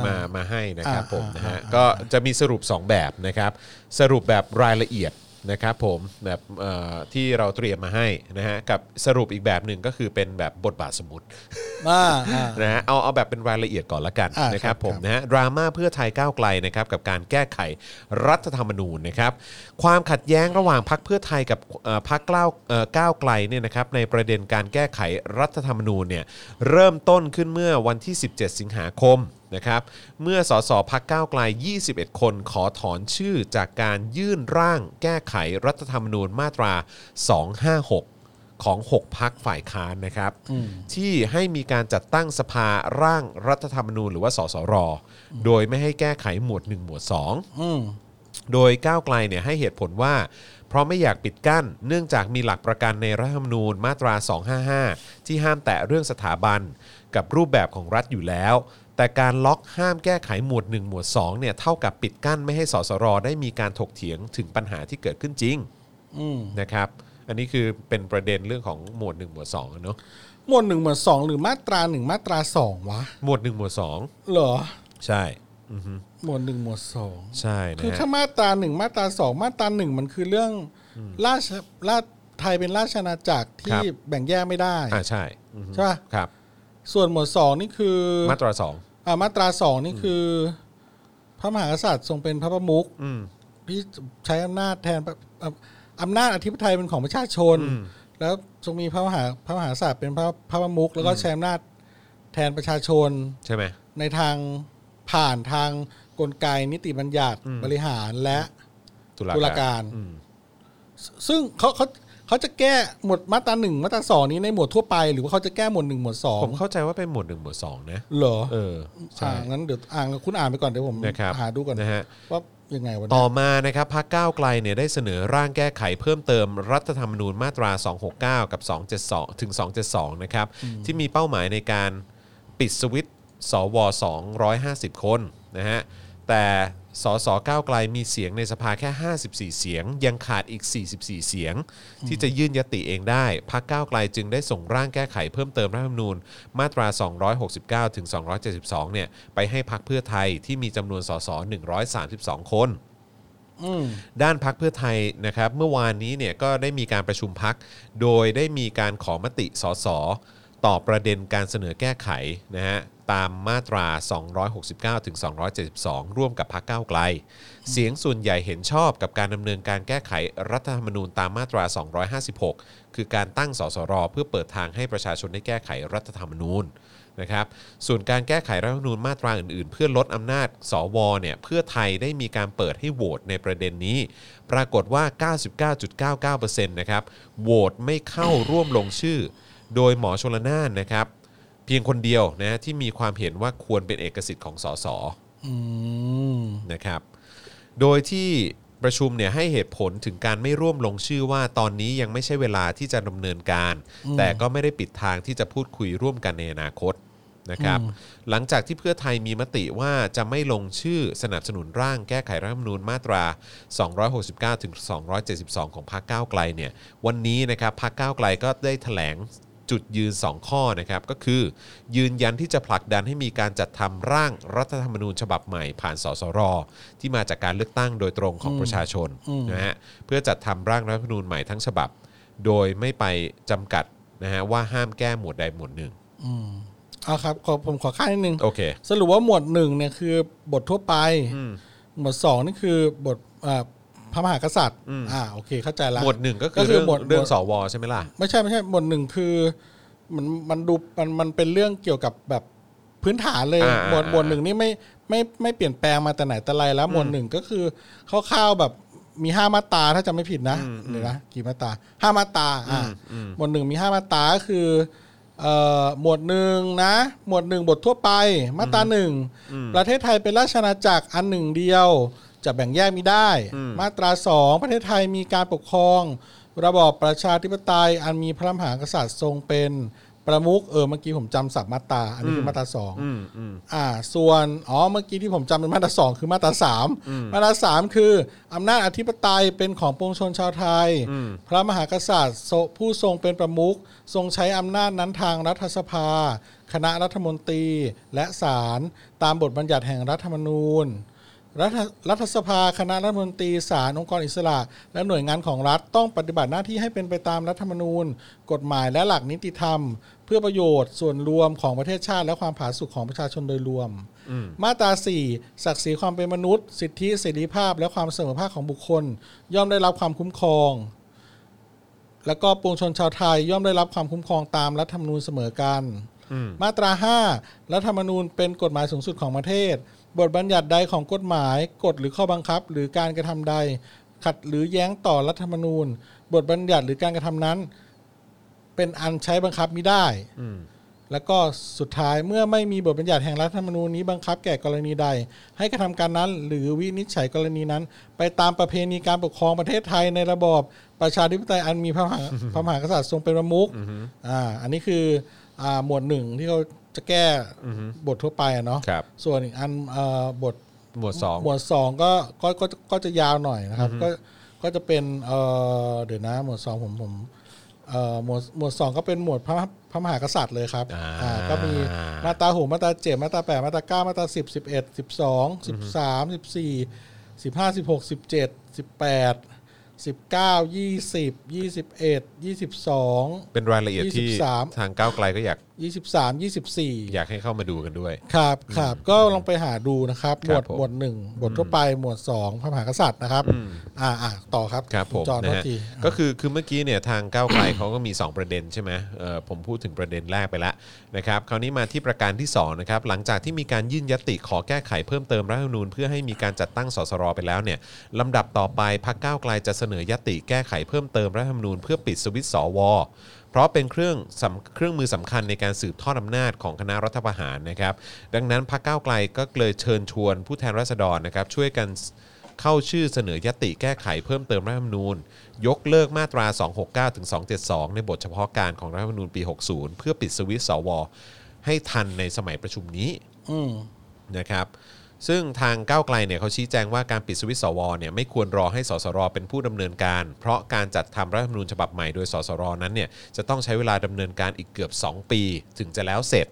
Speaker 2: มา มาให้นะครับ
Speaker 3: อ่า
Speaker 2: ผมนะฮะ
Speaker 3: อ่าอ่า
Speaker 2: ก็จะมีสรุป 2 แบบนะครับ สรุปแบบรายละเอียดนะครับผมแบบเอ่อที่เราเตรียมมาให้นะฮะ กับสรุปอีกแบบหนึ่งก็คือเป็นแบบบทบาทสมมติ
Speaker 3: อ่าอ่า
Speaker 2: นะฮะเอาเอาแบบเป็นรายละเอียดก่อนละกัน
Speaker 3: อ่า
Speaker 2: นะค
Speaker 3: ครั
Speaker 2: รับบ ผม
Speaker 3: ครับ
Speaker 2: นะฮะดราม่าเพื่อไทยก้าวไกลนะครับกับการแก้ไขรัฐธรรมนูญนะครับความขัดแย้งระหว่างพักเพื่อไทยกับเอ่อพักก้าวเอ่อก้าวไกลเนี่ยนะครับในประเด็นการแก้ไขรัฐธรรมนูญเนี่ยเริ่มต้นขึ้นเมื่อวันที่ 17 สิงหาคมนะครับเมื่อสสพักก้าวไกล 21 คนขอถอนชื่อจากการยื่นร่างแก้ไขรัฐธรรมนูญมาตรา 256 ของ 6 พักฝ่ายค้านนะครับ ที่ให้มีการจัดตั้งสภาร่างรัฐธรรมนูญหรือว่าสสร โดยไม่ให้แก้ไขหมวด 1 หมวด 2
Speaker 3: อืม
Speaker 2: โดยก้าวไกลเนี่ยให้เหตุผลว่า เพราะไม่อยากปิดกั้น เนื่องจากมีหลักประกันในรัฐธรรมนูญมาตรา 255 ที่ห้ามแตะเรื่องสถาบัน กับรูปแบบของรัฐอยู่แล้ว แต่การล็อกห้ามแก้ไขหมวด 1 หมวด2เนี่ยเท่ากับปิดกั้นไม่ให้สสร ได้มีการถกเถียงถึงปัญหาที่เกิดขึ้นจริง
Speaker 3: อืม
Speaker 2: นะครับอันนี้คือเป็นประเด็นเรื่องของหมวด 1 หมวด2เนอะ
Speaker 3: หมวดหนึ่งหมวดสองหรือมาตราหนึ่งมาตราสองวะ
Speaker 2: หมวดหนึ่งหมวดสอง
Speaker 3: เหรอ
Speaker 2: ใช่อือฮึ
Speaker 3: หมวดหนึ่งหมวดสอง
Speaker 2: ใช่นะ
Speaker 3: คือถ้า
Speaker 2: ฮะ
Speaker 3: มาตราหนึ่งมาตราสองมาตราหนึ่งมันคือเรื่องราชราชไทยเป็นราชอาณาจักรที่แบ่งแยกไม่ได้
Speaker 2: อ่าใช่อือฮึ
Speaker 3: ใช่ป่ะ
Speaker 2: ครับ
Speaker 3: ส่วนหมวดสองนี่คือ
Speaker 2: มาตราสอง
Speaker 3: อ่ามาตราสองนี่คืออพระมหากษัตริย์ทรงเป็นพระประมุข
Speaker 2: อืม
Speaker 3: ที่ใช้อำนาจแทนประอ่ะอำนาจอธิปไตยเป็นของประชาชน
Speaker 2: อืม
Speaker 3: แล้วทรงมีพระมหาพระมหากษัตริย์เป็นพระพระประมุขแล้วก็ใช้อำนาจแทนประชาชน
Speaker 2: ใช่ไหม
Speaker 3: ในทางผ่านทางกลไกนิติบัญญัติ
Speaker 2: อืม
Speaker 3: บริหารและ
Speaker 2: ตุ
Speaker 3: ตุลาการ
Speaker 2: อืม
Speaker 3: ซึ่งเขาเขาเขาจะแก้หมวดมาตราหนึ่งมาตราสองนี้ในหมวดทั่วไปหรือว่าเขาจะแก้หมวดหนึ่งหมวดสอง
Speaker 2: ผมเข้าใจว่าเป็นหมวดหนึ่งหมวดสองนะ
Speaker 3: เหรอ
Speaker 2: เออใช่
Speaker 3: อ่างั้นเดี๋ยวอ่านคุณอ่านไปก่อนเดี๋ยวผม
Speaker 2: นะครับ
Speaker 3: หาดูก่อน
Speaker 2: นะฮะ
Speaker 3: ว่ายังไงวัน
Speaker 2: ต่
Speaker 3: นี้
Speaker 2: อมานะครับพรรคก้าวไกลเนี่ยได้เสนอร่างแก้ไขเพิ่มเติมรัฐธรรมนูญมาตรา 269 กับ 272 ถึง 272 นะครับที่มีเป้าหมายในการปิดสวิตช์สว 250 คนนะฮะแต่สสก้าวไกลมีเสียงในสภาแค่ 54 เสียง ยังขาดอีก 44 เสียง ที่จะยื่นยติเองได้พรรคก้าวไกลจึงได้ส่งร่างแก้ไขเพิ่มเติมรัฐธรรมนูญมาตรา 269 ถึง 272 เนี่ยไปให้พรรคเพื่อไทยที่มีจำนวนสส 132 คน
Speaker 3: อืม
Speaker 2: ด้านพักเพื่อไทยนะครับเมื่อวานนี้เนี่ยก็ได้มีการประชุมพัก โดยได้มีการขอมติสสต่อประเด็นการเสนอแก้ไขนะฮะตามมาตรา 269ถึง272 ร่วมกับพักก้าวไกล เสียงส่วนใหญ่เห็นชอบกับการดำเนินการแก้ไขรัฐธรรมนูญตามมาตรา 256 คือการตั้งสสร เพื่อเปิดทางให้ประชาชนได้แก้ไขรัฐธรรมนูญ นะครับส่วนการแก้ไขรัฐธรรมนูญมาตราอื่นๆ เพื่อลดอำนาจสวเนี่ยเพื่อไทยได้มีการเปิดให้โหวตในประเด็นนี้ ปรากฏว่า 99.99%นะครับโหวตไม่เข้าร่วมลงชื่อ โดยหมอชลนานนะครับเพียงคนเดียวนะที่มีความเห็นว่าควรเป็นเอกสิทธิ์ของสส
Speaker 3: อืม
Speaker 2: นะครับ โดยที่ประชุมเนี่ยให้เหตุผลถึงการไม่ร่วมลงชื่อว่าตอนนี้ยังไม่ใช่เวลาที่จะดำเนินการ แต่ก็ไม่ได้ปิดทางที่จะพูดคุยร่วมกันในอนาคตนะครับ หลังจากที่เพื่อไทยมีมติว่าจะไม่ลงชื่อสนับสนุนร่างแก้ไขรัฐธรรมนูญมาตรา 269ถึง272 ของพรรคก้าวไกลเนี่ย วันนี้นะครับพรรคก้าวไกลก็ได้แถลง จุดยืน 2 ข้อนะครับ ก็คือ ยืนยันที่จะผลักดันให้มีการจัดทำร่างรัฐธรรมนูญฉบับใหม่ผ่านสสร ที่มาจากการเลือกตั้งโดยตรงของประชาชนนะฮะเพื่อจัดทำร่างรัฐธรรมนูญใหม่ทั้งฉบับ โดยไม่ไปจำกัดนะฮะว่าห้ามแก้หมวดใดหมวดหนึ่ง
Speaker 3: อืมเอาครับขอผมขอข้ามนิดนึง
Speaker 2: โอเค
Speaker 3: สรุปว่าหมวดหนึ่งเนี่ยคือบททั่วไป หมวดสองนี่คือบทอ่าพระมหากษัตริย์อ่าโอเคเข้าใจละ
Speaker 2: หมวดหนึ่งก็คื
Speaker 3: ก็
Speaker 2: อ
Speaker 3: คือ
Speaker 2: เรื่อง
Speaker 3: หมวด
Speaker 2: เรื่องสวใช่ไหมล่ะ
Speaker 3: ไม่ใช่ไม่ใช่หมวดหนึ่งคือมันมันดูมันมันเป็นเรื่องเกี่ยวกับแบบพื้นฐานเลย
Speaker 2: อ่า
Speaker 3: หมวด
Speaker 2: อ่า
Speaker 3: หมวดหนึ่งนี่ไม่ไม่ไม่เปลี่ยนแปลงมาแต่ไหนแต่ไรแล้วหมวดหนึ่งก็คือคร่าวๆแบบมีห้ามาตราถ้าจำไม่ผิดนะเดี๋ยวนะกี่มาตราห้ามาตราอ่าหมวดหนึ่งมีห้ามาตราก็คือเอ่อหมวดหนึ่งนะ หมวดหนึ่งบททั่วไปมาตราหนึ่งประเทศไทยเป็นราชอาณาจักรอันหนึ่งเดียว จะแบ่งแยกมิได้
Speaker 2: อืม
Speaker 3: มาตราสองประเทศไทยมีการปกครอง ระบอบประชาธิปไตยอันมีพระมหากษัตริย์ทรงเป็น ประมุขเออเมื่อกี้ผมจำสับมาตราอันนี้คือมาตราสอง
Speaker 2: อืมอืม
Speaker 3: อ่า ส่วนอ๋อเมื่อกี้ที่ผมจำเป็นมาตราสองคือมาตราสามมาตราสามคืออำนาจอธิปไตยเป็นของปวงชนชาวไทย พระมหากษัตริย์ทรงผู้ทรงเป็นประมุขทรงใช้อำนาจนั้นทางรัฐสภา คณะรัฐมนตรีและศาลตามบทบัญญัติแห่งรัฐธรรมนูญ รัฐรัฐสภาคณะรัฐมนตรีศาลองค์กรอิสระ และหน่วยงานของรัฐต้องปฏิบัติหน้าที่ให้เป็นไปตามรัฐธรรมนูญ กฎหมายและหลักนิติธรรม เพื่อประโยชน์ส่วนรวมของประเทศชาติ และความผาสุกของประชาชนโดยรวม มาตรา 4 ศักดิ์ศรีความเป็นมนุษย์ สิทธิเสรีภาพ และความเสมอภาคของบุคคล ย่อมได้รับความคุ้มครอง แล้วก็ปวงชนชาวไทยย่อมได้รับความคุ้มครองตามรัฐธรรมนูญเสมอกัน มาตรา 5 รัฐธรรมนูญเป็นกฎหมายสูงสุดของประเทศ บทบัญญัติใดของกฎหมาย กฎหรือข้อบังคับ หรือการกระทำใด ขัดหรือแย้งต่อรัฐธรรมนูญ บทบัญญัติหรือการกระทำนั้น เป็นอันใช้บังคับไม่ได้ แล้วก็สุดท้ายเมื่อไม่มีบทบัญญัติแห่งรัฐธรรมนูญนี้บังคับแก่กรณีใด ให้กระทำการนั้น หรือวินิจฉัยกรณีนั้น ไปตามประเพณีการปกครองประเทศไทยในระบอบประชาธิปไตยอันมีพระมหา พระมหากษัตริย์ทรงเป็นประมุขอ่าอันนี้คืออ่าหมวดหนึ่งที่เขาจะแก้บททั่วไปอะเนาะ
Speaker 2: ครับ
Speaker 3: ส่วนอีกอันเอ่อบท
Speaker 2: หมวดสอง
Speaker 3: หมวดสองก็ก็ก็ก็จะยาวหน่อยนะครับ ก็ก็จะเป็นเอ่อเดี๋ยวนะ หมวดสองผมผมเอ่อหมวดหมวดสองก็เป็นหมวดพระพระมหากษัตริย์เลยครับ
Speaker 2: อ่า
Speaker 3: อ่าก็มีมาตราหกมาตราเจ็ดมาตราแปดมาตราเก้ามาตราสิบสิบเอ็ดสิบสองสิบสามสิบสี่สิบห้าสิบหกสิบเจ็ดสิบแปดสิบเก้ายี่สิบยี่สิบเอ็ดยี่สิบสอง
Speaker 2: เป็นรายละเอียดที่
Speaker 3: 23
Speaker 2: ทางก้าวไกลก็อยาก
Speaker 3: ยี่สิบสามยี่สิบสี่
Speaker 2: อยากให้เข้ามาดูกันด้วย
Speaker 3: ครับครับก็ลองไปหาดูนะครับ
Speaker 2: ค
Speaker 3: ห
Speaker 2: รับ
Speaker 3: มวด
Speaker 2: ผม
Speaker 3: หมวดหนึ่งหมวดทั่วไปหมวดสองพระมหากษัตริย์นะครับ อ่าอ่าต่อครับ
Speaker 2: ครับผม
Speaker 3: จอห์น
Speaker 2: นะ
Speaker 3: โทษ
Speaker 2: ฮะ
Speaker 3: ที
Speaker 2: ก็คือคือเมื่อกี้เนี่ยทางก้าวไกล เขาก็มี 2 ประเด็นใช่ไหมเอ่อผมพูดถึงประเด็นแรกไปแล้วนะครับคราวนี้มาที่ประการที่2นะครับหลังจากที่มีการยื่นยติขอแก้ไขเพิ่มเติมรัฐธรรมนูญเพื่อให้มีการจัดตั้งสสรไปแล้วเนี่ยลำดับต่อไปพรรคก้าวไกลจะเสนอยติแก้ไขเพิ่มเติมรัฐธรรมนูญเพื่อปิดสวิตช์สว เพราะเป็นเครื่องสำเครื่องมือสำคัญในการสืบทอดอำนาจของคณะรัฐประหารนะครับ ดังนั้นพรรคก้าวไกลก็เลยเชิญชวนผู้แทนราษฎรนะครับช่วยกัน เข้าชื่อเสนอยติแก้ไขเพิ่มเติมรัฐธรรมนูญ ยกเลิกมาตรา 269ถึง272 ในบทเฉพาะการของรัฐธรรมนูญปี 60 เพื่อปิดสวิตช์สว ให้ทันในสมัยประชุมนี้
Speaker 3: อืม
Speaker 2: นะครับซึ่งทางก้าวไกลเนี่ยเขาชี้แจงว่าการปิดสวิตช์สวเนี่ยไม่ควรรอให้สสรเป็นผู้ดำเนินการ เพราะการจัดทำรัฐธรรมนูญฉบับใหม่โดยสสรนั้นเนี่ยจะต้องใช้เวลาดำเนินการอีกเกือบ 2 ปี ถึงจะแล้วเสร็จ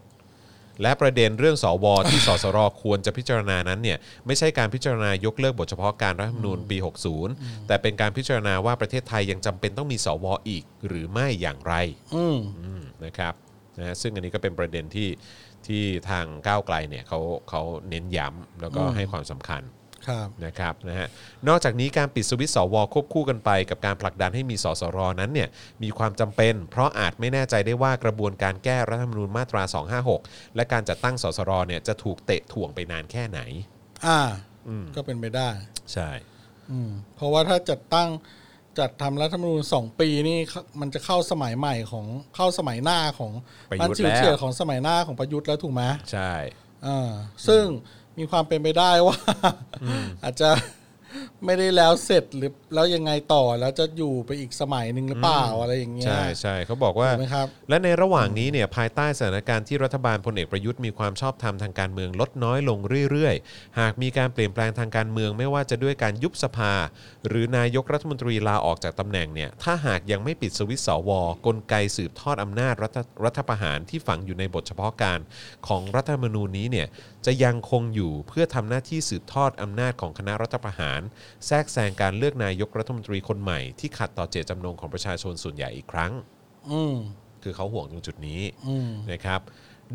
Speaker 2: และประเด็นเรื่องสวที่ สสรควรจะพิจารณานั้นเนี่ยไม่ใช่การพิจารณายกเลิกบทเฉพาะการรัฐธรรมนูญปี 60 แต่เป็นการพิจารณาว่าประเทศไทยยังจำเป็นต้องมีสวอีกหรือไม่อย่างไร
Speaker 3: อืม
Speaker 2: อืมนะครับนะซึ่งอันนี้ก็เป็นประเด็นที่ที่ทางก้าวไกลเนี่ยเขาเขาเน้นย้ำแล้วก็ให้ความสำคัญ
Speaker 3: ครับ
Speaker 2: นะครับนะฮะนอกจากนี้การปิดสวิตช์สวควบคู่กันไป กับการผลักดันให้มีสสรนั้นเนี่ยมีความจำเป็น เพราะอาจไม่แน่ใจได้ว่ากระบวนการแก้รัฐธรรมนูญมาตรา 256 และการจัดตั้งสสรเนี่ยจะถูกเตะถ่วงไปนานแค่ไหน
Speaker 3: อ่า
Speaker 2: อืม
Speaker 3: ก็เป็นไปได้
Speaker 2: ใช่
Speaker 3: อืมเพราะว่าถ้าจัดตั้งจัดทำรัฐธรรมนูญสองปีนี่เข้ามันจะเข้าสมัยใหม่ของเข้าสมัยหน้าของ
Speaker 2: ประยุ
Speaker 3: มั
Speaker 2: ทธ์
Speaker 3: จิ๋ว
Speaker 2: แล้ว
Speaker 3: เฉียดของสมัยหน้าของประยุทธ์แล้วถูกไหม
Speaker 2: ใช่
Speaker 3: อ่าซึ่งมีความเป็นไปได้ว่า อาจจะไม่ได้แล้วเสร็จหรือแล้วยังไงต่อแล้วจะอยู่ไปอีกสมัยหนึ่งหรือเปล่าอะไรอย่างเงี้ย
Speaker 2: ใช่ใช่เขาบอกว่า
Speaker 3: ถูกไหมครับ
Speaker 2: และในระหว่างนี้เนี่ยภายใต้สถานการณ์ที่รัฐบาลพลเอกประยุทธ์มีความชอบธรรมทางการเมืองลดน้อยลงเรื่อยๆ หากมีการเปลี่ยนแปลงทางการเมืองไม่ว่าจะด้วยการยุบสภา หรือนายกรัฐมนตรีลาออกจากตำแหน่งเนี่ยถ้าหากยังไม่ปิดสวิตช์สวกลไกสืบทอดอำนาจรัฐรัฐประหารที่ฝังอยู่ในบทเฉพาะการของรัฐธรรมนูญนี้เนี่ยจะยังคงอยู่เพื่อทำหน้าที่สืบทอดอำนาจของคณะรัฐประหาร แทรกแซงการเลือกนายกรัฐมนตรีคนใหม่ที่ขัดต่อเจตจำนงของประชาชนส่วนใหญ่อีกครั้ง
Speaker 3: อืม
Speaker 2: คือเขาห่วงตรงจุดนี้
Speaker 3: อืม
Speaker 2: นะครับ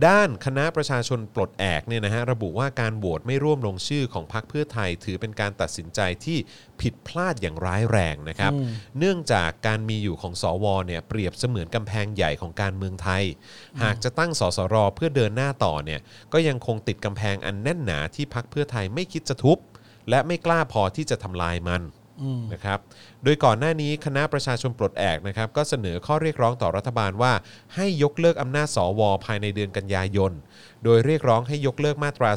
Speaker 2: ด้านคณะประชาชนปลดแอกเนี่ยนะฮะระบุว่าการโหวตไม่ร่วมลงชื่อของพรรคเพื่อไทย ถือเป็นการตัดสินใจที่ผิดพลาดอย่างร้ายแรงนะครับ เนื่องจากการมีอยู่ของสวเนี่ยเปรียบเสมือนกำแพงใหญ่ของการเมืองไทย หากจะตั้งสสรเพื่อเดินหน้าต่อเนี่ยก็ยังคงติดกำแพงอันแน่นหนาที่พรรคเพื่อไทยไม่คิดจะทุบ และไม่กล้าพอที่จะทำลายมัน นะครับโดยก่อนหน้านี้คณะประชาชนปลดแอกนะครับก็เสนอข้อเรียกร้องต่อรัฐบาลว่า ให้ยกเลิกอำนาจสวภายในเดือนกันยายน โดยเรียกร้องให้ยกเลิกมาตรา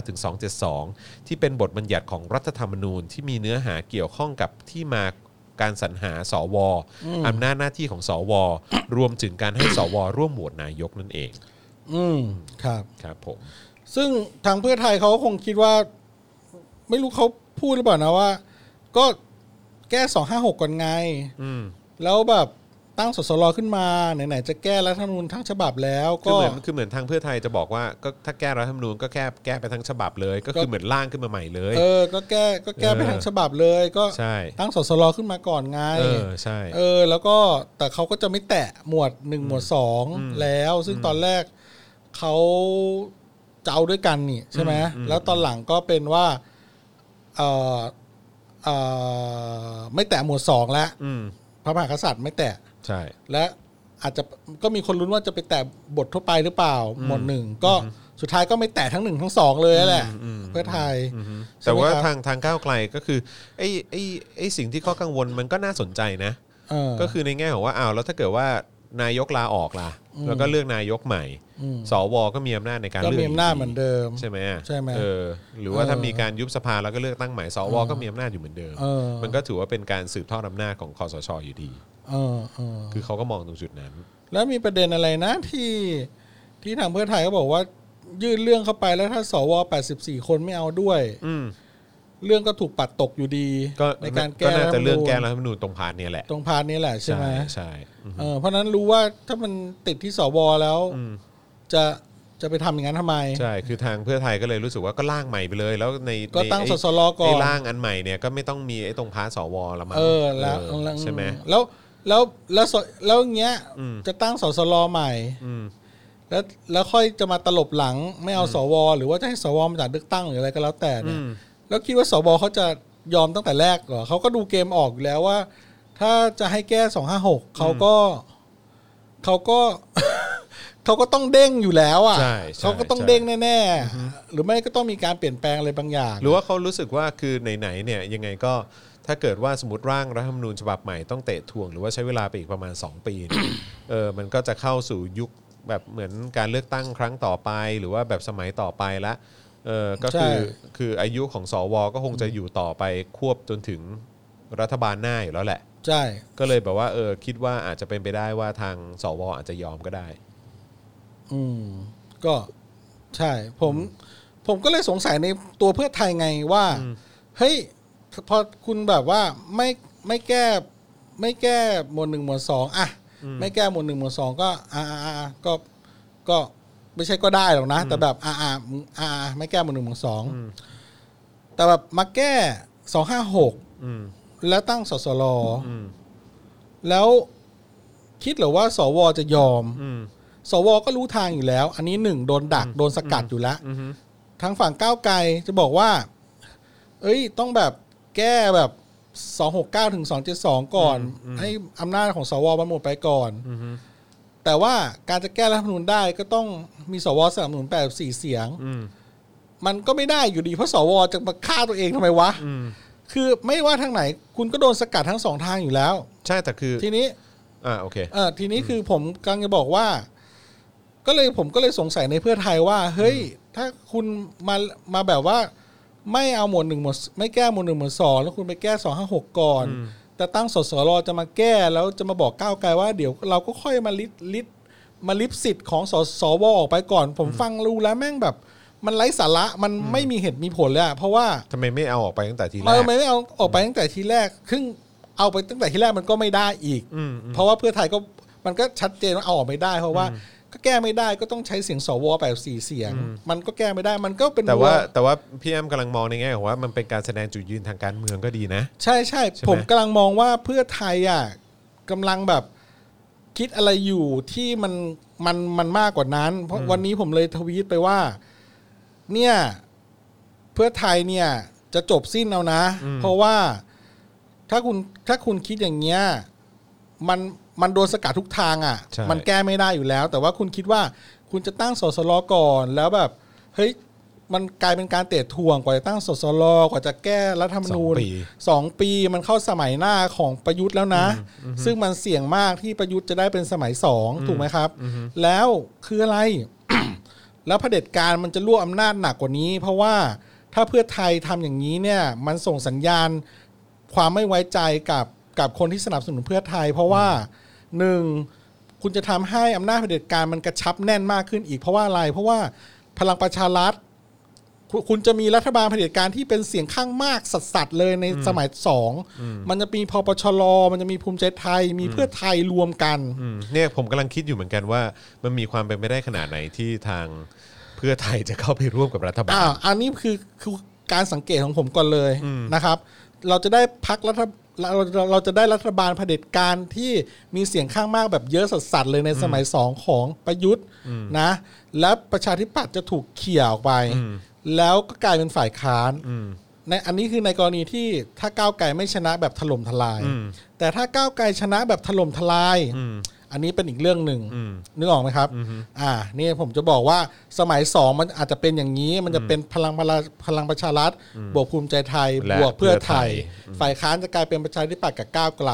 Speaker 2: 269ถึง272 ที่เป็นบทบัญญัติของรัฐธรรมนูญที่มีเนื้อหาเกี่ยวข้องกับที่มา การสรรหาสวอำนาจหน้าที่ของสว รวมถึงการให้สว ร่วมโหวตนายกนั่นเอง
Speaker 3: อืมครับ
Speaker 2: ครับผม
Speaker 3: ซึ่งทางเพื่อไทยเขาก็คงคิดว่า ไม่รู้เขาพูดหรือเปล่านะว่า ก็แก้สองห้าหกก่อนไง
Speaker 2: อืม
Speaker 3: แล้วแบบตั้งสสรขึ้นมาไหนๆจะแก้รัฐธรรมนูญทั้งฉบับแล้ว
Speaker 2: คื
Speaker 3: ก็
Speaker 2: อเหมือนคือเหมือนทางเพื่อไทยจะบอกว่าก็ถ้าแก้รัฐธรรมนูญก็แก้แก้ไปทั้งฉบับเลย ก็คือ
Speaker 3: ก็
Speaker 2: เหมือนร่างขึ้นมาใหม่เลย
Speaker 3: เออ ก็แก้ก็แก้ไป
Speaker 2: เออ
Speaker 3: ทั้งฉบับเลยก็
Speaker 2: ใช่
Speaker 3: ตั้งสสรขึ้นมาก่อนไง
Speaker 2: เออใช่
Speaker 3: เออแล้วก็แต่เขาก็จะไม่แตะหมวดหนึ่งหมวดสองแล้ว ซึ่งตอนแรกเขาจะเอาด้วยกันนี่ใช่ไหม
Speaker 2: อืม
Speaker 3: แล้วตอนหลังก็เป็นว่าเออเออไม่แตะหมวดสองแล้ว
Speaker 2: อืม
Speaker 3: พระมหากษัตริย์ไม่แตะ
Speaker 2: ใช่
Speaker 3: และอาจจะก็มีคนรุ้นว่าจะไปแตะบททั่วไปหรือเปล่า หมวดหนึ่งก็สุดท้ายก็ไม่แตะทั้งหนึ่งทั้งสองเลยแหละ
Speaker 2: อืมอืม
Speaker 3: เพื่อไทย
Speaker 2: อือฮึ
Speaker 3: ใช่ไหม
Speaker 2: แต่ว่า
Speaker 3: ครับ
Speaker 2: ทางทางก้าวไกลก็คือไอ้ไอ้ไอ้สิ่งที่เขากังวลมันก็น่าสนใจนะ
Speaker 3: เออ
Speaker 2: ก็คือในแง่ของว่าอ้าวแล้วถ้าเกิดว่านายกลาออกล่ะ
Speaker 3: อืม
Speaker 2: แล้วก็เลือกนายกใหม่
Speaker 3: ม
Speaker 2: สวก็มีอำนาจในการ
Speaker 3: ก็
Speaker 2: เลือก
Speaker 3: มีอำนาจเหมือนเดิม
Speaker 2: ใช่ไหม
Speaker 3: ใช่ไหม
Speaker 2: เออหรือว่า
Speaker 3: เออ
Speaker 2: ถ้ามีการยุบสภาแล้วก็เลือกตั้งใหม่สว
Speaker 3: เออ
Speaker 2: ก็มีอำนาจอยู่เหมือนเดิม
Speaker 3: เออ
Speaker 2: มันก็ถือว่าเป็นการสืบทอดอำนาจของคอสชอยู่ดี
Speaker 3: เออเออ
Speaker 2: คือเขาก็มองตรงจุดนั้น
Speaker 3: แล้วมีประเด็นอะไรนะที่ที่ทางเพื่อไทยก็บอกว่า ยื่นเรื่องเข้าไปแล้วถ้าสว 84 คนไม่เอาด้วย
Speaker 2: อืม
Speaker 3: เรื่องก็ถูกปัดตกอยู่ดี
Speaker 2: ก็
Speaker 3: ในการ
Speaker 2: ก็
Speaker 3: แก้
Speaker 2: น่าจะ
Speaker 3: ฐธมนูญ
Speaker 2: เรื่องแก้รัฐธรรมนูญตรงพาร์ทเนี้แหละ
Speaker 3: ตรงพาร์ทนี้แหละใช่ไหม
Speaker 2: ใช่อืม
Speaker 3: เออเพราะฉะนั้นรู้ว่าถ้ามันติดที่สวแล้ว
Speaker 2: อืม
Speaker 3: จะจะไปทำอย่างนั้นทำไม
Speaker 2: ใช่ คือทางเพื่อไทยก็เลยรู้สึกว่าก็ร่างใหม่ไปเลย แล้วใน
Speaker 3: ก็ตั้ง
Speaker 2: ใน
Speaker 3: ส
Speaker 2: ไอ้
Speaker 3: สลก่อ
Speaker 2: ไอ้
Speaker 3: น
Speaker 2: ร่างอันใหม่เนี่ยก็ไม่ต้องมีไอ้ตรงพาร์ทสวละมั้ง
Speaker 3: เออแล้ว
Speaker 2: เออใช่ไหม
Speaker 3: แล้วแล้วแล้วสแล้วอย่างเงี้ย
Speaker 2: อืม
Speaker 3: จะตั้งสสลใหม่
Speaker 2: อืม
Speaker 3: แล้วแล้วค่อยจะมาตลบหลังไม่เอาสว หรือว่าจะให้สวมาจากเลือกตั้งหรืออะไรก็แล้วแต่
Speaker 2: อื
Speaker 3: เนี่ย
Speaker 2: ม
Speaker 3: แล้วคิดว่าสบเขาจะยอมตั้งแต่แรกเหรอเขาก็ดูเกมออกอยู่แล้วว่า ถ้าจะให้แก้สองห้าหกเขาก็เขาก็ *laughs* เขาก็ต้องเด้งอยู่แล้วอ่ะ
Speaker 2: ใช่ใช่
Speaker 3: เขาก็ต้อง
Speaker 2: ใช่
Speaker 3: เด้งแน่ๆหรือไม่ก็ต้องมีการเปลี่ยนแปลงอะไรบางอย่าง
Speaker 2: หรือว่าเขารู้สึกว่าคือไหนๆเนี่ยยังไงก็ถ้าเกิดว่าสมมติร่างรัฐธรรมนูญฉบับใหม่ต้องเตะทวง หรือว่าใช้เวลาไปอีกประมาณ 2 ปี
Speaker 3: *coughs*
Speaker 2: เนี่ย เออมันก็จะเข้าสู่ยุคแบบเหมือนการเลือกตั้งครั้งต่อไป หรือว่าแบบสมัยต่อไปละเออก็คือคืออายุของสวก็คงจะอยู่ต่อไปควบจนถึงรัฐบาลหน้าอยู่แล้วแหละ
Speaker 3: ใช่
Speaker 2: ก็เลยแบบว่าเออคิดว่าอาจจะเป็นไปได้ว่าทางสวอาจจะยอมก็ได้
Speaker 3: อืม ก็ใช่ ผม ผมก็เลยสงสัยในตัวเพื่อไทยไงว่าเฮ้ยพอคุณแบบว่าไม่ไม่แก้ ไม่แก้หมวดหนึ่งหมวดสองอะไม่แก้หมวดหนึ่งหมวดสองก็อ่าอ่าอ่าก็ก็ไม่ใช่ก็ได้หรอกนะ แต่แบบอ่าอ่ามึงอ่าอ่าไม่แก้หมวดหนึ่งหมวดสอง
Speaker 2: อืม
Speaker 3: แต่แบบมาแก้สองห้าหก
Speaker 2: อืม
Speaker 3: แล้วตั้งสสร
Speaker 2: อืม
Speaker 3: แล้วคิดเหรือว่า สวจะยอม
Speaker 2: อืม
Speaker 3: สวก็รู้ทางอยู่แล้ว อันนี้หนึ่งโดนดักโดนสกัดอยู่แล้ว
Speaker 2: อืม
Speaker 3: ทางฝั่งก้าวไกลจะบอกว่า เอ้ย ต้องแบบแก้แบบ 269 ถึง 272 ก่อน ให้อำนาจของสวมันหมดไปก่อน
Speaker 2: อืม
Speaker 3: แต่ว่าการจะแก้รัฐธรรมนูญได้ก็ต้องมีสวสนับสนุน84 เสียง
Speaker 2: อืม
Speaker 3: มันก็ไม่ได้อยู่ดี เพราะสวจะมาฆ่าตัวเองทำไมวะ
Speaker 2: อืม
Speaker 3: คือไม่ว่าทางไหน คุณก็โดนสกัดทั้งสองทางอยู่แล้ว
Speaker 2: ใช่แต่คือ
Speaker 3: ทีนี้
Speaker 2: อ่าโอเค
Speaker 3: เออทีนี้คือผมกำลังจะบอกว่า ก็เลยผมก็เลยสงสัยในเพื่อไทยว่า เฮ้ย ถ้าคุณมามาแบบว่า ไม่เอาหมวดหนึ่งหมวดไม่แก้หมวดหนึ่งหมวดสองแล้วคุณไปแก้สองห้าหกก่อน แต่ตั้งสสรจะมาแก้แล้วจะมาบอกก้าวไกลว่าเดี๋ยวเราก็ค่อยมาลิดลิดมาลิบสิทธิ์ของสสวออกไปก่อน ผมฟังรู้แล้วแม่งแบบ มันไร้สาระมันไม่มีเหตุมีผลเลยอะเพราะว่า
Speaker 2: ทำไมไม่เอาออกไปตั้งแต่ทีแร
Speaker 3: เออก ไม่ไม่เอาออกไปตั้งแต่ทีแรกครึ่งเอาไปตั้งแต่ทีแรกมันก็ไม่ได้อีก
Speaker 2: อืมอืม
Speaker 3: เพราะว่าเพื่อไทยก็มันก็ชัดเจนว่าเอาออกไม่ได้ เพราะว่าก็แก้ไม่ได้ก็ต้องใช้เสียงสวแบบสี่เสียง มันก็แก้ไม่ได้มันก็เป็น
Speaker 2: แต่ว่า
Speaker 3: รั้
Speaker 2: แต่ว่าพี่แอมกำลังมองในแง่ของว่ามันเป็นการแสดงจุดยืนทางการเมืองก็ดีนะ
Speaker 3: ใช่ใช่
Speaker 2: ใช่ไหม
Speaker 3: ผมกำลังมองว่าเพื่อไทยอ่ะกำลังแบบคิดอะไรอยู่ที่มันมันมันมากกว่านั้น เพราะวันนี้ผมเลยทวีตไปว่า เนี่ยเพื่อไทยเนี่ยจะจบสิ้นเอานะ เพราะว่าถ้าคุณถ้าคุณคิดอย่างเงี้ยมันมันโดนสกัดทุกทางอ่ะ
Speaker 2: ใช่
Speaker 3: มันแก้ไม่ได้อยู่แล้ว แต่ว่าคุณคิดว่าคุณจะตั้งสสลก่อนแล้วแบบเฮ้ยมันกลายเป็นการเตะทวงกว่าจะตั้งสสลกว่าจะแก้รัฐธรรมนูญ
Speaker 2: สองปี
Speaker 3: สองปีมันเข้าสมัยหน้าของประยุทธ์แล้วนะ ซึ่งมันเสี่ยงมากที่ประยุทธ์จะได้เป็นสมัยสองถูกไหมครับ แล้วคืออะไร *coughs* แล้วเผด็จการมันจะรั่วอำนาจหนักกว่านี้ เพราะว่าถ้าเพื่อไทยทำอย่างนี้เนี่ย มันส่งสัญญาณความไม่ไว้ใจกับ กับคนที่สนับสนุนเพื่อไทย เพราะว่าหนึ่งคุณจะทำให้อำนาจเผด็จการมันกระชับแน่นมากขึ้นอีกเพราะว่าอะไร เพราะว่าพลังประชารัฐ คุณคุณจะมีรัฐบาลเผด็จการที่เป็นเสียงข้างมากสัดๆเลยในสมัยสองมันจะมีพปชรมันจะมีภูมิใจไทย มีเพื่อไทยรวมกัน
Speaker 2: อืมเนี่ยผมกำลังคิดอยู่เหมือนกันว่า มันมีความเป็นไปได้ขนาดไหนที่ทางเพื่อไทยจะเข้าไปร่วมกับรัฐบาล
Speaker 3: อ่าอันนี้คือคือการสังเกตของผมก่อนเลยนะครับ เราจะได้พักรัฐเราเราเราจะได้รัฐบาลเผด็จการที่มีเสียงข้างมากแบบเยอะสัดๆเลยในสมัยสองของประยุทธ์นะและประชาธิปัตย์จะถูกเขี่ยออกไป แล้วก็กลายเป็นฝ่ายค้านในอันนี้คือในกรณีที่ถ้าก้าวไกลไม่ชนะแบบถล่มทลาย แต่ถ้าก้าวไกลชนะแบบถล่มทลาย อันนี้เป็นอีกเรื่องหนึ่งนึกออกไหมครับ อ่า นี่ผมจะบอกว่าสมัยสองมันอาจจะเป็นอย่างนี้ มันจะเป็นพลังพลังพลังประชารัฐ บวกภูมิใจไทย
Speaker 2: และ
Speaker 3: บวกเพื่อไทย
Speaker 2: เพื่อไทย
Speaker 3: ฝ่ายค้านจะกลายเป็นประชาธิปัตย์กับก้าวไกล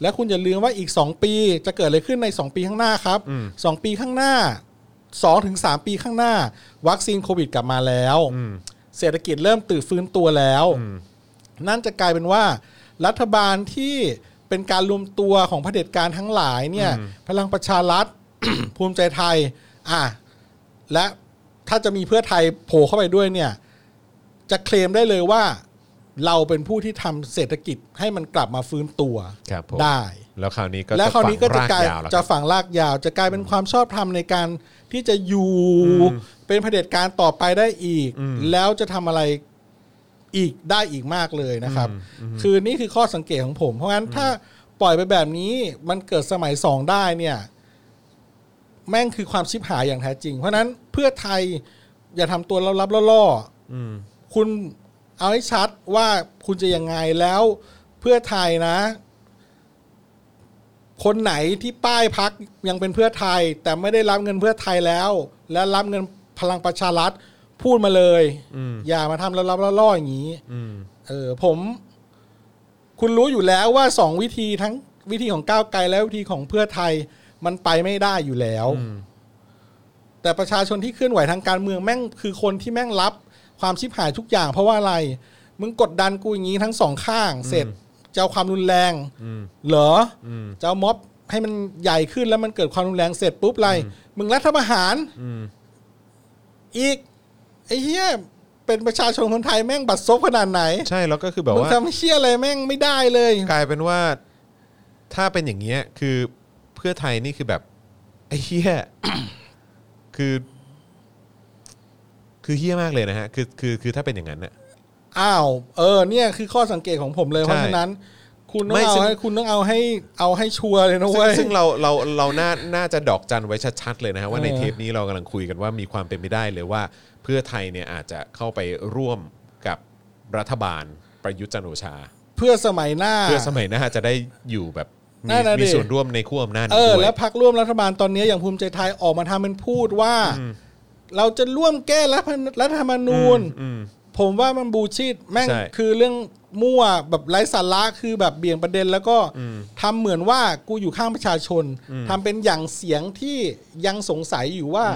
Speaker 3: และคุณอย่าลืมว่าอีก 2 ปีจะเกิดอะไรขึ้นใน 2 ปีข้างหน้าครับ 2 ปีข้างหน้า2ถึง3ปีข้างหน้า วัคซีนโควิดกลับมาแล้ว เศรษฐกิจเริ่มตื่นฟื้นตัวแล้ว นั่นจะกลายเป็นว่า รัฐบาลที่เป็นการรวมตัวของเผด็จการทั้งหลายเนี่ยพลังประชารัฐ *coughs* ภูมิใจไทย อ่ะและถ้าจะมีเพื่อไทยโผล่เข้าไปด้วยเนี่ย จะเคลมได้เลยว่า เราเป็นผู้ที่ทำเศรษฐกิจให้มันกลับมาฟื้นตัว
Speaker 2: ครับผม
Speaker 3: ได้
Speaker 2: แล้วคราวนี้ก็
Speaker 3: และคราวนี้ก็จะ
Speaker 2: ฝัง
Speaker 3: กลาย
Speaker 2: ยาวแล้วค
Speaker 3: จะ
Speaker 2: รับ
Speaker 3: ฝังรากยาว จะกลายเป็นความชอบธรรมในการที่จะอยู่เป็นเผด็จการต่อไปได้อีก แล้วจะทำอะไรอีกได้อีกมากเลยนะครับ คือนี่คือข้อสังเกตของผม เพราะงั้นถ้าปล่อยไปแบบนี้มันเกิดสมัยสองได้เนี่ย แม่งคือความชิบหายอย่างแท้จริง เพราะฉะนั้นเพื่อไทยอย่าทำตัวเรารับล่อๆคุณเอาให้ชัดว่าคุณจะยังไงแล้วเพื่อไทยนะ คนไหนที่ป้ายพักยังเป็นเพื่อไทย แต่ไม่ได้รับเงินเพื่อไทยแล้ว และรับเงินพลังประชารัฐพูดมาเลย อย่ามาทำแล้วรับแล้วล่ออย่างนี้เออผม คุณรู้อยู่แล้วว่าสองวิธีทั้งวิธีของก้าวไกลและวิธีของเพื่อไทย มันไปไม่ได้อยู่แล้ว แต่ประชาชนที่เคลื่อนไหวทางการเมืองแม่งคือคนที่แม่งรับความชิบหายทุกอย่าง เพราะว่าอะไร มึงกดดันกูอย่างนี้ทั้งสองข้าง เสร็จจะเอาความรุนแรงเหรออจะเอาม็อบให้มันใหญ่ขึ้นแล้วมันเกิดความรุนแรงเสร็จปุ๊บอะไรมึงรัฐประหารอีกไอ้เหี้ยเป็นประชาชนคนไทยแม่งบัดซบขนาดไหน
Speaker 2: ใช่แล้วก็คือแบบ
Speaker 3: มึง
Speaker 2: ว่า
Speaker 3: ทำเชี่ยอะไรแม่งไม่ได้เลย
Speaker 2: กลายเป็นว่าถ้าเป็นอย่างเงี้ยคือเพื่อไทยนี่คือแบบไอ้เฮี้ย *coughs* คือ คือเฮี้ยมากเลยนะฮะ คือคือคือถ้าเป็นอย่างนั้นน่ะ
Speaker 3: อ้าว เออ เนี่ยคือข้อสังเกตของผมเลย
Speaker 2: ใช่
Speaker 3: เพราะฉะนั้น คุณต้อ
Speaker 2: ไม่
Speaker 3: งเอา
Speaker 2: ซึ่ง
Speaker 3: ให้คุณต้องเอาให้เอาให้ชัวร์เลยนะ
Speaker 2: ซึ่ง
Speaker 3: เว้ย
Speaker 2: ซึ่งเราเราเราน่าน่าจะดอกจันไว้ชัดๆเลยนะฮะว่าใน
Speaker 3: เออ
Speaker 2: เทปนี้เรากำลังคุยกันว่ามีความเป็นไปได้เลยว่า เพื่อไทยเนี่ยอาจจะเข้าไปร่วมกับรัฐบาลประยุทธ์จันทร์โอชา
Speaker 3: เพื่อสมัยหน้า
Speaker 2: เพื่อสมัยหน้าจะได้อยู่แบบมี
Speaker 3: นั่นน่ะ
Speaker 2: มี
Speaker 3: ดิ
Speaker 2: ส่วนร่วมในขั้วอำนาจนี้
Speaker 3: เออ
Speaker 2: ด้วย
Speaker 3: และพักร่วมรัฐบาลตอนนี้อย่างภูมิใจไทยออกมาทำเป็นพูดว่า เราจะร่วมแก้รัฐธรรมรัฐธรรมนูญ ผมว่ามันบูชิดแม่ง
Speaker 2: ใช่
Speaker 3: คือเรื่องมั่วแบบไร้สาระคือแบบเบี่ยงประเด็น แล้วก็ทำเหมือนว่ากูอยู่ข้างประชาชนทำเป็นอย่างเสียงที่ยังสงสัยอยู่ว่า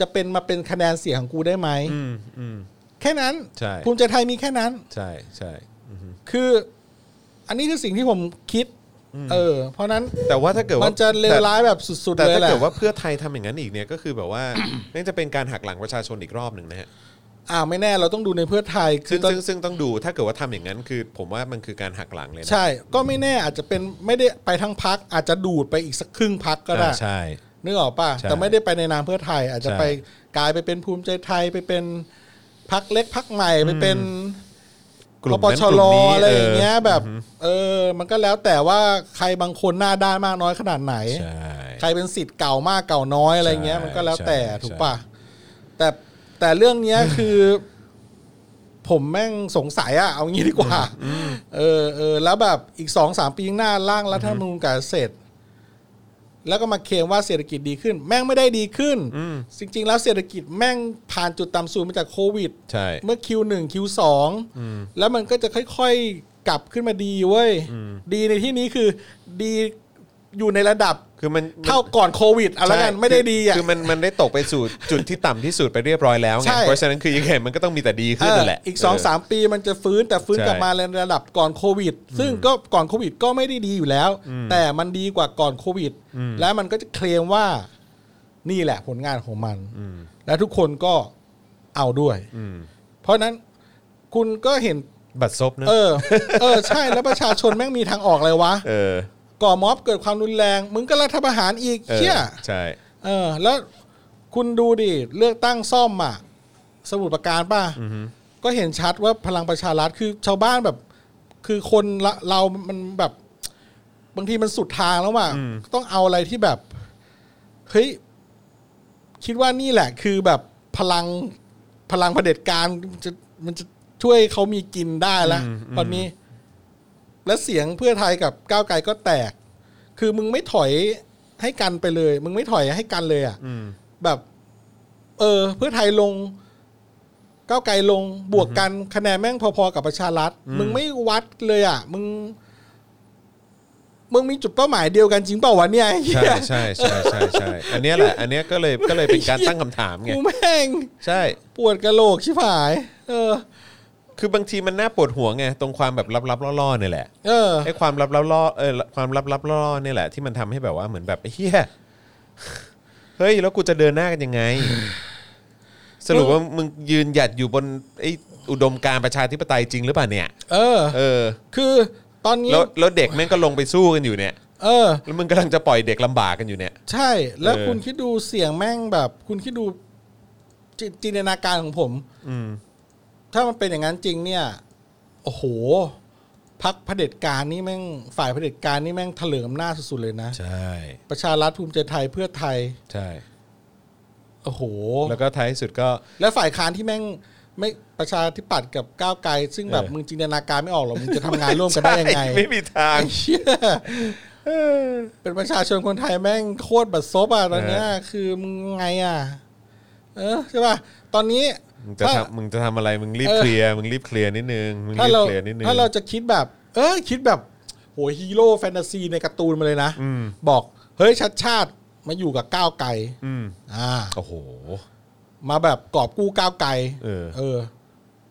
Speaker 3: จะเป็นมาเป็นคะแนนเสียงของกูได้ไหม
Speaker 2: อืมอืม
Speaker 3: แค่นั้น
Speaker 2: ใช่
Speaker 3: ภูมิใจไทยมีแค่นั้น
Speaker 2: ใช่ใช่
Speaker 3: คือ อันนี้คือสิ่งที่ผมคิด เออ เพราะนั้น
Speaker 2: แต่ว่าถ้าเกิดว่า
Speaker 3: มันจะเลวร้ายแบบสุดๆ
Speaker 2: แต่
Speaker 3: เลย
Speaker 2: ถ้า
Speaker 3: แหละ
Speaker 2: เกิดว่าเพื่อไทยทำอย่างนั้นอีกเนี่ยก็คือแบบว่า *coughs* นั่นจะเป็นการหักหลังประชาชนอีกรอบหนึ่งนะฮะ
Speaker 3: อ่าไม่แน่เราต้องดูในเพื่อไทยคื
Speaker 2: ซึ่
Speaker 3: อง ตอน
Speaker 2: ซึ่งซึ่งต้องดูถ้าเกิดว่าทำอย่างนั้นคือ ผมว่ามันคือการหักหลังเลยนะ
Speaker 3: ใช่ ก็ไม่แน่อาจจะเป็นไม่ได้ไปทั้งพัก อาจจะดูดไปอีกสักครึ่งพักก็ได้
Speaker 2: อ่าใช่
Speaker 3: นึกออกป่ะ
Speaker 2: ใช่
Speaker 3: แต่ไม่ได้ไปในนามเพื่อไทย อาจจะ
Speaker 2: ใช่
Speaker 3: ไปกลายไปเป็นภูมิใจไทยไปเป็นพักเล็กพักใหม่ไปเป็น
Speaker 2: กลุ่ม
Speaker 3: ป
Speaker 2: นั้น
Speaker 3: ช
Speaker 2: กลุ่
Speaker 3: ร
Speaker 2: มนี้
Speaker 3: อะไรอย่างเงี้ยแบบ
Speaker 2: อือฮึ
Speaker 3: เออ มันก็แล้วแต่ว่าใครบางคนหน้าด้านมากน้อยขนาดไหน
Speaker 2: ใช่
Speaker 3: ใครเป็นสิทธิ์เก่ามากเก่าน้อยอะไรเงี้ย
Speaker 2: ใช่
Speaker 3: มันก็แล้วแต่
Speaker 2: ใช่
Speaker 3: ถูกป่ะแต่แต่เรื่องเนี้ยคือ ผมแม่งสงสัยอะเอางี้ดีกว่าเออเออแล้วแบบอีกสองสามปีข้างหน้าร่างรัฐธรรมนูญกับเสร็จ แล้วก็มาเคลมว่าเศรษฐกิจดีขึ้น แม่งไม่ได้ดีขึ้นจริง ๆ แล้วเศรษฐกิจแม่งผ่านจุดต่ำสุดมาจากโควิด
Speaker 2: ใช่
Speaker 3: เมื่อ Q1 Q2 แล้วมันก็จะค่อยๆ กลับขึ้นมาดีเว้ย ดีในที่นี้คือดีอยู่ในระดับ
Speaker 2: คือมัน
Speaker 3: เท่าก่อนโควิดเอะไรกัน
Speaker 2: ใช่
Speaker 3: ไม่ได้ดีอ่ะ
Speaker 2: คือมันมันได้ตกไปสู่ *laughs* จุดที่ต่ำที่สุดไปเรียบร้อยแล้วไง
Speaker 3: ใช่
Speaker 2: เพราะฉะนั้นคือยังไงมันก็ต้องมีแต่ดีขึ้นนั่นแหละ
Speaker 3: เอออีก2อสามปีมันจะฟื้นแต่ฟื้นกลับมาในระดับก่อนโควิด ซึ่งก็ก่อนโควิดก็ไม่ได้ดีอยู่แล้ว แต่มันดีกว่าก่อนโควิด และมันก็จะเคลมว่านี่แหละผลงานของมัน และทุกคนก็เอาด้วย
Speaker 2: อืม
Speaker 3: เพราะฉะนั้นคุณก็
Speaker 2: *laughs*
Speaker 3: เห็น
Speaker 2: บัตรซบเนอะ
Speaker 3: เออ เออ ใช่แล้วประชาชนแม่งมีทางออกอะไรวะ
Speaker 2: เออ
Speaker 3: ก่อม็อบเกิดความรุนแรง มึงก็รัฐประหารอีก
Speaker 2: เออ
Speaker 3: เชี่ย
Speaker 2: ใช่
Speaker 3: เออแล้วคุณดูดิเลือกตั้งซ่อมอ่ะสมุดประการป่ะก็เห็นชัดว่าพลังประชารัฐคือชาวบ้านแบบ คือคนละเรามันแบบ บางทีมันสุดทางแล้วอ่ะต้องเอาอะไรที่แบบเฮ้ยคิดว่านี่แหละ คือแบบพลังพลังเผด็จการมันจะมันจะช่วยเขามีกินได้ละตอนนี้ และเสียงเพื่อไทยกับก้าวไกลก็แตก คือมึงไม่ถอยให้กันไปเลย มึงไม่ถอยให้กันเลยอ่ะ
Speaker 2: อืม
Speaker 3: แบบ เออ เพื่อไทยลง ก้าวไกลลงบวกกันคะแนนแม่งพอๆกับประชารัฐมึงไม่วัดเลยอ่ะ มึง มึงมีจุดเป้าหมายเดียวกันจริงเปล่าวะเนี่ยไอ้เหี้
Speaker 2: ใช่
Speaker 3: ย
Speaker 2: ใช่ใช่ใช่ใช่อันเนี้ยแหละ อันเนี้ยก็เลยก็เลยเป็นการตั้งคำถามไง
Speaker 3: กูแม่ง
Speaker 2: ใช่
Speaker 3: ปวดกระโหลกชิบหาย เออ
Speaker 2: คือบางทีมันน่าปวดหัวไงตรงความแบบลับๆล่อๆเนี่ยแหละ
Speaker 3: เออ
Speaker 2: ไอ้ความลับๆล่อเออความลับๆล่อๆเนี่ยแหละที่มันทำให้แบบว่าเหมือนแบบเฮียเฮ้ยแล้วกูจะเดินหน้ากันยังไง สรุปว่ามึงยืนหยัดอยู่บนไอ้อุดมการณ์ประชาธิปไตยจริงหรือเปล่าเนี่ย
Speaker 3: เออ
Speaker 2: เออ
Speaker 3: คือตอนนี้
Speaker 2: แล้วแล้วเด็กแม่งก็ลงไปสู้กันอยู่เนี่ย
Speaker 3: เออ
Speaker 2: แล้วมึงกำลังจะปล่อยเด็กลำบากกันอยู่เนี่ย
Speaker 3: ใช่ แล้ว
Speaker 2: เออ
Speaker 3: คุณคิดดูเสียงแม่งแบบ คุณคิดดูจิจินตนาการของผม
Speaker 2: อืม
Speaker 3: ถ้ามันเป็นอย่างนั้นจริงเนี่ย โอ้โหพักเผด็จการนี่แม่งฝ่ายเผด็จการนี่แม่งเถลิงอำนาจสุดๆเลยนะ
Speaker 2: ใช่
Speaker 3: ประชารัฐภูมิใจไทยเพื่อไทย
Speaker 2: ใช่
Speaker 3: โอ้โห
Speaker 2: แล้วก็ท้ายที่สุดก็
Speaker 3: และฝ่ายค้านที่แม่งไม่ประชาธิปัตย์กับก้าวไกล ซึ่งแบบ
Speaker 2: เออ
Speaker 3: มึงจินตนาการไม่ออกหรอกมึงจะทำงานร่วมกันได้ยังไง
Speaker 2: ใช่ไม่มีทาง
Speaker 3: เชี่ยเป็นประชาชนคนไทยแม่งโคตรบัดซบอ่ะตอนเนี้ยคือมึงไงอ่ะ เออใช่ป่ะตอนนี้
Speaker 2: มึงจะทำมึงจะทำอะไรมึงรีบ
Speaker 3: เออ
Speaker 2: เคลียร์มึงรีบเคลียร์นิดนึงมึง
Speaker 3: ถ้า
Speaker 2: รีบ
Speaker 3: เรา
Speaker 2: เคลียร์นิดนึง
Speaker 3: ถ้าเราจะคิดแบบ เออคิดแบบโหยฮีโร่แฟนตาซีในการ์ตูนมาเลยนะ
Speaker 2: อืม
Speaker 3: บอก เฮ้ยชัดชาติมาอยู่กับก้าวไกล
Speaker 2: อืม
Speaker 3: อ่า
Speaker 2: โอ้โห
Speaker 3: มาแบบกอบกู้ก้าวไกล
Speaker 2: เออ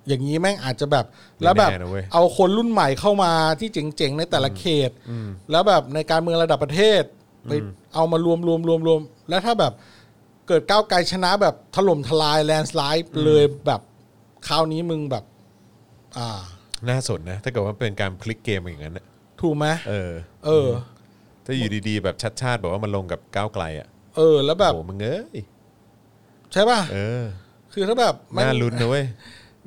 Speaker 3: อย่างนี้แม่งอาจจะแบบ
Speaker 2: ไม่
Speaker 3: แล้วแบบ
Speaker 2: แน่นะเว้ย
Speaker 3: เอาคนรุ่นใหม่เข้ามาที่เจ๋งๆ ในแต่ละเขต แล้วแบบในการเมืองระดับประเทศไปเอามารวมรวมรวมรวมแล้วถ้าแบบเกิดก้าวไกลชนะแบบถล่มทลายแลนสไลด์เลยแบบคราวนี้มึงแบบ อ่า
Speaker 2: น่าสนนะ ถ้าเกิดว่าเป็นการพลิกเกมอย่างนั้นน่ะ
Speaker 3: ถูกไหม
Speaker 2: เออ
Speaker 3: เออ
Speaker 2: ถ้าอยู่ดีๆ แบบชัดชาติบอกว่ามันลงกับก้าวไกลอ่ะ
Speaker 3: เออ แล้วแบบ
Speaker 2: โอ้มึงเอ้ย
Speaker 3: ใช่ป่ะ
Speaker 2: เออ
Speaker 3: คือถ้าแบบมัน
Speaker 2: น่าลุ้นนะเว้ย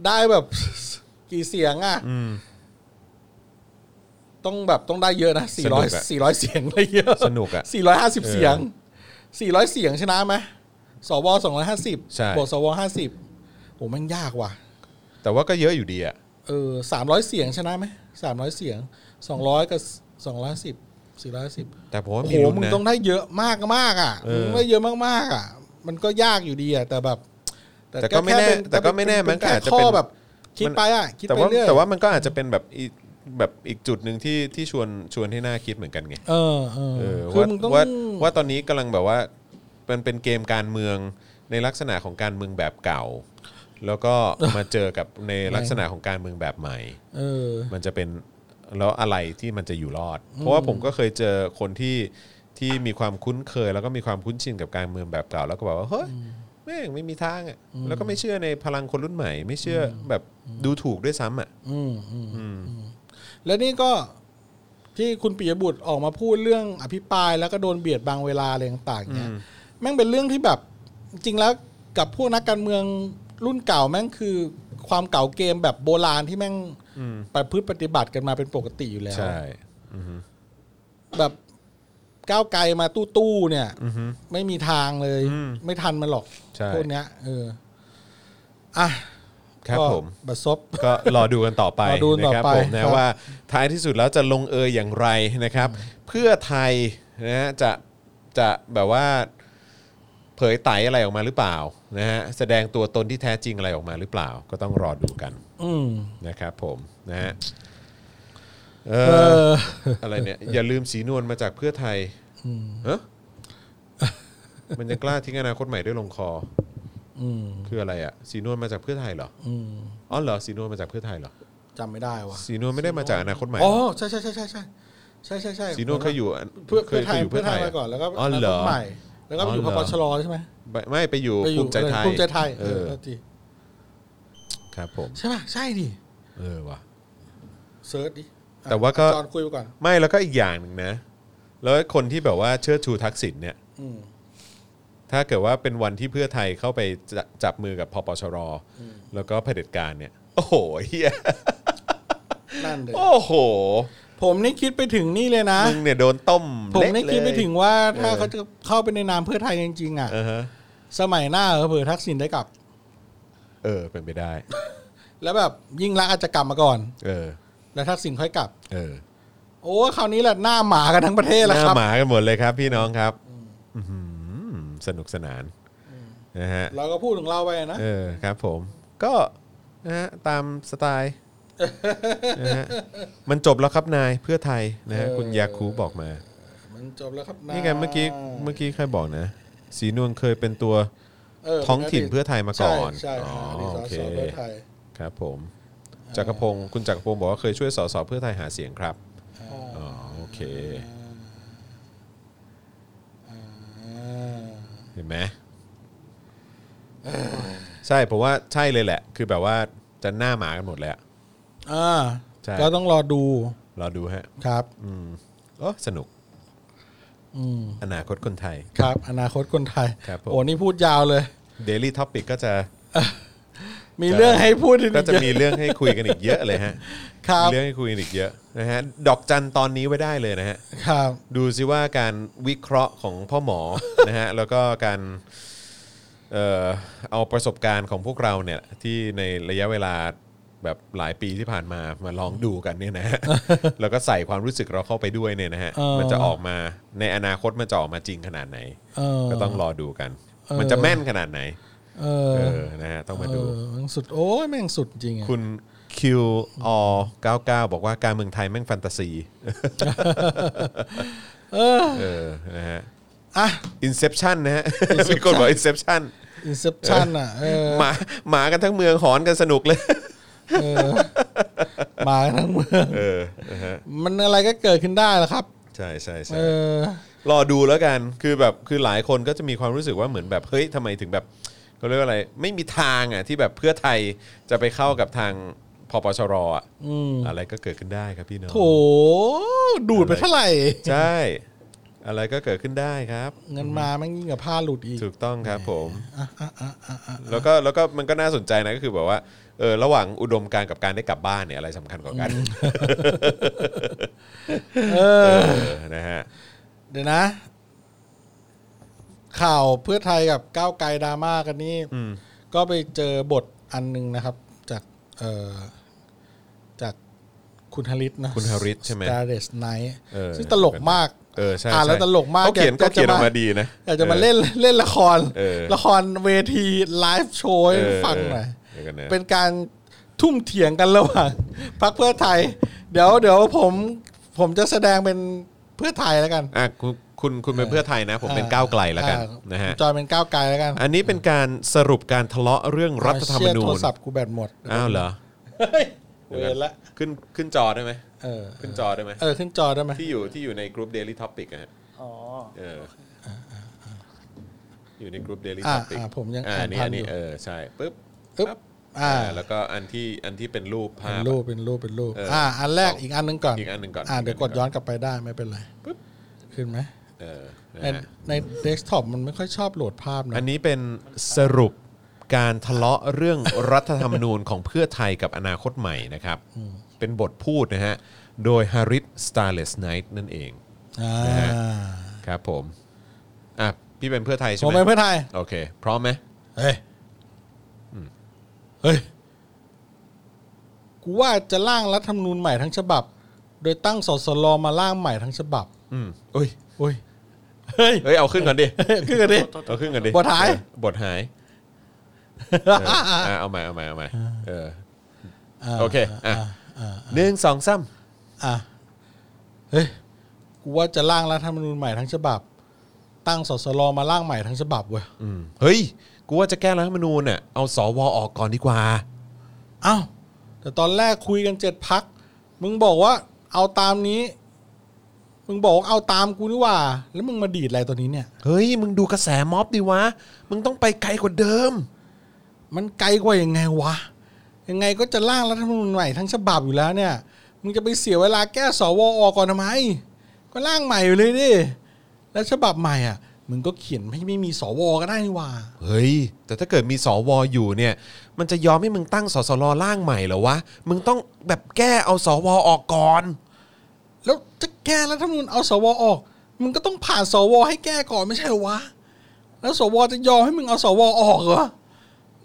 Speaker 3: ได้แบบ *laughs* กี่เสียงอ่ะ
Speaker 2: อืม
Speaker 3: ต้องแบบต้องได้เยอะนะ
Speaker 2: สนุกอะ
Speaker 3: 400 400 เสียงได้เยอะ
Speaker 2: สนุกอะ
Speaker 3: 450 เสียง 400 เสียงชนะไหมสว
Speaker 2: ใช่
Speaker 3: 250บวกสว50โอ้แม่งยากว่ะ
Speaker 2: แต่ว่าก็เยอะอยู่ดีอ่ะ
Speaker 3: เออ300 เสียงชนะไหม300 เสียง 200 กับ 210 410
Speaker 2: แต่ผมว่า
Speaker 3: โอ้โห
Speaker 2: มีลุ้น
Speaker 3: มึง
Speaker 2: นะ
Speaker 3: ต้องได้เยอะมากมากอ่ะ
Speaker 2: เออ
Speaker 3: มึงได้เยอะมากๆอ่ะ มันก็ยากอยู่ดีอ่ะแต่แบบ
Speaker 2: แต่ก็ไม่แน่
Speaker 3: ค่เป็
Speaker 2: แต่ก็ไม่แน่
Speaker 3: เป็
Speaker 2: มันก็อาจจะ
Speaker 3: ข้
Speaker 2: เป็น
Speaker 3: แบบ คิดไปอ่ะคิด
Speaker 2: แต่
Speaker 3: ไป
Speaker 2: ว่า
Speaker 3: เรื่อย
Speaker 2: แต่ว่ามันก็อาจจะเป็นแบบอีแบบอีกจุดหนึ่งที่ที่ชวนชวนให้น่าคิดเหมือนกันไง
Speaker 3: เออเออ
Speaker 2: เออ
Speaker 3: คือ
Speaker 2: ว่า
Speaker 3: มึงต้อง
Speaker 2: ว่าว่าตอนนี้กำลังแบบว่ามันเป็นเกมการเมืองในลักษณะของการเมืองแบบเก่า แล้วก็มาเจอกับในลักษณะของการเมืองแบบใหม่
Speaker 3: เออ
Speaker 2: มันจะเป็นแล้วอะไรที่มันจะอยู่รอด เพราะว่าผมก็เคยเจอคนที่ที่มีความคุ้นเคย แล้วก็มีความคุ้นชินกับการเมืองแบบเก่า แล้วก็บอกว่าเฮ้ยแม่งไม่มีทางอ่ะแล้วก็ไม่เชื่อในพลังคนรุ่นใหม่ ไม่เชื่ออแบบดูถูกด้วยซ้ำอ่ะ
Speaker 3: อืมอืมอืมแล้วนี่ก็ที่คุณปิยบุตรออกมาพูดเรื่องอภิปรายแล้วก็โดนเบียดบางเวลาอะไรต่างๆเนี่ยแม่งเป็นเรื่องที่แบบ จริงแล้วกับพวกนักการเมืองรุ่นเก่าแม่งคือความเก่าเกมแบบโบราณที่แม่งประพฤติปฏิบัติกันมาเป็นปกติอยู่แล้ว
Speaker 2: ใช่
Speaker 3: แบบก้าวไกลมาตู้ตู้ๆเนี่ยไม่มีทางเลย ไม่ทันมันหรอก
Speaker 2: ใช่
Speaker 3: พวกเนี้ยเอออ่ะ
Speaker 2: ครับ
Speaker 3: ก็
Speaker 2: ผม
Speaker 3: บัดซบ
Speaker 2: ก็รอดูกันต่อไป
Speaker 3: รอดู
Speaker 2: นะ
Speaker 3: ต่อ
Speaker 2: ครับ
Speaker 3: ไป
Speaker 2: ผม
Speaker 3: ค
Speaker 2: นะ
Speaker 3: รับ
Speaker 2: ว่าท้ายที่สุดแล้วจะลงเอยอย่างไรนะครับ เพื่อไทยนะฮะจะจะแบบว่าเผยไตอะไรออกมาหรือเปล่านะฮะแสดงตัวตนที่แท้จริงอะไรออกมาหรือเปล่า ก็ต้องรอดูกัน
Speaker 3: อืม
Speaker 2: นะครับผมนะฮะเอ
Speaker 3: เอ
Speaker 2: อ
Speaker 3: อ
Speaker 2: อะไรเนี่ยอย่าลืมสีนวลมาจากเพื่อไทยเออ มันจะกล้าทิ้งอนาคตใหม่ด้วยลงคอ
Speaker 3: อืม
Speaker 2: คืออะไรอ่ะสีนวลมาจากเพื่อไทยเหรอ
Speaker 3: อืม
Speaker 2: อ๋อเหรอสีนวลมาจากเพื่อไทยเหรอ
Speaker 3: จำไม่ได้ว่ะ
Speaker 2: สีนวลไม่ได้มาจากอนาคตใหม่
Speaker 3: อ๋อใช่ใช่ใช่ใช่ใช่ใช่ใช่ใช่
Speaker 2: สีนวลเคยอยู่
Speaker 3: เพื่อเพื่อไทย
Speaker 2: คยู่
Speaker 3: เพื่อไทย
Speaker 2: ะ
Speaker 3: มาก่อนแล้วก็
Speaker 2: อ๋อเหรอ
Speaker 3: นาคตใหม่แล้วก็ไปอยู่
Speaker 2: อ๋อ
Speaker 3: พ
Speaker 2: เห
Speaker 3: ป
Speaker 2: รอ
Speaker 3: ชรใช่ไหม
Speaker 2: ไม่ไม่ไปอยู่
Speaker 3: ไปอ
Speaker 2: ภู
Speaker 3: ยู่
Speaker 2: มิใจไทย
Speaker 3: ภูมิใจไทย
Speaker 2: เอ
Speaker 3: เออ
Speaker 2: อ
Speaker 3: โทษที
Speaker 2: ครับผม
Speaker 3: ใช่ป่ะใช่ดิ
Speaker 2: เออว่ะ
Speaker 3: เซิร์ชดิอ่ะ
Speaker 2: แต่ว่าก็
Speaker 3: จอนคุยไปก่อน
Speaker 2: ไม่แล้วก็อีกอย่างหนึ่งนะ แล้วคนที่แบบว่าเชิดชูทักษิณเนี่ย
Speaker 3: อืม
Speaker 2: ถ้าเกิดว่าเป็นวันที่เพื่อไทยเข้าไปจะจับมือกับพปชร แล้วก็เผด็จการเนี่ย โอ้โหเฮีย
Speaker 3: นั่นเลย
Speaker 2: โอ้โห
Speaker 3: ผมนี่คิดไปถึงนี่เลยนะ
Speaker 2: มึงเนี่ยโดนต้ม
Speaker 3: ผม
Speaker 2: เละเลย
Speaker 3: นี่คิดไปถึงว่าถ้าเขาจะเข้าไปในนามเพื่อไทยจริงๆอ่ะ
Speaker 2: เออฮะ
Speaker 3: สมัยหน้าเออเผื่อทักษิณได้กลับ
Speaker 2: เออเป็นไปได้
Speaker 3: แล้วแบบยิ่งรักษณ์อาจจะกลับมาก่อน
Speaker 2: เออ
Speaker 3: แล้วทักษิณค่อยกลับ
Speaker 2: เออ
Speaker 3: โอ้คราวนี้แหละหน้าหมากันทั้งประเทศ
Speaker 2: ห
Speaker 3: แล้วค
Speaker 2: น้า
Speaker 3: รับ
Speaker 2: หมากันหมดเลยครับพี่น้องครับอื้อหือสนุกสนานนะฮะ
Speaker 3: เราก็พูดถึงเราไปนะ
Speaker 2: เออครับผม ก็นะฮะตามสไต
Speaker 3: *laughs*
Speaker 2: ล์นะฮะมันจบแล้วครับนายเพื่อไทยนะฮะคุณยาคูบอกมา
Speaker 3: มันจบแล้วครับ
Speaker 2: นี่ไงเมื่อกี้เมื่อกี้ใครบอกนะ สีนวลเคยเป็นตัว
Speaker 3: เเป็
Speaker 2: ท้องถิ่นเพื่อไทยมาก่อน
Speaker 3: ใช่
Speaker 2: อ๋อ
Speaker 3: ใช่ดีส
Speaker 2: โอ
Speaker 3: อ
Speaker 2: เค
Speaker 3: สอเพื่อไทย
Speaker 2: ครับผมจักรพงศ์คุณจักรพงศ์บอกว่าเคยช่วยสสเพื่อไทยหาเสียงครับอ๋อโอเค
Speaker 3: อ่า
Speaker 2: เห็นไหมใช่ผมว่าใช่เลยแหละ คือแบบว่าจะหน้าหมากันหมดเลยอะ
Speaker 3: อ่า
Speaker 2: ใช่
Speaker 3: ก็ต้องรอดู
Speaker 2: รอดูฮะ
Speaker 3: ครับ
Speaker 2: อืมโอ้สนุก
Speaker 3: อืม
Speaker 2: อนาคตคนไทย
Speaker 3: ครับ อนาคตคนไทย
Speaker 2: ครับผม
Speaker 3: โอ้นี่พูดยาวเลย
Speaker 2: Daily Topic ก็จะ
Speaker 3: มีเรื่องให้พูดถึง
Speaker 2: ก็จะมีเรื่องให้คุยกันอีกเยอะเลยฮะ
Speaker 3: ครับ
Speaker 2: มีเรื่องให้คุยกันอีกเยอะนะฮะดอกจันตอนนี้ไว้ได้เลยนะฮะ
Speaker 3: ครับ
Speaker 2: ดูซิว่าการวิเคราะห์ของพ่อหมอ *laughs* นะฮะแล้วก็การเอ่อเอาประสบการณ์ของพวกเราเนี่ยที่ในระยะเวลาแบบหลายปีที่ผ่านมามาลองดูกันเนี่ย
Speaker 3: *laughs*
Speaker 2: นะฮะ แล้วก็ใส่ความรู้สึกเราเข้าไปด้วยเนี่ยนะฮะ
Speaker 3: เออ
Speaker 2: มันจะออกมาในอนาคตมันจะออกมาจริงขนาดไหน
Speaker 3: เออ
Speaker 2: ก็ต้องรอดูกัน
Speaker 3: เออ
Speaker 2: มันจะแม่นขนาดไหน
Speaker 3: เอ
Speaker 2: เอ
Speaker 3: อ
Speaker 2: อนะฮะต้องมา
Speaker 3: เอ
Speaker 2: ดู
Speaker 3: อแม่งสุดโอ้ยแม่งสุดจริงอะ
Speaker 2: คุณ Q R 99บอกว่าการเมืองไทยแม่งแฟนตาซี *laughs* เออนะฮะ
Speaker 3: อ่ะ
Speaker 2: Inception นะฮะ มีคนบอก Inception
Speaker 3: อินเซปชั่นอ่ะเอ
Speaker 2: *laughs*
Speaker 3: อ
Speaker 2: หมาหมากันทั้งเมืองหอนกันสนุกเลย *laughs*
Speaker 3: เออมากันทั้งเมือง
Speaker 2: เออนะฮะ
Speaker 3: มันอะไรก็เกิดขึ้นได้แหละครับ
Speaker 2: ใช่ใช่ใช่
Speaker 3: เออ
Speaker 2: รอดูแล้วกันคือแบบคือหลายคนก็จะมีความรู้สึกว่าเหมือนแบบเฮ้ยทำไมถึงแบบเขาเรียกว่าอะไร ไม่มีทางอ่ะที่แบบเพื่อไทยจะไปเข้ากับทางพปชรอ่ะอะไรก็เกิดขึ้นได้ครับพี่น้อง
Speaker 3: โถดูดไปเท่าไหร่
Speaker 2: ใช่ อะไรก็เกิดขึ้นได้ครับ
Speaker 3: เงินมาแม่งยิ่งกับผ้าหลุดอีก
Speaker 2: ถูกต้องครับผมแล้วก็แล้วก็มันก็น่าสนใจนะก็คือแบบว่าเออระหว่างอุดมการณ์กับการได้กลับบ้านเนี่ยอะไรสำคัญกว่ากัน
Speaker 3: เออ
Speaker 2: เออนะฮะ
Speaker 3: เดี๋ยวนะ ข่าวเพื่อไทยกับก้าวไกลดราม่ากันนี่ก็ไปเจอบทอันหนึงนะครับ จากเออจากคุณฮาริสนะ
Speaker 2: คุณฮาริสใช่ไหม
Speaker 3: สตาร์เดสไนท์
Speaker 2: เออ
Speaker 3: ซึ่งตลกมาก
Speaker 2: เออใช่
Speaker 3: อ่านแล้ว
Speaker 2: ใช่
Speaker 3: ตลกมาก
Speaker 2: เขาเขียน
Speaker 3: แก
Speaker 2: เขาเขียน
Speaker 3: แก
Speaker 2: ออ
Speaker 3: จะ
Speaker 2: ก
Speaker 3: มา
Speaker 2: มาดีนะ
Speaker 3: อยากจะ
Speaker 2: อ
Speaker 3: มา
Speaker 2: อ
Speaker 3: เล่นเล่นละคร
Speaker 2: เออ
Speaker 3: ละครเวทีไลฟ์โชว์ให้ฟังหน่อย
Speaker 2: เออเดี๋ยวกันนะ
Speaker 3: เป็นการทุ่มเถียงกันระหว่าง *laughs* พักเพื่อไทย เดี๋ยวเดี๋ยวผมผมจะแสดงเป็นเพื่อไทยแล้วกัน
Speaker 2: อ่ะคุณคุณคุณเป็นเพื่อไทยนะ ผมเป็นก้าวไกลแล้วกัน
Speaker 3: อ่า
Speaker 2: นะฮะ
Speaker 3: จอยเป็นก้าวไกลแล้วกัน
Speaker 2: อันนี้เป็นการสรุปการทะเลาะเรื่องรัฐธรรม
Speaker 3: เชี่ย
Speaker 2: นู
Speaker 3: โทร
Speaker 2: ญ
Speaker 3: ศัพท์กูแบตหมด
Speaker 2: อ้าวเหรอ
Speaker 3: เฮ้ยเว
Speaker 2: ดี๋ยวกัน
Speaker 3: รละ
Speaker 2: ขึ้นขึ้นจอได้ไหม
Speaker 3: เออ
Speaker 2: ขึ้นจอได้ไหม
Speaker 3: เออขึ้นจอได้ไหม
Speaker 2: ที่อยู่ที่อยู่ในกลุ่ม Daily Topic อะฮะ
Speaker 4: อ๋อ
Speaker 2: เอออยู่ในกลุ่ม Daily
Speaker 3: อ่า
Speaker 2: Topic
Speaker 3: อ่าผมยัง
Speaker 2: อ่า
Speaker 3: อ่าน
Speaker 2: นี่
Speaker 3: ทั
Speaker 2: อั
Speaker 3: น
Speaker 2: น
Speaker 3: อ
Speaker 2: นี้
Speaker 3: ยู่
Speaker 2: เออใช่ปึ๊บ
Speaker 3: ปึ๊บ
Speaker 2: ปั๊บ
Speaker 3: อ่า
Speaker 2: แล้วก็อันที่อันที่เป็นรูปภา
Speaker 3: เป็น
Speaker 2: พ
Speaker 3: รูปเป็นรูปเป็นรูป
Speaker 2: เอออ่
Speaker 3: อ่า อันแรก
Speaker 2: สอง
Speaker 3: อีกอันหนึงก่อน
Speaker 2: อีกอันหนึ่งก่อน
Speaker 3: เดี๋ยวกดย้อนกลับไปได้ไม่เป็นไร
Speaker 2: ปึ๊บ
Speaker 3: ขึ้นไหม
Speaker 2: เออนะ
Speaker 3: ใน
Speaker 2: ฮะ
Speaker 3: ในเดสก์ท็อปมันไม่ค่อยชอบโหลดภาพนะ
Speaker 2: อันนี้เป็นสรุปการทะเลาะเรื่อง รัฐธรรมนูญของเพื่อไทยกับอนาคตใหม่นะครับ เป็นบทพูดนะฮะ โดยฮาริสสตาร์เลสไนท์นั่นเอง
Speaker 3: อ่า
Speaker 2: ฮะ ครับผม อ่ะ พี่เป็นเพื่อไทยใช่
Speaker 3: ผม
Speaker 2: ไหม
Speaker 3: เป็นเพื่อไทย
Speaker 2: โอเค พร้อมไหม
Speaker 3: เฮ้ยเฮ้ย กูว่าจะร่างรัฐธรรมนูญใหม่ทั้งฉบับ โดยตั้งสสลมาร่างใหม่ทั้งฉบับ
Speaker 2: อืมเอ้ย
Speaker 3: โอ้ย เฮ้ย
Speaker 2: เอ้ยเอาขึ้นก่อนดิ
Speaker 3: ขึ้นกันดิ
Speaker 2: เอาขึ้นก่อนดิ
Speaker 3: บทหาย
Speaker 2: เออบทหาย เอออ่ะเอาใหม่เอาใหม่เอาใหม่เออโอเคอ่ะหนึ่งสองสาม
Speaker 3: อ่ะเฮ้ย กูว่าจะร่างรัฐธรรมนูญใหม่ทั้งฉบับ ตั้งสสลมาร่างใหม่ทั้งฉบับเว้ย
Speaker 2: อืมเฮ้ย กูว่าจะแก้รัฐธรรมนูญเนี่ยเอาสวออกก่อนดีกว่า
Speaker 3: อ้าวแต่ตอนแรกคุยกันเจ็ดพัก มึงบอกว่าเอาตามนี้ มึงบอกว่าเอาตามกูนี่หว่า แล้วมึงมาดีดอะไรตัวนี้เนี่ย
Speaker 2: เฮ้ย มึงดูกระแสม็อบดิวะ มึงต้องไปไกลกว่าเดิม
Speaker 3: มันไกลกว่ายังไงวะ ยังไงก็จะร่างรัฐธรรมนูญใหม่ทั้งฉบับอยู่แล้วเนี่ย มึงจะไปเสียเวลาแก้สวออกก่อนทำไม ก็ร่างใหม่ไปเลยดิ แล้วฉบับใหม่อ่ะ มึงก็เขียนให้ไม่มีสวก็ได้นี่หว่า
Speaker 2: เฮ้ย แต่ถ้าเกิดมีสวอยู่เนี่ย มันจะยอมให้มึงตั้งสสลร่างใหม่เหรอวะ มึงต้องแบบแก้เอาสวออกก่อน
Speaker 3: แล้วจะแก้รัฐธรรมนูญเอาสวออก มึงก็ต้องผ่านสวให้แก้ก่อนไม่ใช่เหรอวะ แล้วสวจะยอมให้มึงเอาสวออกเหรอ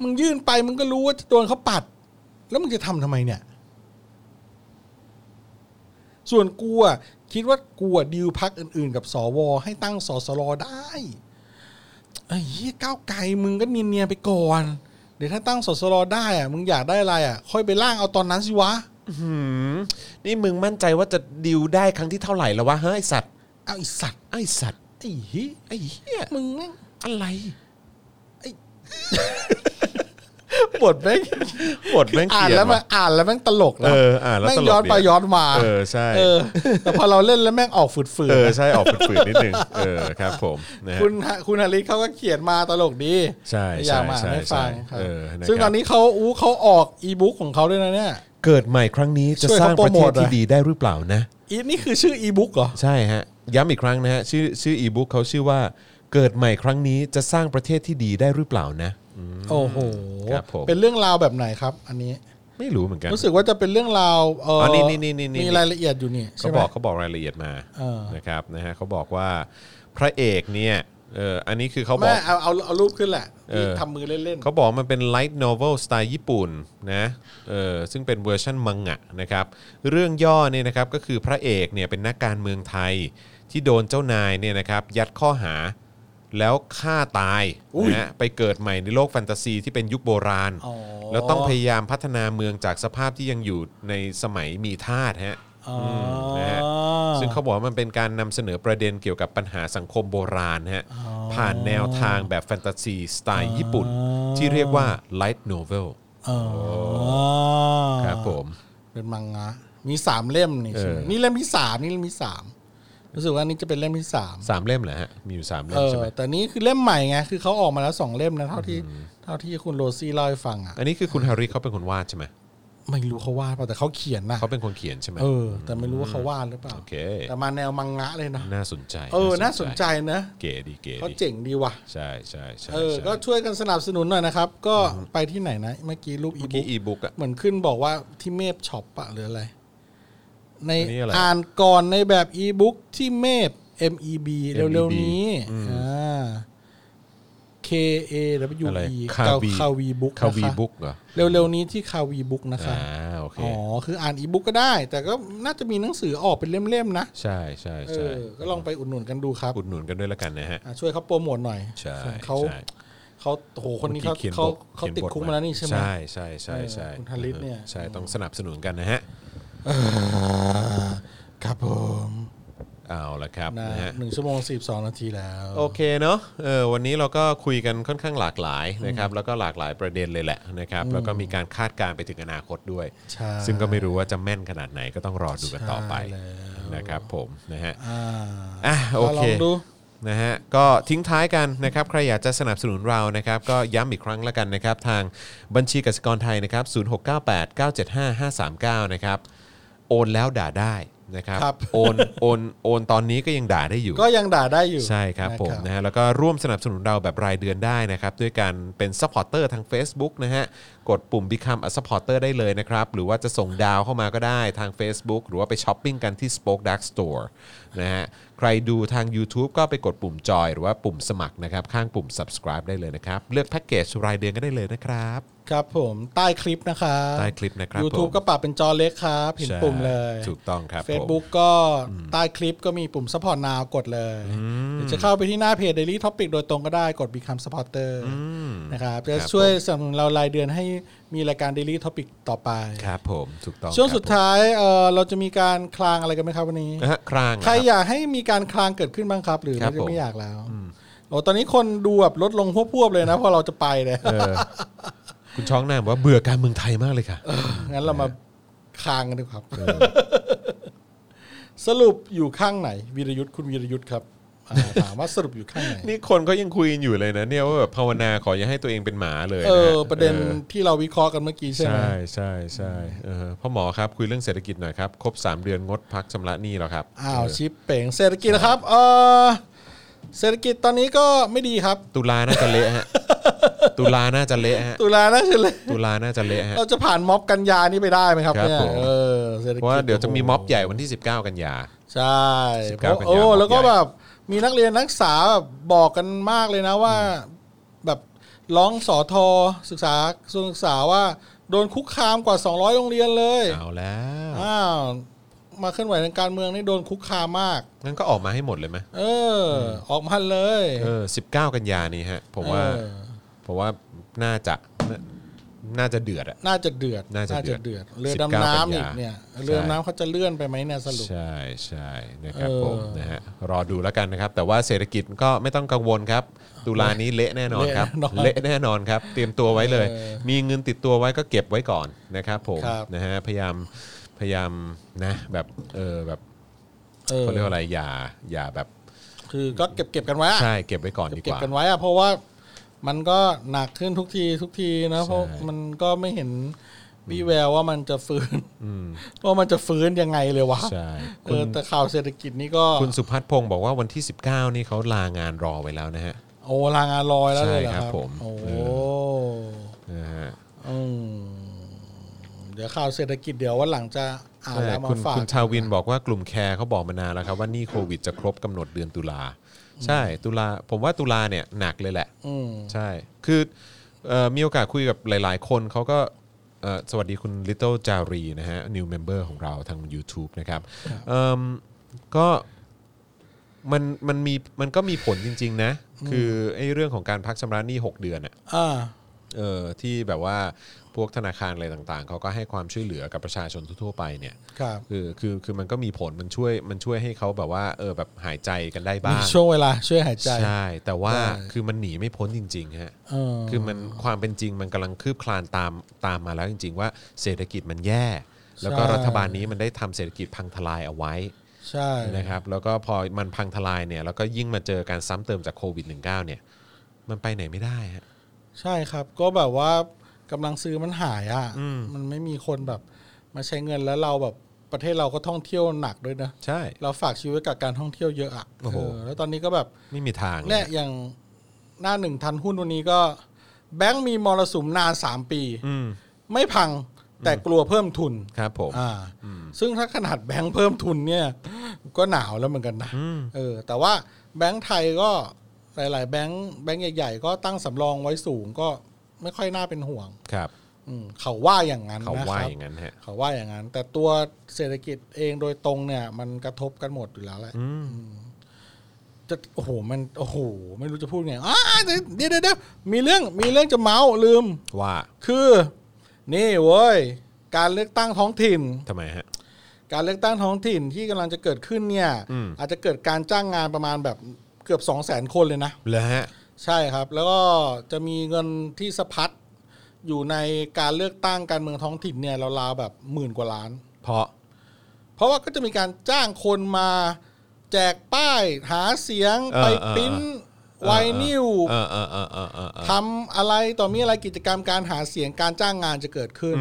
Speaker 3: มึงยื่นไปมึงก็รู้ว่าจะโดนเขาปัด แล้วมึงจะทำทำไมเนี่ย ส่วนกูอะคิดว่ากูอะดีลพักอื่นๆ กับสวให้ตั้งสสรได้ไอ้เหี้ยก้าวไกลมึงก็เนียนๆไปก่อน เดี๋ยวถ้าตั้งสสรได้อะมึงอยากได้อะไรอะค่อยไปร่างเอาตอนนั้นสิวะ
Speaker 2: หืม นี่มึงมั่นใจว่าจะดิวได้ครั้งที่เท่าไหร่แล้ววะเฮ้ยไอ้สัตว์
Speaker 3: เอาไอีสัตว์
Speaker 2: ไอ้สัตว์
Speaker 3: ไอ้เหี้ย
Speaker 2: ไอ้เหี้ย
Speaker 3: มึงแม่ง
Speaker 2: อะไร *laughs*
Speaker 3: บทแม่ง
Speaker 2: บทแม่ง
Speaker 3: อ่าน
Speaker 2: เขียน
Speaker 3: แล้วมัน
Speaker 2: ว่ะ
Speaker 3: อ่านแล้วแม่งตลกนะ
Speaker 2: เอออ่านแล้ว
Speaker 3: แม่ง
Speaker 2: ตลก
Speaker 3: ย้อนไป
Speaker 2: ดีอะ
Speaker 3: ย้อนมา
Speaker 2: เออใช่
Speaker 3: เออ แต่พอเราเล่นแล้วแม่งออกฝืดๆ
Speaker 2: เออ
Speaker 3: นะ
Speaker 2: ใช่ ออกฝืดๆนิด *laughs* นึง เออ ครับผมนะฮะ
Speaker 3: คุณฮะคุณฮาริสเขาก็เขียนมาตลกดี
Speaker 2: ใช่
Speaker 3: อยากมาอ่านให้ฟัง
Speaker 2: ใช่ใช่
Speaker 3: ครับ
Speaker 2: เออนะครับ
Speaker 3: ซึ่งตอนนี้เขาอู้เขาออกอีบุ๊กของเขาด้วยนะเนี่ย
Speaker 2: เกิดใหม่ครั้งนี้จะ
Speaker 3: ช่วย
Speaker 2: ส
Speaker 3: เขา
Speaker 2: ร้างประเทศ
Speaker 3: โปรโมทหน่
Speaker 2: ที่
Speaker 3: อย
Speaker 2: ดีได้หรือเปล่านะ
Speaker 3: อีนี่คือชื่ออีบุ๊กเหรอ
Speaker 2: ใช่ฮะ ย้ำอีกครั้งนะฮะ ชื่อชื่ออีบุ๊กเขาชื่อว่า เกิดใหม่ครั้งนี้จะสร้างประเทศที่ดีได้หรือเปล่านะ
Speaker 3: โอ้โห
Speaker 2: ครับผม
Speaker 3: เป็นเรื่องราวแบบไหนครับ อันนี้
Speaker 2: ไม่รู้เหมือนกัน
Speaker 3: รู้สึกว่าจะเป็นเรื่องราวเออ
Speaker 2: อนี่นี่นี่นี่นี่
Speaker 3: มีรายละเอียดอยู่นี่
Speaker 2: เขา
Speaker 3: ใช่ไหม
Speaker 2: บอกเขาบอกรายละเอียดมา
Speaker 3: เออ
Speaker 2: นะครับนะฮะเขาบอกว่าพระเอกเนี่ยเอออันนี้คือเขาบอ
Speaker 3: ไม่
Speaker 2: ก
Speaker 3: เอาเอาเอารูปขึ้นแหละ
Speaker 2: เออ
Speaker 3: ทำมือเล่นๆ
Speaker 2: เขาบอกมันเป็นไลท์โนเวลสไตล์ญี่ปุ่นนะเออซึ่งเป็นเวอร์ชันมังงะนะครับ เรื่องย่อเนี่ยนะครับก็คือพระเอกเนี่ยเป็นนักการเมืองไทยที่โดนเจ้านายเนี่ยนะครับยัดข้อหาแล้วฆ่าตายนะฮะไปเกิดใหม่ในโลกแฟนตาซีที่เป็นยุคโบราณ
Speaker 3: อ๋อ
Speaker 2: แล้วต้องพยายามพัฒนาเมืองจากสภาพที่ยังอยู่ในสมัยมีทาสฮะ
Speaker 3: อ๋อ
Speaker 2: มนะฮะ ซึ่งเขาบอกว่ามันเป็นการนำเสนอประเด็นเกี่ยวกับปัญหาสังคมโบราณนะฮะผ่านแนวทางแบบแฟนตาซีสไตล์ญี่ปุ่น ที่เรียกว่า light novel
Speaker 3: อ๋อ
Speaker 2: ครับผม
Speaker 3: เป็นมังงะ มีสามเล่มนี่ใช่ไหม
Speaker 2: เออ
Speaker 3: นี่เล่มที่สามนี่เล่มที่สามรู้สึกว่านี่จะเป็นเล่มที่สาม
Speaker 2: สามเล่มเหรอฮะ มีอยู่สามเล่
Speaker 3: เอ
Speaker 2: ม
Speaker 3: อ
Speaker 2: ใช่ไหม
Speaker 3: แต่นี่คือเล่มใหม่ไงคือเขาออกมาแล้วสองเล่มนะเท่าที่เท่าที่คุณโรซี่เล่าให้ฟังอ่ะ
Speaker 2: อันนี้คือคุณฮาริเขาเป็นคนวาดใช่ไหม
Speaker 3: ไม่รู้เขาวาดเปล่าแต่เขาเขียนนะ
Speaker 2: เขาเป็นคนเขียนใช่ไหม
Speaker 3: เออ แต่ไม่รู้ว่าเขาวาดหรือเปล่า
Speaker 2: โอเค
Speaker 3: แต่มาแนวมังงะเลยนะ
Speaker 2: น่าสนใจ
Speaker 3: เออน่าสนใจนะ
Speaker 2: เก๋ดีเก๋
Speaker 3: เขา
Speaker 2: ดี
Speaker 3: เจ๋งดีว่ะ
Speaker 2: ใช่ใช่ใช่
Speaker 3: เออ
Speaker 2: ใช่
Speaker 3: ก็ช่วยกันสนับสนุนหน่อยนะครับ ก็ไปที่ไหนนะเมื่อกี้รูปอี
Speaker 2: เมื่อ
Speaker 3: บุ๊
Speaker 2: กี้
Speaker 3: ก
Speaker 2: อีบุ๊กอะ
Speaker 3: เหมือนขึ้นบอกว่าที่เมพช็อปอะหรืออะไร ใน
Speaker 2: อันนี้อะไร
Speaker 3: อ่านก่อนในแบบอีบุ๊กที่เมพ M E B เร็วๆนี้อ่า K A W
Speaker 2: อะไร
Speaker 3: E
Speaker 2: คาวี
Speaker 3: คาวีบุ๊ก
Speaker 2: คาวีบุ๊กเหรอ
Speaker 3: เร็วๆนี้ที่คาวีบุ๊กนะคะ
Speaker 2: อ่าโอเค
Speaker 3: อ๋อ คืออ่านอีบุ๊กก็ได้ แต่ก็น่าจะมีหนังสือออกเป็นเล่มๆนะ
Speaker 2: ใช่ใช่
Speaker 3: เอ
Speaker 2: ใช่
Speaker 3: อก็ลองไปอุดหนุนกันดูครับ
Speaker 2: อุดหนุนกันด้วยละกันนะฮะ
Speaker 3: อ่ะช่วยเขาโปรโมทหน่อย
Speaker 2: ใช่
Speaker 3: เขา
Speaker 2: ใช่
Speaker 3: เขาโอ้โหคนนี้เขา
Speaker 2: มื่อกี้
Speaker 3: เขา
Speaker 2: บท
Speaker 3: เขา
Speaker 2: ขียน
Speaker 3: ติด
Speaker 2: บท
Speaker 3: คุกมาแล้วนี่ใช่ไหม
Speaker 2: ใช่ใช่ใช่ใช่
Speaker 3: เออคุณธลิตเนี่ย
Speaker 2: ใช่ต้องสนับสนุนกันนะฮะ
Speaker 3: อ่าครับผม
Speaker 2: เอาละครับ
Speaker 3: นะ
Speaker 2: นะฮะ
Speaker 3: หนึ่งชั่วโมงสิบสองนาทีแล้ว
Speaker 2: โอเคเนาะเออวันนี้เราก็คุยกันค่อนข้างหลากหลายนะครับแล้วก็หลากหลายประเด็นเลยแหละนะครับแล้วก็มีการคาดการณ์ไปถึงอนาคตด้วย
Speaker 3: ใช่
Speaker 2: ซึ่งก็ไม่รู้ว่าจะแม่นขนาดไหนก็ต้องรอดูกันต่อไป
Speaker 3: ใช่แล้ว
Speaker 2: นะครับผมนะฮะ
Speaker 3: อ่า
Speaker 2: อ่ะโอเค
Speaker 3: ลองดู
Speaker 2: นะฮะก็ทิ้งท้ายกันนะครับใครอยากจะสนับสนุนเรานะครับก็ย้ำอีกครั้งละกันนะครับ ทางบัญชีกสิกรไทยนะครับ0698 975 539นะครับโอนแล้วด่าได้นะครับ
Speaker 3: ครับ
Speaker 2: โอนโอนโอนตอนนี้ก็ยังด่าได้อยู่
Speaker 3: ก็ยังด่าได้อยู่
Speaker 2: ใช่ครับผม
Speaker 3: นะ
Speaker 2: นะฮะแล้วก็ร่วมสนับสนุนเราแบบรายเดือนได้นะครับ ด้วยการเป็นซัพพอร์เตอร์ทาง Facebook นะฮะ กดปุ่ม Become a supporter ได้เลยนะครับ หรือว่าจะส่งดาวเข้ามาก็ได้ทาง Facebook หรือว่าไปช้อปปิ้งกันที่ Spoke Dark Store นะฮะ ใครดูทาง YouTube ก็ไปกดปุ่มจอยหรือว่าปุ่มสมัครนะครับ ข้างปุ่ม subscribe ได้เลยนะครับ เลือกแพ็กเกจรายเดือนก็ได้เลยนะครับ
Speaker 3: ครับผมใต้คลิปนะครับ
Speaker 2: ใต้คลิปนะครับ
Speaker 3: ยูทูบ
Speaker 2: ผม
Speaker 3: ก็ปรับเป็นจอเล็กครับเห็น
Speaker 2: ใช่
Speaker 3: ปุ่มเลย
Speaker 2: ถูกต้องครับผม
Speaker 3: เฟซบุ๊กก็ใต้คลิปก็มีปุ่ม support now กดเลยหรือจะเข้าไปที่หน้าเพจ daily topic โดยตรงก็ได้กด become supporter นะครับจะช่วยสนับสนุนเรารายเดือนให้มีรายการ daily topic ต่อไป
Speaker 2: ครับผมถูกต้อง
Speaker 3: ช่วง
Speaker 2: ครับ
Speaker 3: สุดท้ายเอ่อเราจะมีการคลางอะไรกันไหมครับวันนี้
Speaker 2: ผมนะฮะคราง
Speaker 3: ใคร
Speaker 2: นะค
Speaker 3: อ
Speaker 2: รับ
Speaker 3: ยากให้มีการคลางเกิดขึ้นบ้างครับ หรือ
Speaker 2: ครับผม
Speaker 3: ไม่อยากแล้วโอ้ตอนนี้คนดูแบบลดลงพวบๆเลยนะพอเราจะไปเลย
Speaker 2: *laughs* เออคุณช้องหน้าบอกว่าเบื่อการเมืองไทยมากเลยค่ะ
Speaker 3: *coughs* งั้นเรามาคางกันดีครับ *coughs* สรุปอยู่ข้างไหนวีรยุทธ์คุณวีรยุทธ์ครับอ่าถามว่าสรุปอยู่ข้างไหน
Speaker 2: นี่คนก็ยังคุยกันอยู่เลยนะเนี่ยว่าแบบภาวนาขออย่าให้ตัวเองเป็นหมาเลยน
Speaker 3: เออ
Speaker 2: ฮ
Speaker 3: ประเด็น
Speaker 2: ออ
Speaker 3: ที่เราวิเคราะห์กันเมื่อกี้ใช่ไหม
Speaker 2: ใช่ใช่ใช่เออพ่อหมอครับคุยเรื่องเศรษฐกิจหน่อยครับ ครบ 3 เดือนงดพักชำระหนี้แล้วครับ
Speaker 3: อ้าว
Speaker 2: เออ
Speaker 3: ชิปเป่งเศรษฐกิจนะครับเออเศรษฐกิจตอนนี้ก็ไม่ดีครับ
Speaker 2: ตุลาน่าจะเละ
Speaker 3: *laughs*
Speaker 2: ฮะ ตุลาน่าจะเละฮะ
Speaker 3: ตุลาน่าจะเลย *laughs*
Speaker 2: ตุลาน่าจะเละฮะ
Speaker 3: เราจะผ่านม็อบกันยานี่ไปได้ไหมครับ
Speaker 2: ครับ
Speaker 3: เนี่ย
Speaker 2: ผม
Speaker 3: เออเศรษฐ
Speaker 2: เพ
Speaker 3: กิจ
Speaker 2: ราะว่าเดี๋ยวจะมีม็อบใหญ่วันที่ 19 กันยา
Speaker 3: ใช่
Speaker 2: 19
Speaker 3: เพราะ
Speaker 2: กันยา
Speaker 3: โอ้
Speaker 2: ม็อบ
Speaker 3: แล้วก็
Speaker 2: ใหญ่
Speaker 3: แบบมีนักเรียนนักศึกษาแบบบอกกันมากเลยนะว่า แบบร้องสอทอศึกษากระทรวงศึกษาว่า โดนคุกคามกว่า 200 โรงเรียนเลย
Speaker 2: เอาแล้ว
Speaker 3: อ้าวมาเคลื่อนไหวทางการเมืองนี่โดนคุกคามมาก
Speaker 2: งั้นก็ออกมาให้หมดเลยไหม
Speaker 3: เอออออกมาเลย
Speaker 2: เออ19 กันยานี้ฮะผมว่า
Speaker 3: เออ
Speaker 2: ผมว่าน่าจะน่าน่าจะเดือดอะ
Speaker 3: น่าจะเดือด
Speaker 2: น่าจะเดือด
Speaker 3: เดือดเรือ
Speaker 2: 19
Speaker 3: ดำน้ำอีก
Speaker 2: กันยา
Speaker 3: เนี่ย
Speaker 2: ใช่
Speaker 3: เรือดำน้ำเขาจะเลื่อนไปไหมเนี่ยสรุป
Speaker 2: ใช่ใช่นะครับ
Speaker 3: เออ
Speaker 2: ผมนะฮะรอดูแล้วกันนะครับ แต่ว่าเศรษฐกิจก็ไม่ต้องกังวลครับ ตุลานี้เละแน่นอนครับ
Speaker 3: เละ
Speaker 2: เละ
Speaker 3: แน่นอน
Speaker 2: แน่นอนครับ เตรียมตัวไว้เลย
Speaker 3: เออ
Speaker 2: มีเงินติดตัวไว้ก็เก็บไว้ก่อนนะครับผม
Speaker 3: ครับ
Speaker 2: นะฮะพยายามพยายามนะแบบเออแบบ
Speaker 3: เออ
Speaker 2: เขาเรียกว่าอะไรอย่าอย่าแบบ
Speaker 3: คือก็เก็บเก็บกันไว้อะ
Speaker 2: ใช่เก็บไว้ก่อนดีก
Speaker 3: เก็บ
Speaker 2: ว่า
Speaker 3: กันไว้อะเพราะว่ามันก็หนักขึ้นทุกทีทุกทีนะ
Speaker 2: ใช่
Speaker 3: เพราะมันก็ไม่เห็นวี่แววว่ามันจะฟื้น *laughs* ว่ามันจะฟื้นยังไงเลยวะ
Speaker 2: ใช่
Speaker 3: เอ
Speaker 2: คุณ
Speaker 3: อแต่ข่าวเศรษฐกิจนี่ก็
Speaker 2: คุณสุพัฒน์พงศ์บอกว่าวันที่ 19 นี่เขาลางานรอไว้แล้วนะฮะ
Speaker 3: โอ้ลางานลอยแล้วเลยเหรอ
Speaker 2: ใช่ค
Speaker 3: ค
Speaker 2: รั
Speaker 3: รับบ
Speaker 2: ผม
Speaker 3: โอ้
Speaker 2: เอ นะฮะ
Speaker 3: มเดี๋ยวข่าวเศรษฐกิจเดี๋ยววันหลังจะอ่าน
Speaker 2: ใช่
Speaker 3: แล้วมา
Speaker 2: คุณ
Speaker 3: ฝาก
Speaker 2: คุณชาวินบอกว่ากลุ่มแคร์เขาบอกมานานแล้วครับว่านี่โควิดจะครบกำหนดเดือนตุลาใช่ตุลาผมว่าตุลาเนี่ยหนักเลยแหละ
Speaker 3: อืม
Speaker 2: ใช่คือเอ่อมีโอกาสคุยกับหลาย ๆ คนเขาก็เอ่อสวัสดีคุณ Little จารีนะฮะ new member ของเราทาง YouTube นะครับเอิ่มก็มันมันมีมันก็มีผลจริง ๆ นะ คือไอ้เรื่องของการพักชำระหนี้ 6 เดือนอะ
Speaker 3: อ่า
Speaker 2: เออที่แบบว่าพวกธนาคารอะไรต่างๆ เขาก็ให้ความช่วยเหลือกับประชาชนทั่วๆไปเนี่ย
Speaker 3: ครับ
Speaker 2: คือคือคือมันก็มีผลมันช่วยมันช่วยให้เขาแบบว่าเออแบบหายใจกันได้บ้า
Speaker 3: มี
Speaker 2: ง
Speaker 3: ช่วงเวลาช่วยหายใจ
Speaker 2: ใช่ แต่ว่า
Speaker 3: ได้
Speaker 2: คือมันหนีไม่พ้นจริงๆฮะ
Speaker 3: เออ
Speaker 2: คือมันความเป็นจริงมันกำลังคืบคลานตามตามมาแล้วจริง ๆ ว่าเศรษฐกิจมันแย่ แล้วก็
Speaker 3: ใช่
Speaker 2: รัฐบาลนี้มันได้ทำเศรษฐกิจพังทลายเอาไว้
Speaker 3: ใช่
Speaker 2: นะครับแล้วก็พอมันพังทลายเนี่ยแล้วก็ยิ่งมาเจอการซ้ำเติมจากโควิด -19 เนี่ยมันไปไหนไม่ได้ฮะ
Speaker 3: ใช่ครับ ก็แบบว่ากำลังซื้อมันหายอ่ะมันไม่มีคนแบบ มาใช้เงินแล้วเราแบบประเทศเราก็ท่องเที่ยวหนักด้วยนะ
Speaker 2: ใช่
Speaker 3: เราฝากชีวิตไว้กับการท่องเที่ยวเยอะอ่ะ
Speaker 2: โอ้โห
Speaker 3: เออแล้วตอนนี้ก็แบบ
Speaker 2: ไม่มีทางเลย
Speaker 3: เนี่ยอย่างหน้าหนึ่งทันหุ้นวันนี้ก็ แบงก์มีมรสุมนานสามปี
Speaker 2: อืม
Speaker 3: ไม่พังแต่กลัวเพิ่มทุน
Speaker 2: ครับผม
Speaker 3: อ่าซึ่งถ้าขนาดแบงก์เพิ่มทุนเนี่ย *gasps* ก็หนาวแล้วเหมือนกันนะเออ แต่ว่าแบงก์ไทยก็หลาย ๆ แบงก์แบงก์ใหญ่ ๆ ก็ตั้งสำรองไว้สูงก็ไม่ค่อยน่าเป็นห่วง
Speaker 2: ครับ
Speaker 3: อืมเขาว่าอย่างนั้น
Speaker 2: เขา
Speaker 3: นะ
Speaker 2: ว่า
Speaker 3: ครับ
Speaker 2: อย่างนั้นฮะ
Speaker 3: เขาว่าอย่างนั้น แต่ตัวเศรษฐกิจเองโดยตรงเนี่ย มันกระทบกันหมดอยู่แล้วแหละอืมจะโอ้โหมันโอ้โหไม่รู้จะพูดไงอ้าเดี๋ยวเดี๋ยวเดี๋ยวมีเรื่องมีเรื่องจะเมาส์ลืม
Speaker 2: ว่า
Speaker 3: คือ นี่เว้ยการเลือกตั้งท้องถิ่น
Speaker 2: ทำไมฮะ
Speaker 3: การเลือกตั้งท้องถิ่นที่กำลังจะเกิดขึ้นเนี่ย
Speaker 2: อืม
Speaker 3: อาจจะเกิดการจ้างงานประมาณแบบเกือบ2 0 0 0 0 0คนเลยนะ
Speaker 2: เลยฮะ
Speaker 3: ใช่ครับ แล้วก็จะมีเงินที่สะพัดอยู่ในการเลือกตั้งการเมืองท้องถิ่นเนี่ยราวๆแบบหมื่นกว่าล้าน
Speaker 2: เพราะ
Speaker 3: เพราะว่าก็จะมีการจ้างคนมาแจกป้ายหาเสียงไปปริ้นไวนิว
Speaker 2: เออเออเออเออเออเออ
Speaker 3: ทำอะไรต่อมีอะไรกิจกรรมการหาเสียงการจ้างงานจะเกิดขึ้น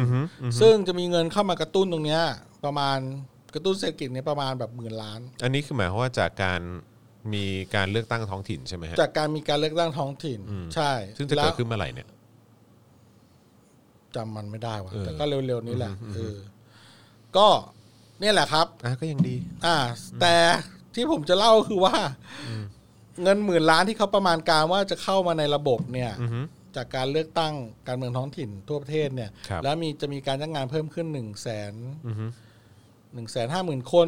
Speaker 3: ซึ่งจะมีเงินเข้ามากระตุ้นตรงเนี้ยประมาณกระตุ้นเศรษฐกิจเนี่ยประมาณแบบหมื่นล้าน
Speaker 2: อันนี้คือหมายความว่าจากการมีการเลือกตั้งท้องถิ่นใช่ไหมฮะ
Speaker 3: จากการมีการเลือกตั้งท้องถิ่นใช่
Speaker 2: ซึ่งจะ
Speaker 3: แล้
Speaker 2: เกิ
Speaker 3: ว
Speaker 2: ดขึ้นเมื่อไหร่เนี่ย
Speaker 3: จำมันไม่ได้ว่ะ
Speaker 2: เออ
Speaker 3: แต่ก็เร็วๆนี้แหละเออก็เนี่ยแหละครับ
Speaker 2: อ่ะก็ยังดี
Speaker 3: อ่า แต่ที่ผมจะเล่าคือว่า เงินหมื่นล้านที่เขาประมาณการว่าจะเข้ามาในระบบเนี่ย จากการเลือกตั้งการเมืองท้องถิ่นทั่วประเทศเนี่ย
Speaker 2: ครับ
Speaker 3: แล้วมีจะมีการจ้างงานเพิ่มขึ้นหนึ่งแสนหนึ่งแสนห้าหมื่นคน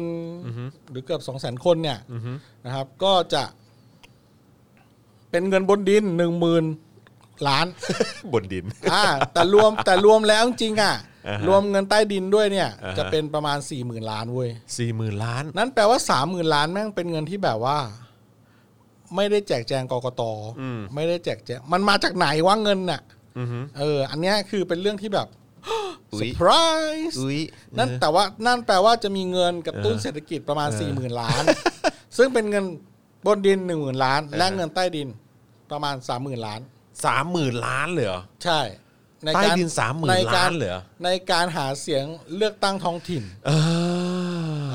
Speaker 3: หรือเกือบสองแสนคนเนี่ยนะครับ ก็จะเป็นเงินบนดินหนึ่งหมื่นล้าน
Speaker 2: *laughs* บนดิน
Speaker 3: อ่าแต่รวมแต่รวมแล้วจริงๆอ่ะ
Speaker 2: อ่าฮะ
Speaker 3: รวมเงินใต้ดินด้วยเนี่ย
Speaker 2: อ่าฮะ
Speaker 3: จะเป็นประมาณ4ี่หมื่นล้านเว้ย
Speaker 2: สี่หมื่นล้าน
Speaker 3: นั่นแปลว่า3ามหมื่นล้านแม่งเป็นเงินที่แบบว่า ไม่ได้แจกแจงกกต
Speaker 2: อืม
Speaker 3: ไม่ได้แจกแจงมันมาจากไหนว่าเงินน่ะ
Speaker 2: อือฮึ
Speaker 3: เออ อันเนี้ยคือเป็นเรื่องที่แบบ *gasps*
Speaker 2: อุ๊
Speaker 3: เซอย ร์ไพรส์
Speaker 2: อุ้ย
Speaker 3: นั่นแต่ว่านั่นแปลว่าจะมีเงินกระตุ้น
Speaker 2: อ่า
Speaker 3: เศรษฐกิจประมาณ
Speaker 2: อ่า
Speaker 3: 4ี่หมื่นล้าน *laughs* ซึ่งเป็นเงินบนดินหนึ่งหมื่นล้าน และ
Speaker 2: อ่าฮะ
Speaker 3: เงินใต้ดินประมาณ3ามหมื่นล้าน
Speaker 2: สามหมื่นล้านเลยเหรอ
Speaker 3: ใช่ใน
Speaker 2: ใต้
Speaker 3: การ
Speaker 2: ดิน30,000
Speaker 3: ใกร
Speaker 2: ล้านเหรอ
Speaker 3: ในการหาเสียงเลือกตั้งท้องถิ่น
Speaker 2: อ่า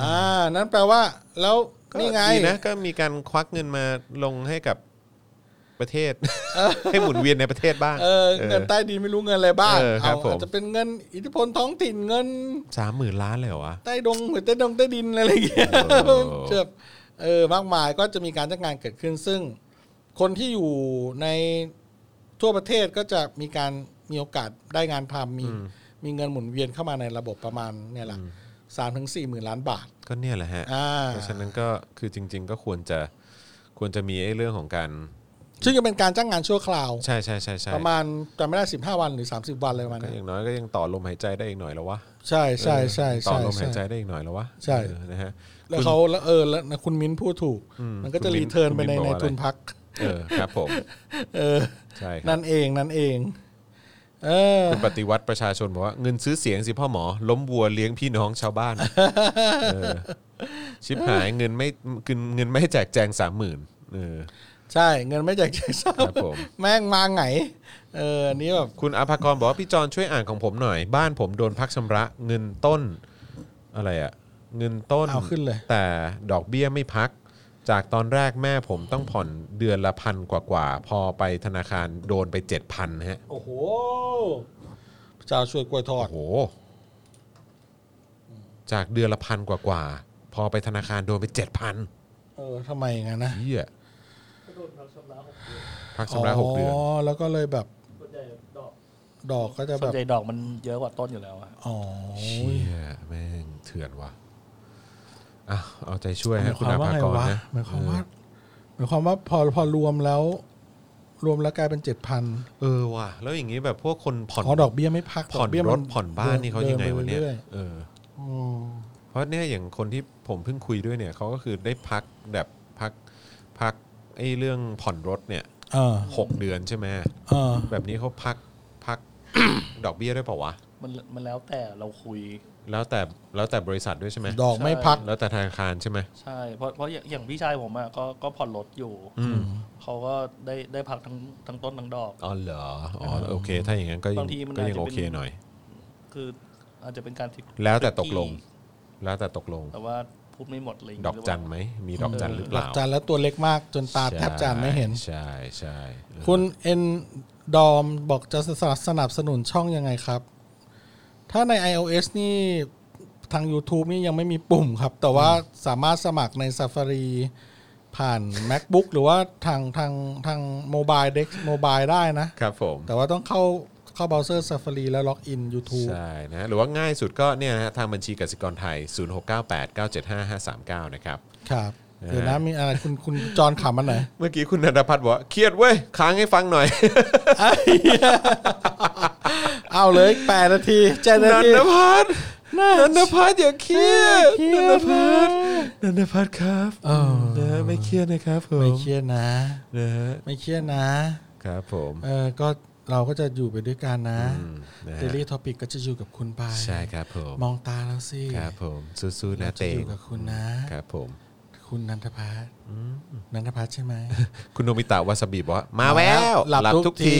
Speaker 3: อ่านั่นแปลว่า แล้ว
Speaker 2: ก็
Speaker 3: นี่ไง
Speaker 2: ดีนะก็มีการควักเงินมาลงให้กับประเทศ *laughs* ให้หมุนเวียนในประเทศบ้าง
Speaker 3: เออเงินใต้ดินไม่รู้เงินอะไรบ้าง
Speaker 2: เออครับผม
Speaker 3: อาจจะเป็นเงินอิทธิพลท้องถิ่นเงิน
Speaker 2: สามหมื่นล้านเลยเหรอวะ
Speaker 3: ใต้ดงหรือใต้ดงใต้ดินอะไรอย่างเงี้ย
Speaker 2: โอ้โห
Speaker 3: เจ็บเออมากมายก็จะมีการจ้างงานเกิดขึ้น ซึ่งคนที่อยู่ในทั่วประเทศก็จะมีการมีโอกาสได้งานทำมีมีเงินหมุนเวียนเข้ามาในระบบประมาณเนี่ยแหละสามถึงสี่หมื่นล้านบาท
Speaker 2: ก็เนี่ยแหละฮะ
Speaker 3: อ่า
Speaker 2: เพราะฉะนั้นก็คือจริง ๆ ก็ควรจะควรจะมีไอ้เรื่องของการ
Speaker 3: ซึ่งจะเป็นการจ้างงานชั่วคราว
Speaker 2: ใช่ใช่ใช่ใช่
Speaker 3: ประมาณจำไม่ได้ 15 วันหรือ 30 วันอะไรประมาณ
Speaker 2: ก็อน
Speaker 3: นั้
Speaker 2: ย่างน้อยก็ยังต่อลมหายใจได้อีกหน่อยแล้ววะ
Speaker 3: ใช่ใช่ใช่
Speaker 2: ต่อ
Speaker 3: ใช่
Speaker 2: ลมหายใจ
Speaker 3: ใช่
Speaker 2: ได้อีกหน่อยแล้ววะ
Speaker 3: ใช่
Speaker 2: เออนะฮะ
Speaker 3: แล้วเขาแล้วเออแล้วนะคุณมิ้นพูดถูก มันก็จะ
Speaker 2: คุณมิ้
Speaker 3: รี
Speaker 2: น
Speaker 3: เทิร์นไป
Speaker 2: คุณ
Speaker 3: ใน
Speaker 2: มิ้นบอก
Speaker 3: ใน
Speaker 2: ว่าอะไร
Speaker 3: ทุนพัก
Speaker 2: เออครับผม
Speaker 3: เออ
Speaker 2: ใช่ครับ
Speaker 3: นั่นเองนั่นเอง เออ
Speaker 2: คุณปฏิวัติประชาชนบอกว่าเงินซื้อเสียงสิพ่อหมอ ล้มวัวเลี้ยงพี่น้องชาวบ้านเออชิบหายเงินไม่เงินเงินไม่แจกแจงสามหมื่นเออ
Speaker 3: ใช่ เงินไม่แจกจ่ายซ้
Speaker 2: ครับผม
Speaker 3: ำแม่งมาไง เอออันนี้แบบ
Speaker 2: คุณอภากรบอกว่าพี่จอนช่วยอ่านของผมหน่อย บ้านผมโดนพักชำระ เงินต้นอะไรอะเงินต้น
Speaker 3: เอาขึ้นเลย
Speaker 2: แต่ดอกเบี้ยไม่พัก จากตอนแรกแม่ผมต้องผ่อนเดือนละพันกว่าๆ พอไปธนาคารโดนไป 7,000ฮะ
Speaker 3: โอ้โหเจ้าช่วยกล้วยทอ
Speaker 2: โอ้
Speaker 3: ด
Speaker 2: โห จากเดือนละพันกว่าๆ พอไปธนาคารโดนไป 7,000
Speaker 3: เออทำไมอย่างนั้นนะ
Speaker 2: เฮีย
Speaker 4: ก็โดนพักชำระหกเดือน
Speaker 2: พักชำระหกเดือน
Speaker 3: อ๋อแล้วก็เลยแบบ
Speaker 4: ส่วนใหญ่ดอก
Speaker 3: ดอกก็จะ
Speaker 4: ส่
Speaker 3: แบ
Speaker 4: วน
Speaker 3: บ
Speaker 4: ใหญ่ดอกมันเยอะกว่าต้นอยู่แล้วอะ
Speaker 3: อ๋อ
Speaker 2: เชี่ยแม่งเถื่อนว่ะอ่ะเอาใจช่วย
Speaker 3: หมา
Speaker 2: ฮะ
Speaker 3: ยค
Speaker 2: คุณ
Speaker 3: วาม
Speaker 2: อา
Speaker 3: ว่า
Speaker 2: ภา
Speaker 3: ไง
Speaker 2: กร
Speaker 3: วะ
Speaker 2: นะ
Speaker 3: หมายความว่าหมายความว่าพอพอรวมแล้ว รวมแล้วกลายเป็นเจ็ดพัน
Speaker 2: เออว่ะ แล้วอย่างนี้แบบพวกคนผ่อน
Speaker 3: อ๋อดอกเบี้ยไม่พัก
Speaker 2: ผ่อน
Speaker 3: ดกเบี้ย
Speaker 2: ร
Speaker 3: มั
Speaker 2: ถผ่อนบ้านนี่เขายังไงวะเนี่ย
Speaker 3: ดิปรื่อ
Speaker 2: เออ
Speaker 3: ๆอืม
Speaker 2: เพราะเนี่ยอย่างคนที่ผมเพิ่งคุยด้วยเนี่ยเขาก็คือได้พักแบบพักพักไอ้เรื่องผ่อนรถเนี่ย
Speaker 3: เออ
Speaker 2: หกเดือนใช่ไหม
Speaker 3: เออ
Speaker 2: แบบนี้เขาพักพัก *coughs* ดอกเบี้ยด้วยเปล่าวะ
Speaker 4: มันมันแล้วแต่เราคุย
Speaker 2: แล้วแต่แล้วแต่บริษัทด้วยใช่ไหม
Speaker 3: ดอกไม่พัก
Speaker 2: แล้วแต่ธนาคารใช่ไหม
Speaker 4: ใช่ เพราะเพราะอย่างอย่างพี่ชายผมอะก็ก็ผ่อนรถอยู่
Speaker 2: อืม
Speaker 4: เขาก็ได้ได้พักทั้งทั้งต้นทั้งดอก
Speaker 2: อ๋อเหรออ๋อโอเค ถ้าอย่างนั้นก็ยั
Speaker 4: บาง งทีมัน
Speaker 2: ก็ยัง
Speaker 4: อาจจะ
Speaker 2: โอ
Speaker 4: เป็น
Speaker 2: เคหน่อย
Speaker 4: คืออาจจะเป็นการติด
Speaker 2: แล้วแต่ตกลง แล้วแต่ตกลง
Speaker 4: แต่ว่าพูดไม่หมดอะไรอย่าง
Speaker 2: ด
Speaker 4: เงี้
Speaker 2: อก
Speaker 4: ย
Speaker 2: จันไหมมีดอกจันหรือเป
Speaker 3: หลั
Speaker 2: ล่าก
Speaker 3: จานแล้วตัวเล็กมากจนตาแทบจานไม่เห็น
Speaker 2: ใช่ใช่ใช่
Speaker 3: คุณเอ็นดอมบอกจะสนับสนุนช่องยังไงครับ ถ้าใน iOS นี่ทาง YouTube นี่ยังไม่มีปุ่มครับ แต่ว่าสามารถสมัครใน Safari ผ่าน MacBook หรือว่าทางทางทางโมบายเด็กโมบายได้นะ
Speaker 2: ครับผม
Speaker 3: แต่ว่าต้องเข้าเข้าเบราว์เซอร์ Safari แล้วล็อกอิน YouTube
Speaker 2: ใช่นะหรือว่าง่ายสุดก็เนี่ยนะฮะทางบัญชีกสิกรไทย 0698975539 นะครับ
Speaker 3: ครับเดี๋ยวนะมีอะไรคุณคุณจอนขำมันไหนอย
Speaker 2: เมื่อกี้คุณนันทพัฒน์บอกว่าเครียดเว้ย ค้างให้ฟังหน่อย
Speaker 3: เอาเลยแปดนาทีเจ็ดนา
Speaker 2: นัน
Speaker 3: ที
Speaker 2: ทพัฒน์นันทพัฒน์อย่าเครียดนันทพัฒน์นันทพัฒน์ครับ
Speaker 3: เออ
Speaker 2: นะไม่เครียดนะครับผม
Speaker 3: ไม่เครียดนะ
Speaker 2: นะฮะ
Speaker 3: ไม่เครียดนะ
Speaker 2: ครับผม
Speaker 3: เออก็เราก็จะอยู่ไปด้วยกันนะ
Speaker 2: อืมนะฮะ
Speaker 3: Daily Topic ก็จะอยู่กับคุณไป
Speaker 2: ใช่ครับผม
Speaker 3: มองตาแล้วสิ
Speaker 2: ครับผมสู้ๆนะ
Speaker 3: เรา
Speaker 2: เต
Speaker 3: จะอง ยู่กับคุณนะ
Speaker 2: ครับผม
Speaker 3: คุณนันทพัฒน์นันทพัฒน์ใช่ไหม
Speaker 2: คุณโนมิตะวาซาบิบอกว่ามาแล้ว
Speaker 3: หลับทุกที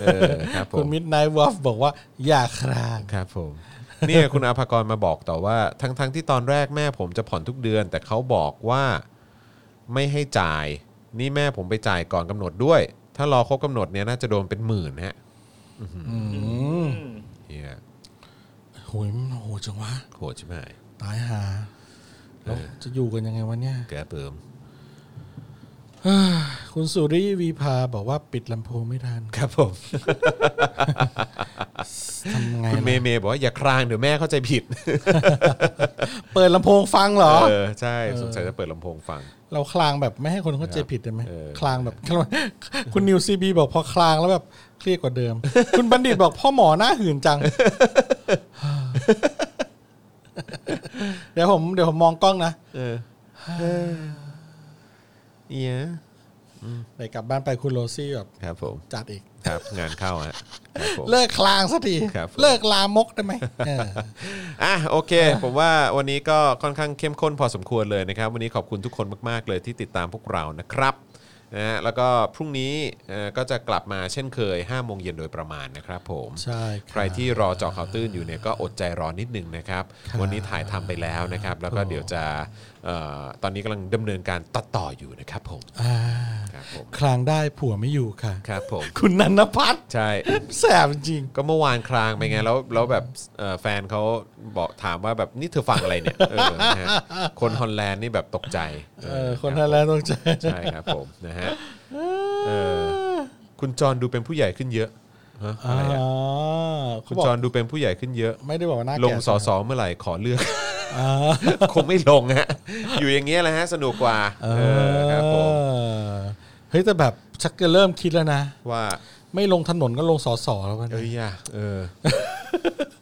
Speaker 2: เออครับผม
Speaker 3: คุณมิดไนท์วอฟบอกว่า อย่าคราง
Speaker 2: ครับผม *laughs* เนี่ยคุณอาภากรมาบอกต่อว่า ทั้งๆทที่ตอนแรกแม่ผมจะผ่อนทุกเดือน แต่เขาบอกว่าไม่ให้จ่าย นี่แม่ผมไปจ่ายก่อนกำหนดด้วย ถ้ารอครบกำหนดเนี่ยน่าจะโดนเป็นหมื่นฮะ
Speaker 4: อืม
Speaker 2: เฮีย
Speaker 3: โหยมันโหดจังวะ
Speaker 2: โหดใช่ไหม
Speaker 3: ตายหาแล้วจะอยู่กันยังไงวะเนี่ย
Speaker 2: แกเปิม
Speaker 3: คุณสุริวีพาบอกว่าปิดลำโพงไม่ทัน
Speaker 2: ครับผม
Speaker 3: *laughs* ทำไง
Speaker 2: คุณเม
Speaker 3: ล่ะ
Speaker 2: ย์เมย์บอกว่าอย่าครางเดี๋ยวแม่เข้าใจผิด
Speaker 3: เปิดลำโพงฟังเหรอ
Speaker 2: เออใช่สงสัยจะเปิดลำโพงฟัง
Speaker 3: เราคลางแบบไม่ให้คนเข้าใจผิดได้ไหม
Speaker 2: เออ
Speaker 3: คลางแบบ *laughs* คุณนิวซีบีบอกพอคลางแล้วแบบเครียดกว่าเดิม *laughs* คุณบัณฑิตบอกพ่อหมอหน้าหื่นจัง *laughs* เดี๋ยวผมเดี๋ยวผมมองกล้องนะ
Speaker 2: เออเนี่ย
Speaker 3: ไปกลับบ้านไปคุณโรซี่แบบ
Speaker 2: ครับผม
Speaker 3: จัดอีก
Speaker 2: ครับงานเข้าฮะครับผม
Speaker 3: เลิกคลางสักที
Speaker 2: ครับผม
Speaker 3: เลิกลามกได้ไหมเออ
Speaker 2: อ่ะโอเค ผมว่าวันนี้ก็ค่อนข้างเข้มข้นพอสมควรเลยนะครับ วันนี้ขอบคุณทุกคนมาก ๆ เลยที่ติดตามพวกเรานะครับนะฮะแล้วก็พรุ่งนี้เอ่อก็จะกลับมาเช่นเคย5โมงเย็นโดยประมาณนะครับผม
Speaker 3: ใช่ครับ
Speaker 2: ใครที่รอเจอข่าวตื้นอยู่เนี่ยก็อดใจรอนิดนึงนะครับ
Speaker 3: ครับ
Speaker 2: วันนี้ถ่ายทำไปแล้วนะครับ แล้วก็เดี๋ยวจะเอ่อตอนนี้กำลังดำเนินการตัดต่ออยู่นะครับผม
Speaker 3: อ่า
Speaker 2: ครับผม
Speaker 3: คลางได้ผัวไม่อยู่ค่ะ
Speaker 2: ครับผม
Speaker 3: คุณนันพัฒน์
Speaker 2: ใช่
Speaker 3: แสบจริง
Speaker 2: ก็เมื่อวานคลางไปไงแล้วแล้วแบบเอ่อแฟนเขาบอกถามว่าแบบนี่เธอฟังอะไรเนี่ยเออนะฮะคนฮอลแลนด์นี่แบบตกใจ
Speaker 3: เออ คนนั้นแล้วต้องใจ
Speaker 2: ใช่ครับผมนะฮะเออคุณจรดูเป็นผู้ใหญ่ขึ้นเยอะฮะ
Speaker 3: อ๋
Speaker 2: อะไรอะ
Speaker 3: อ
Speaker 2: คุณ
Speaker 3: เขาบอก
Speaker 2: จรดูเป็นผู้ใหญ่ขึ้นเยอะ
Speaker 3: ไม่ได้บอกว่าหน้าแก่
Speaker 2: ลงสอ
Speaker 3: ใช่ไหม
Speaker 2: สอเมื่อไหร่ขอเลือก
Speaker 3: อ่า
Speaker 2: *laughs* คงไม่ลงฮะอยู่อย่างเงี้ยแหละฮะสนุกกว่า
Speaker 3: เอ
Speaker 2: เออครับผม
Speaker 3: อเฮ้ยแต่แบบชักจะเริ่มคิดแล้วนะ
Speaker 2: ว่า
Speaker 3: ไม่ลงถนนก็ลงสอสอแล้วกัน
Speaker 2: เอ้ยอะเอ
Speaker 3: *laughs*
Speaker 2: อ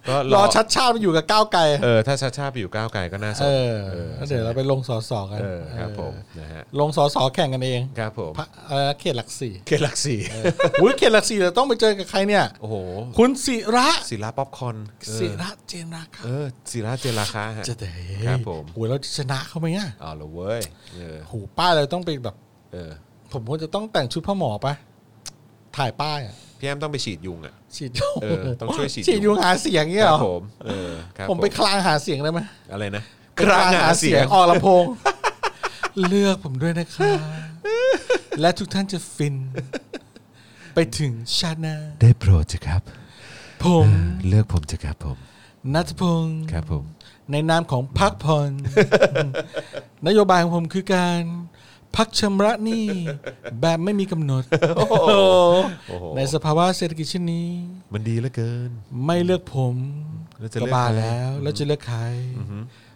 Speaker 2: ก็
Speaker 3: รอชัดชาติไปอยู่กับก้าวไกล
Speaker 2: เออถ้าชาชาติไปอยู่ก้าวไกลก็น่าส
Speaker 3: เอน อแล้วเดี๋ยวเราไปลงสอสอกัน
Speaker 2: เออครับผมนะฮะ
Speaker 3: เออลงสอสอแข่งกันเอง
Speaker 2: ครับผม
Speaker 3: พระเออเขตหลักสี่
Speaker 2: เคลักสี่
Speaker 3: อุ้ยเขตหลักสี่เราต้องไปเจอกับใครเนี่ย
Speaker 2: โอ้โห
Speaker 3: คุณศิระ
Speaker 2: ศิลาป๊อปคอร์นเออ
Speaker 3: ศิระเจนราคา
Speaker 2: เออศิลาเจนราคาฮะ
Speaker 3: จะเด้
Speaker 2: ครับผม
Speaker 3: โอ้ยเราจะชนะเขาไหมอ่ะ
Speaker 2: เอาละเว้ยเออ
Speaker 3: โหป้ายเราต้องไปแบบ
Speaker 2: เออ
Speaker 3: ผมควรจะต้องแต่งชุดพ่อหมอปะถ่ายป้ายอะ
Speaker 2: พี่แอมต้องไปฉีดยุงอ่ะ
Speaker 3: ฉีด
Speaker 2: เออต้องช่วยฉีดยุง
Speaker 3: ฉีดยุงหาเสียง
Speaker 2: ค
Speaker 3: เงี้ยเห
Speaker 2: รั
Speaker 3: รอ
Speaker 2: ผมเออครับ
Speaker 3: ผมไปคลางหาเสียงได้ไหม
Speaker 2: อะไรนะ
Speaker 3: ไปออกลำโพ
Speaker 2: *laughs*
Speaker 3: ง เลือกผมด้วยนะครับ และทุกท่านจะฟิน ไปถึงชาติหนา
Speaker 2: ได้โปรดเถอะครับ
Speaker 3: ผม
Speaker 2: เลือกผมเถอะครับผม
Speaker 3: นัทพงศ์
Speaker 2: ครับผม
Speaker 3: ในนามของพักพร *laughs* นโยบายของผมคือการพักชำระหนี้ แบบไม่มีกำหนด
Speaker 2: โอ้โห
Speaker 3: ในสภาวะเศรษฐกิจเช่นนี้
Speaker 2: มันดีเหลือเกิน
Speaker 3: ไม่เลือกผม
Speaker 2: แล้วจะเลื
Speaker 3: ก็
Speaker 2: อก
Speaker 3: บ้า
Speaker 2: ใคร
Speaker 3: แล้ว แล้วจะเลือกใคร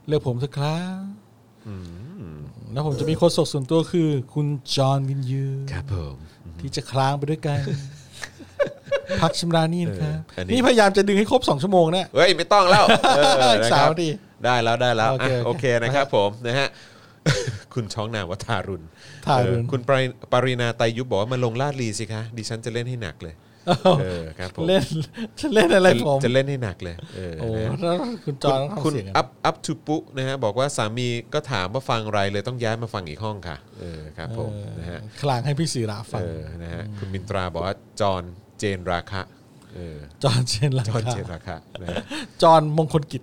Speaker 3: เลือกผมสักครั้งแล้วผมจะมีโค้ชส่วนตัวคือ คุณจอห์นวินยู
Speaker 2: ครับผม
Speaker 3: ที่จะคลางไปด้วยกัน
Speaker 2: *laughs*
Speaker 3: พักชำระหนี่นะครับ
Speaker 2: เอออันนี้
Speaker 3: นี่พยายามจะดึงให้ครบสองชั่วโมงเนี่ย
Speaker 2: เฮ้ย ไม่ต้องแล้วเอ
Speaker 3: *laughs*
Speaker 2: อนะครับ
Speaker 3: สาวดี
Speaker 2: ได้แล้วได้แล้ว
Speaker 3: โอเค
Speaker 2: อ่ะโอ
Speaker 3: โอ
Speaker 2: เค
Speaker 3: เค
Speaker 2: นะครับผมนะ *laughs* ฮะ คุณช้องนามว่าทารุณ
Speaker 3: ทารุณ
Speaker 2: เออคุณปริปรินาไตรยุบบอกว่ามาลงลาดลีสิคะดิฉันจะเล่นให้หนักเลย เออครับผม
Speaker 3: เล่นจะเล่นอะไร
Speaker 2: จะ
Speaker 3: ผม
Speaker 2: จะเล่นให้หนักเลยเออ
Speaker 3: โอ้โห
Speaker 2: นะฮะ
Speaker 3: แล้วคุณจอห์นต้อง
Speaker 2: คุณ
Speaker 3: ทำเสียง
Speaker 2: อัพอัพทูปุนะฮะบอกว่าสามีก็ถามว่าฟังอะไรเลยต้องย้ายมาฟังอีกห้องค่ะเออครับผมนะฮะ
Speaker 3: คลางให้พี่ศิระฟัง
Speaker 2: เออนะฮะคุณมินตราบอกว่าจอห์นเจนราคะเออ
Speaker 3: จอห์นเชนลา *laughs*
Speaker 2: จอห์นเจ
Speaker 3: คาน
Speaker 2: ราคะนะฮะ
Speaker 3: จอห์นมงคลกิจ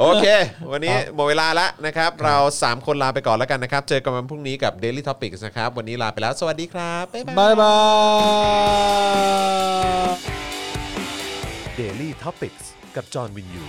Speaker 2: โอเค วันนี้หมดเวลาละนะครับ เรา 3 คนลาไปก่อนแล้วกันนะครับ เจอกันวันพรุ่งนี้กับ Daily Topics นะครับ วันนี้ลาไปแล้วสวัสดีครับ บ๊ายบาย
Speaker 3: บายบาย
Speaker 1: Daily t o p i c กกับจอห์นวินยู